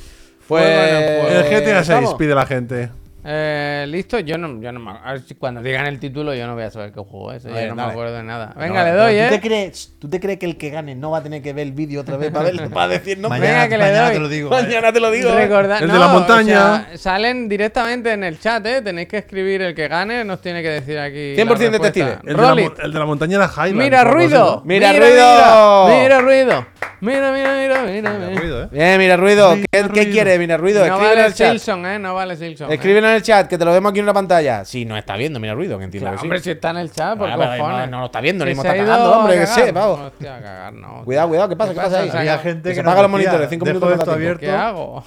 Speaker 1: Fuego en
Speaker 3: El
Speaker 1: el juego.
Speaker 3: GTA 6
Speaker 2: vamos.
Speaker 3: pide la gente.
Speaker 1: Eh, Listo, yo no, yo no me a ver si Cuando digan el título, yo no voy a saber qué juego es. eh,
Speaker 2: Bien,
Speaker 1: yo no
Speaker 2: dale.
Speaker 1: me acuerdo de nada.
Speaker 2: Bueno,
Speaker 1: Venga, le
Speaker 2: vale, pero
Speaker 1: doy,
Speaker 2: ¿tú
Speaker 1: eh.
Speaker 2: te crees, ¿Tú te crees que el que gane no va a tener que ver el vídeo otra vez para,
Speaker 1: *laughs*
Speaker 2: ver- para decir no?
Speaker 4: Mañana,
Speaker 1: Venga, que le
Speaker 4: mañana
Speaker 1: doy.
Speaker 4: te lo digo. eh.
Speaker 2: Mañana te lo digo. eh.
Speaker 1: Recordad-
Speaker 3: El de la
Speaker 1: no,
Speaker 3: montaña.
Speaker 1: o sea, salen directamente en el chat, ¿eh? Tenéis que escribir el que gane, nos tiene que decir aquí.
Speaker 2: 100%
Speaker 1: la respuesta.
Speaker 2: detective.
Speaker 3: El de, la,
Speaker 1: Roll
Speaker 3: mo-
Speaker 1: it.
Speaker 3: el de la montaña era Highland.
Speaker 1: Mira
Speaker 3: o algo así,
Speaker 1: ruido.
Speaker 3: ¿no?
Speaker 2: Mira ruido.
Speaker 1: Mira ruido. Mira, mira, mira, mira. mira.
Speaker 4: Ruido, ¿eh?
Speaker 2: Bien, mira ruido.
Speaker 3: Mira,
Speaker 2: ¿Qué, qué
Speaker 3: ruido.
Speaker 2: quiere, mira ruido?
Speaker 1: No
Speaker 2: Escríbelo
Speaker 1: vale
Speaker 2: en el chat.
Speaker 1: Silson, ¿eh? No vale Silson. ¿eh?
Speaker 2: Escríbelo en el chat, que te lo vemos aquí en una pantalla. Si no está viendo, mira ruido, que entiendo
Speaker 1: Claro,
Speaker 2: que sí.
Speaker 1: hombre, si está en el chat, por
Speaker 2: Ah, pero
Speaker 1: cojones.
Speaker 2: no- no lo está viendo,
Speaker 1: Si
Speaker 2: ni me
Speaker 1: se
Speaker 2: está
Speaker 1: ha ido
Speaker 2: cagando, hombre,
Speaker 1: a
Speaker 2: que
Speaker 1: cagar.
Speaker 2: sé, vamos.
Speaker 1: Hostia, a cagar, no. hostia.
Speaker 2: *laughs* Cuidado, cuidado, ¿qué pasa? ¿Qué pasa ahí?
Speaker 1: Saca-
Speaker 4: Había gente
Speaker 2: Que
Speaker 4: que,
Speaker 2: se
Speaker 4: nos
Speaker 2: apaga los
Speaker 4: decía,
Speaker 2: monitores, cinco
Speaker 4: dejo
Speaker 2: minutos no
Speaker 4: esto
Speaker 2: da tiempo.
Speaker 4: abierto,
Speaker 1: ¿Qué hago?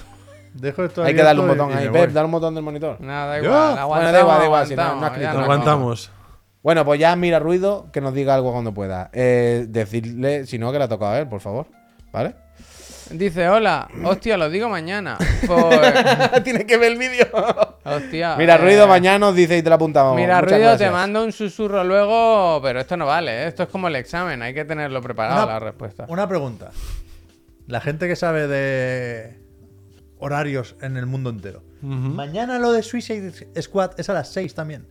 Speaker 4: Dejo esto
Speaker 2: Hay que darle un
Speaker 4: abierto
Speaker 2: botón
Speaker 4: y- y
Speaker 2: ahí,
Speaker 4: me voy.
Speaker 2: Pep, dale un botón del monitor.
Speaker 1: Nada, da
Speaker 3: Yo-
Speaker 1: igual.
Speaker 2: Bueno,
Speaker 1: Aguantamos,
Speaker 2: da igual, da igual, si no, no ha
Speaker 1: aguantamos,
Speaker 2: escrito.
Speaker 1: ya
Speaker 2: No,
Speaker 1: nos
Speaker 3: Aguantamos.
Speaker 2: Bueno, pues ya mira ruido, que nos diga algo cuando pueda. Eh, decirle, si no, que le ha tocado a él, por favor. ¿Vale? *laughs*
Speaker 1: vamos. Dice, hola. Hostia, lo digo mañana. Pues,
Speaker 2: Tiene que ver el vídeo.
Speaker 1: hostia.
Speaker 2: mira
Speaker 1: eh,
Speaker 2: ruido, mañana nos dice y te la apuntamos.
Speaker 1: Mira,
Speaker 2: Muchas
Speaker 1: ruido, te
Speaker 2: gracias.
Speaker 1: mando un susurro luego, pero esto no vale. ¿eh? Esto es como el examen, hay que tenerlo preparado,
Speaker 4: Una-
Speaker 1: la respuesta.
Speaker 4: Una pregunta. La gente que sabe de horarios en el mundo entero. Mañana lo de Suicide Squad es a las 6 también.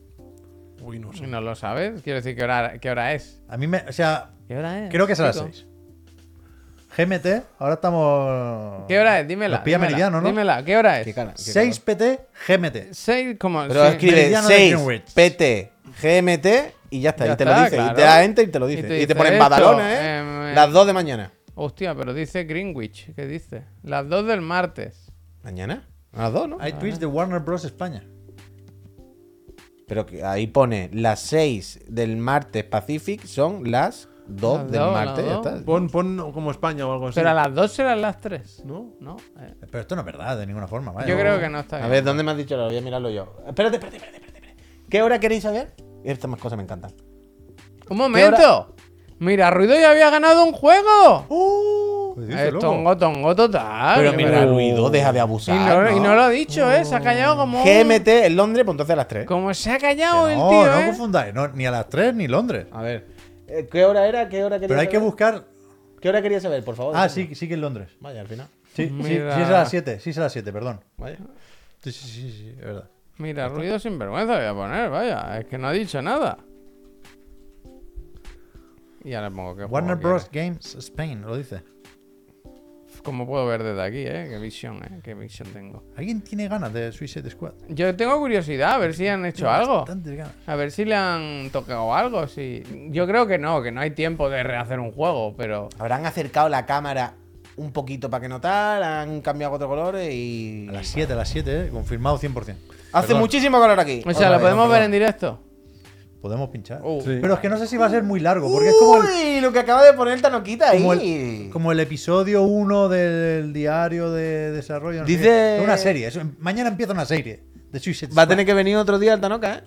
Speaker 3: Uy, no sé.
Speaker 1: No lo sabes, quiero decir, ¿qué hora, qué hora es?
Speaker 4: A mí me. O sea,
Speaker 1: ¿Qué hora es?
Speaker 4: creo que es a las
Speaker 1: chico?
Speaker 4: 6. GMT, ahora estamos.
Speaker 1: ¿Qué hora es? Dímela.
Speaker 4: Nos pilla
Speaker 1: dímela,
Speaker 4: meridiano, ¿no?
Speaker 1: Dímela, ¿qué hora
Speaker 2: Qué
Speaker 1: es?
Speaker 2: cara, qué cara.
Speaker 4: 6 PT, GMT.
Speaker 1: Seis como.
Speaker 2: Pero
Speaker 1: sí.
Speaker 2: escribe
Speaker 4: Meridiano de
Speaker 2: 6
Speaker 4: Greenwich.
Speaker 2: PT GMT y ya está.
Speaker 1: Ya
Speaker 2: y te lo
Speaker 1: está,
Speaker 2: dice. Y
Speaker 1: claro.
Speaker 2: te da enter y te lo dice. Y te,
Speaker 1: dice
Speaker 2: ponen
Speaker 1: esto,
Speaker 2: badalones, ¿eh?
Speaker 1: em,
Speaker 2: Las 2 de mañana.
Speaker 1: Hostia, pero dice Greenwich. ¿Qué dice? Las 2 del martes.
Speaker 2: ¿Mañana? A las
Speaker 1: Ah.
Speaker 2: 2, ¿no?
Speaker 4: Hay tweets de Warner Bros. España.
Speaker 2: Pero que ahí pone las 6 del martes Pacific son las 2
Speaker 1: Las
Speaker 2: del
Speaker 1: dos, las
Speaker 2: martes. Ya
Speaker 1: dos.
Speaker 2: está.
Speaker 3: Pon, pon como España o algo así.
Speaker 1: Pero a las 2 serán las 3.
Speaker 3: ¿No?
Speaker 1: No. eh.
Speaker 4: Pero esto no es verdad, de ninguna forma. Vaya.
Speaker 1: Yo creo que no está bien.
Speaker 2: A ver, ¿dónde me has dicho? ahora? Voy a mirarlo yo. Espérate, espérate, espérate. espérate, espérate. ¿Qué hora queréis saber? Estas más cosas me encantan.
Speaker 1: ¡Un momento! Mira, Ruido ya había ganado un juego.
Speaker 4: Pues dice
Speaker 1: Es
Speaker 4: luego.
Speaker 1: tongo, tongo total.
Speaker 2: Pero mira,
Speaker 1: pero-
Speaker 2: ruido, deja de
Speaker 1: y, no,
Speaker 2: abusar.
Speaker 1: y no lo ha dicho, ¿eh? Se ha callado como. un-
Speaker 2: GMT en Londres, pues entonces a las 3.
Speaker 1: Como se ha
Speaker 4: Oh. Que
Speaker 1: callado
Speaker 4: No,
Speaker 1: el
Speaker 4: no,
Speaker 1: tío. ¿eh? Ah.
Speaker 4: confundáis, no, ni a las 3 ni Londres.
Speaker 2: A ver. eh, ¿Qué hora era? ¿Qué hora quería
Speaker 4: Pero hay que
Speaker 2: saber?
Speaker 4: buscar.
Speaker 2: ¿Qué hora quería saber, por favor?
Speaker 4: Ah, sí, sí que es Londres.
Speaker 2: Vaya, al final.
Speaker 4: Sí, sí, sí,
Speaker 1: Oh, Mira.
Speaker 4: es a las 7, sí es a las 7, perdón.
Speaker 2: Vaya.
Speaker 4: Sí, sí, sí, sí, es verdad.
Speaker 1: Mira, ruido sin vergüenza voy a poner, vaya. Es que no ha dicho nada. Y ahora pongo que.
Speaker 4: Warner Bros. Games Spain, lo dice.
Speaker 1: Como puedo ver desde aquí, ¿eh? Qué visión, ¿eh? Qué visión tengo.
Speaker 4: ¿Alguien tiene ganas de Suicide Squad?
Speaker 1: Yo tengo curiosidad, a ver si han hecho algo.
Speaker 4: Bastantes ganas.
Speaker 1: A ver si le han tocado algo. Si... Yo creo que no, que no hay tiempo de rehacer un juego, pero.
Speaker 2: Habrán acercado la cámara un poquito para que notar, han cambiado cuatro colores y.
Speaker 4: A las 7, a las 7, eh, confirmado 100%.
Speaker 2: Hace
Speaker 4: Perdón,
Speaker 2: muchísimo calor aquí.
Speaker 1: O sea,
Speaker 2: Otra
Speaker 1: ¿lo
Speaker 2: vez,
Speaker 1: podemos ver en
Speaker 2: perdón.
Speaker 1: directo?
Speaker 4: Podemos pinchar.
Speaker 1: Uh,
Speaker 3: Sí.
Speaker 4: Pero es que no sé si va a ser muy largo, porque es como el,
Speaker 2: Oh. Uy, lo que acaba de poner el Tanoquita ahí.
Speaker 4: como el, como el episodio 1 del diario de desarrollo. no sé
Speaker 2: Dice-
Speaker 4: qué. Es una serie. es- mañana empieza una serie de Suicide
Speaker 2: Va
Speaker 4: Squad.
Speaker 2: a tener que venir otro día el Tanoca, ¿eh?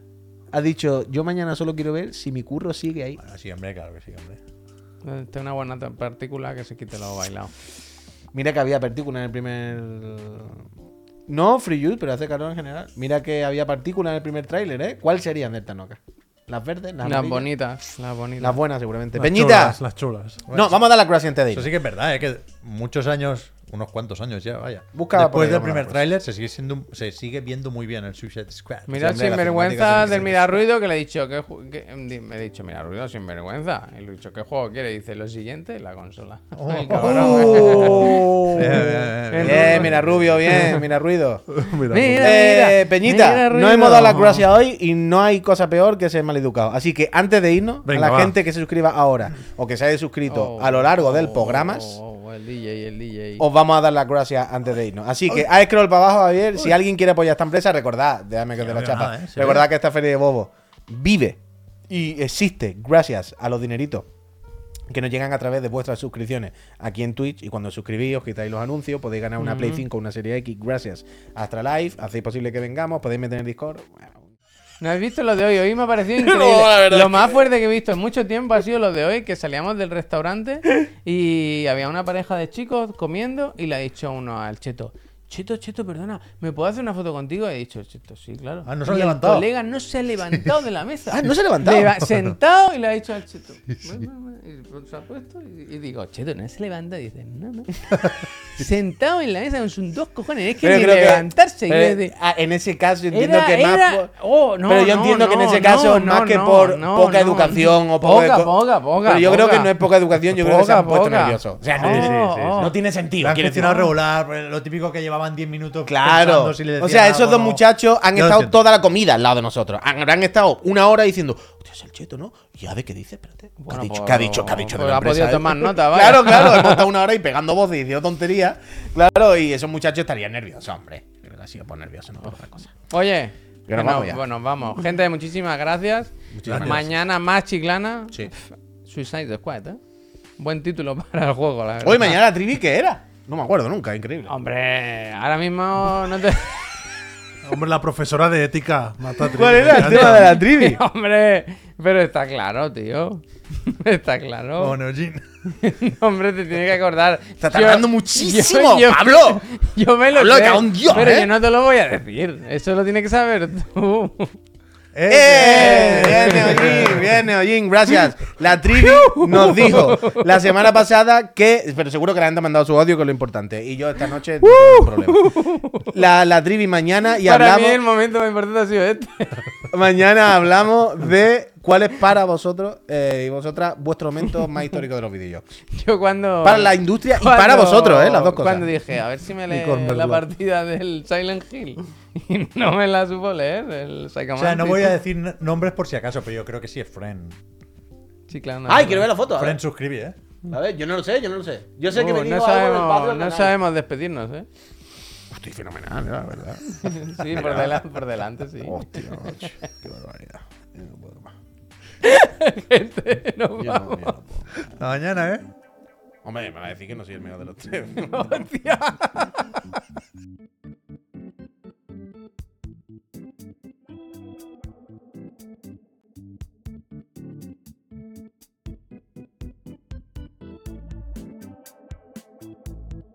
Speaker 2: Ha dicho, yo mañana solo quiero ver si mi curro sigue ahí.
Speaker 4: Bueno, Ah, sí, hombre, claro que sí, hombre.
Speaker 1: Tengo una buena t- partícula que se quite lo bailado.
Speaker 2: Mira que había partícula en el primer. No, Free Youth, pero hace calor en general. Mira que había partícula en el primer tráiler, ¿eh? ¿Cuál serían del Tanoca? ¿Las verdes? ¿Las,
Speaker 1: Las
Speaker 2: amarillas?
Speaker 1: bonitas, las bonitas.
Speaker 2: Las buenas, seguramente.
Speaker 3: Las
Speaker 2: ¡Peñita!
Speaker 3: cholas, Las cholas. *laughs*
Speaker 2: No, vamos a dar la crush antes de ir.
Speaker 4: Eso sí que es verdad, es que muchos años, unos cuantos años ya, vaya.
Speaker 2: Busca por
Speaker 4: Después
Speaker 2: ahí
Speaker 4: del
Speaker 2: alguna
Speaker 4: primer
Speaker 2: cosa.
Speaker 4: tráiler se sigue siendo un- se sigue viendo muy bien el Suicide Squad.
Speaker 1: Mira el
Speaker 2: Siempre las
Speaker 1: sinvergüenza
Speaker 2: cinemáticas
Speaker 1: del
Speaker 2: son
Speaker 1: mira ruido que le he dicho que, ju- que- em, di- me he dicho mira ruido sinvergüenza y le he dicho qué juego quiere y dice lo siguiente la consola. *laughs* El cabrón.
Speaker 2: Oh.
Speaker 1: *laughs* Oh.
Speaker 2: *laughs*
Speaker 4: Eh, eh, eh,
Speaker 2: Bien, mira Rubio, bien, mira Ruido.
Speaker 3: Mira,
Speaker 1: Mira,
Speaker 2: Eh,
Speaker 1: mira,
Speaker 2: Peñita,
Speaker 1: mira,
Speaker 2: no
Speaker 1: ruido.
Speaker 2: hemos dado las gracias hoy y no hay cosa peor que ser maleducado. Así que antes de irnos,
Speaker 3: Venga,
Speaker 2: a la
Speaker 3: va.
Speaker 2: gente que se suscriba ahora o que se haya suscrito a lo largo del
Speaker 1: Oh,
Speaker 2: programa,
Speaker 1: oh, oh, el DJ, el DJ.
Speaker 2: os vamos a dar las gracias antes de irnos. Así que a scroll para abajo, Javier. Si alguien quiere apoyar esta empresa, recordad, déjame que te
Speaker 4: no
Speaker 2: la
Speaker 4: veo
Speaker 2: chapa.
Speaker 4: nada, eh, se
Speaker 2: recordad
Speaker 4: ve.
Speaker 2: que esta feria de bobo vive y existe gracias a los dineritos que nos llegan a través de vuestras suscripciones aquí en Twitch. Y cuando os suscribís, os quitáis los anuncios, podéis ganar una Play 5 una Serie X gracias a Astralife. Hacéis posible que vengamos, podéis meter en Discord. Bueno,
Speaker 1: ¿No has visto lo de hoy? Hoy me ha
Speaker 2: *laughs*
Speaker 1: parecido increíble. lo más fuerte que he visto en mucho tiempo ha sido lo de hoy, que salíamos del restaurante y había una pareja de chicos comiendo y le ha dicho uno al cheto, Chito, Chito, perdona, ¿me puedo hacer una foto contigo? He dicho, Chito, sí, claro.
Speaker 4: Ah, no se
Speaker 1: Y
Speaker 4: ha
Speaker 1: el
Speaker 4: levantado.
Speaker 1: colega no se ha levantado de la mesa.
Speaker 2: Ah, no se ha levantado.
Speaker 1: Leva- sentado y le ha dicho al Chito. "Ven, ven, ven", y pues, se ha puesto y, y digo, Chito, no se levanta. Y dice, no, *laughs* no. sentado en la mesa con sus dos cojones. Es que
Speaker 2: Pero
Speaker 1: ni
Speaker 2: creo que-
Speaker 1: levantarse.
Speaker 2: pero,
Speaker 1: quiere decir,
Speaker 2: ah, en ese caso yo entiendo
Speaker 1: era-
Speaker 2: que más
Speaker 1: era-
Speaker 2: por-
Speaker 1: oh, no,
Speaker 2: pero yo
Speaker 1: no,
Speaker 2: entiendo que en
Speaker 1: no,
Speaker 2: ese caso
Speaker 1: no,
Speaker 2: es más
Speaker 1: no,
Speaker 2: que
Speaker 1: no,
Speaker 2: por
Speaker 1: no,
Speaker 2: poca
Speaker 1: no.
Speaker 2: educación o poco
Speaker 1: Poca,
Speaker 2: de co-
Speaker 1: poca, poca,
Speaker 2: Pero yo creo
Speaker 1: poca.
Speaker 2: que no es poca educación, yo creo que se
Speaker 1: Poca,
Speaker 2: han puesto
Speaker 1: poca.
Speaker 2: nerviosos. O sea, no,
Speaker 1: Sí, sí, sí, sí.
Speaker 2: no tiene sentido.
Speaker 4: Han
Speaker 2: quiero decir.
Speaker 4: funcionado regular, pues, lo típico que llevaban 10 minutos.
Speaker 2: Claro.
Speaker 4: pensando si le
Speaker 2: o
Speaker 4: decían
Speaker 2: sea, esos
Speaker 4: algo,
Speaker 2: dos
Speaker 4: no.
Speaker 2: muchachos han
Speaker 4: Yo lo
Speaker 2: estado
Speaker 4: entiendo.
Speaker 2: toda la comida al lado de nosotros. Han, han estado una hora diciendo, hostia, es el cheto, ¿no? ¿Y a ver qué dice? Espérate. ¿Qué
Speaker 1: Bueno,
Speaker 2: ha dicho?
Speaker 1: pues,
Speaker 2: ¿Qué ha dicho? ¿Qué ha dicho? de
Speaker 1: pues
Speaker 2: la
Speaker 1: ha
Speaker 2: empresa,
Speaker 1: podido
Speaker 2: eh?
Speaker 1: tomar nota, vaya.
Speaker 2: Claro, claro.
Speaker 1: *laughs*
Speaker 2: Hemos estado una hora y pegando voces y diciendo tonterías. Claro, y esos muchachos estarían nerviosos, hombre. Yo creo que así, por nervioso, no por otra cosa.
Speaker 1: Oye, que
Speaker 2: Pero vamos
Speaker 1: no,
Speaker 2: ya.
Speaker 1: bueno, vamos. Gente, muchísimas gracias.
Speaker 2: Muchísimas
Speaker 1: Mañana más chiclana.
Speaker 2: Sí.
Speaker 1: Suicide Squad, ¿eh? Buen título *laughs* para el juego, la verdad.
Speaker 2: Hoy mañana la trivi, ¿qué era? No me acuerdo nunca, increíble.
Speaker 1: Hombre, ahora mismo
Speaker 2: *laughs*
Speaker 1: no te.
Speaker 3: Hombre, la profesora de ética. mata a Trivi,
Speaker 2: ¿Cuál era
Speaker 3: me
Speaker 2: el tema
Speaker 3: encanta.
Speaker 2: de la trivi?
Speaker 1: *laughs* Hombre, pero está claro, tío. *laughs* Está claro.
Speaker 4: Bueno, Jin.
Speaker 1: *laughs* Hombre, te tiene que acordar.
Speaker 2: Oh, Está tardando muchísimo, Pablo.
Speaker 1: *laughs* Yo me lo
Speaker 2: Pablo,
Speaker 1: sé,
Speaker 2: que a un dios,
Speaker 1: pero
Speaker 2: ¿eh?
Speaker 1: yo no te lo voy a decir. Eso lo tienes que saber tú.
Speaker 2: ¡Eh! Viene Ollín, viene Ollín, gracias. La
Speaker 1: *laughs*
Speaker 2: trivi nos dijo la semana pasada que. Pero seguro que la gente ha mandado su audio, que es lo importante. Y yo esta noche. No tengo problema. La, la trivi mañana y
Speaker 1: Uh. *laughs* Para mí
Speaker 2: hablamos.
Speaker 1: el momento más importante ha sido este. *laughs*
Speaker 2: Mañana hablamos de cuál es para vosotros eh, y vosotras vuestro momento más histórico de los videojuegos.
Speaker 1: Yo cuando.
Speaker 2: Para la industria y para
Speaker 1: cuando-
Speaker 2: vosotros, ¿eh? Las dos cosas.
Speaker 1: Cuando dije, a ver si me
Speaker 3: Y con
Speaker 1: leo la
Speaker 3: verdad.
Speaker 1: partida del Silent Hill. *laughs* Y no me la supo leer, el
Speaker 4: O sea, no voy a
Speaker 1: Psychomantis.
Speaker 4: decir n- nombres por si acaso, pero yo creo que sí es Friend.
Speaker 1: Sí, claro, no,
Speaker 2: Ay,
Speaker 1: no,
Speaker 2: quiero ver la foto. A ver.
Speaker 4: Friend suscribe, ¿eh?
Speaker 2: A ver, yo no lo sé, yo no lo sé. Yo sé que
Speaker 1: Uh,
Speaker 2: me
Speaker 1: no
Speaker 2: dijo algo del patio
Speaker 1: sabemos,
Speaker 2: del
Speaker 1: no
Speaker 2: canal.
Speaker 1: sabemos despedirnos, ¿eh? *laughs*
Speaker 2: Estoy fenomenal, la verdad.
Speaker 1: Sí, por, delan- por delante, sí. *laughs*
Speaker 2: Hostia, macho, qué barbaridad. Yo no puedo más.
Speaker 1: Gente, nos
Speaker 2: Yo no-
Speaker 1: Este, vamos.
Speaker 2: yo no puedo.
Speaker 4: Hasta mañana, ¿eh?
Speaker 2: Hombre, me va a decir que no soy el mejor de los tres.
Speaker 1: Hostia.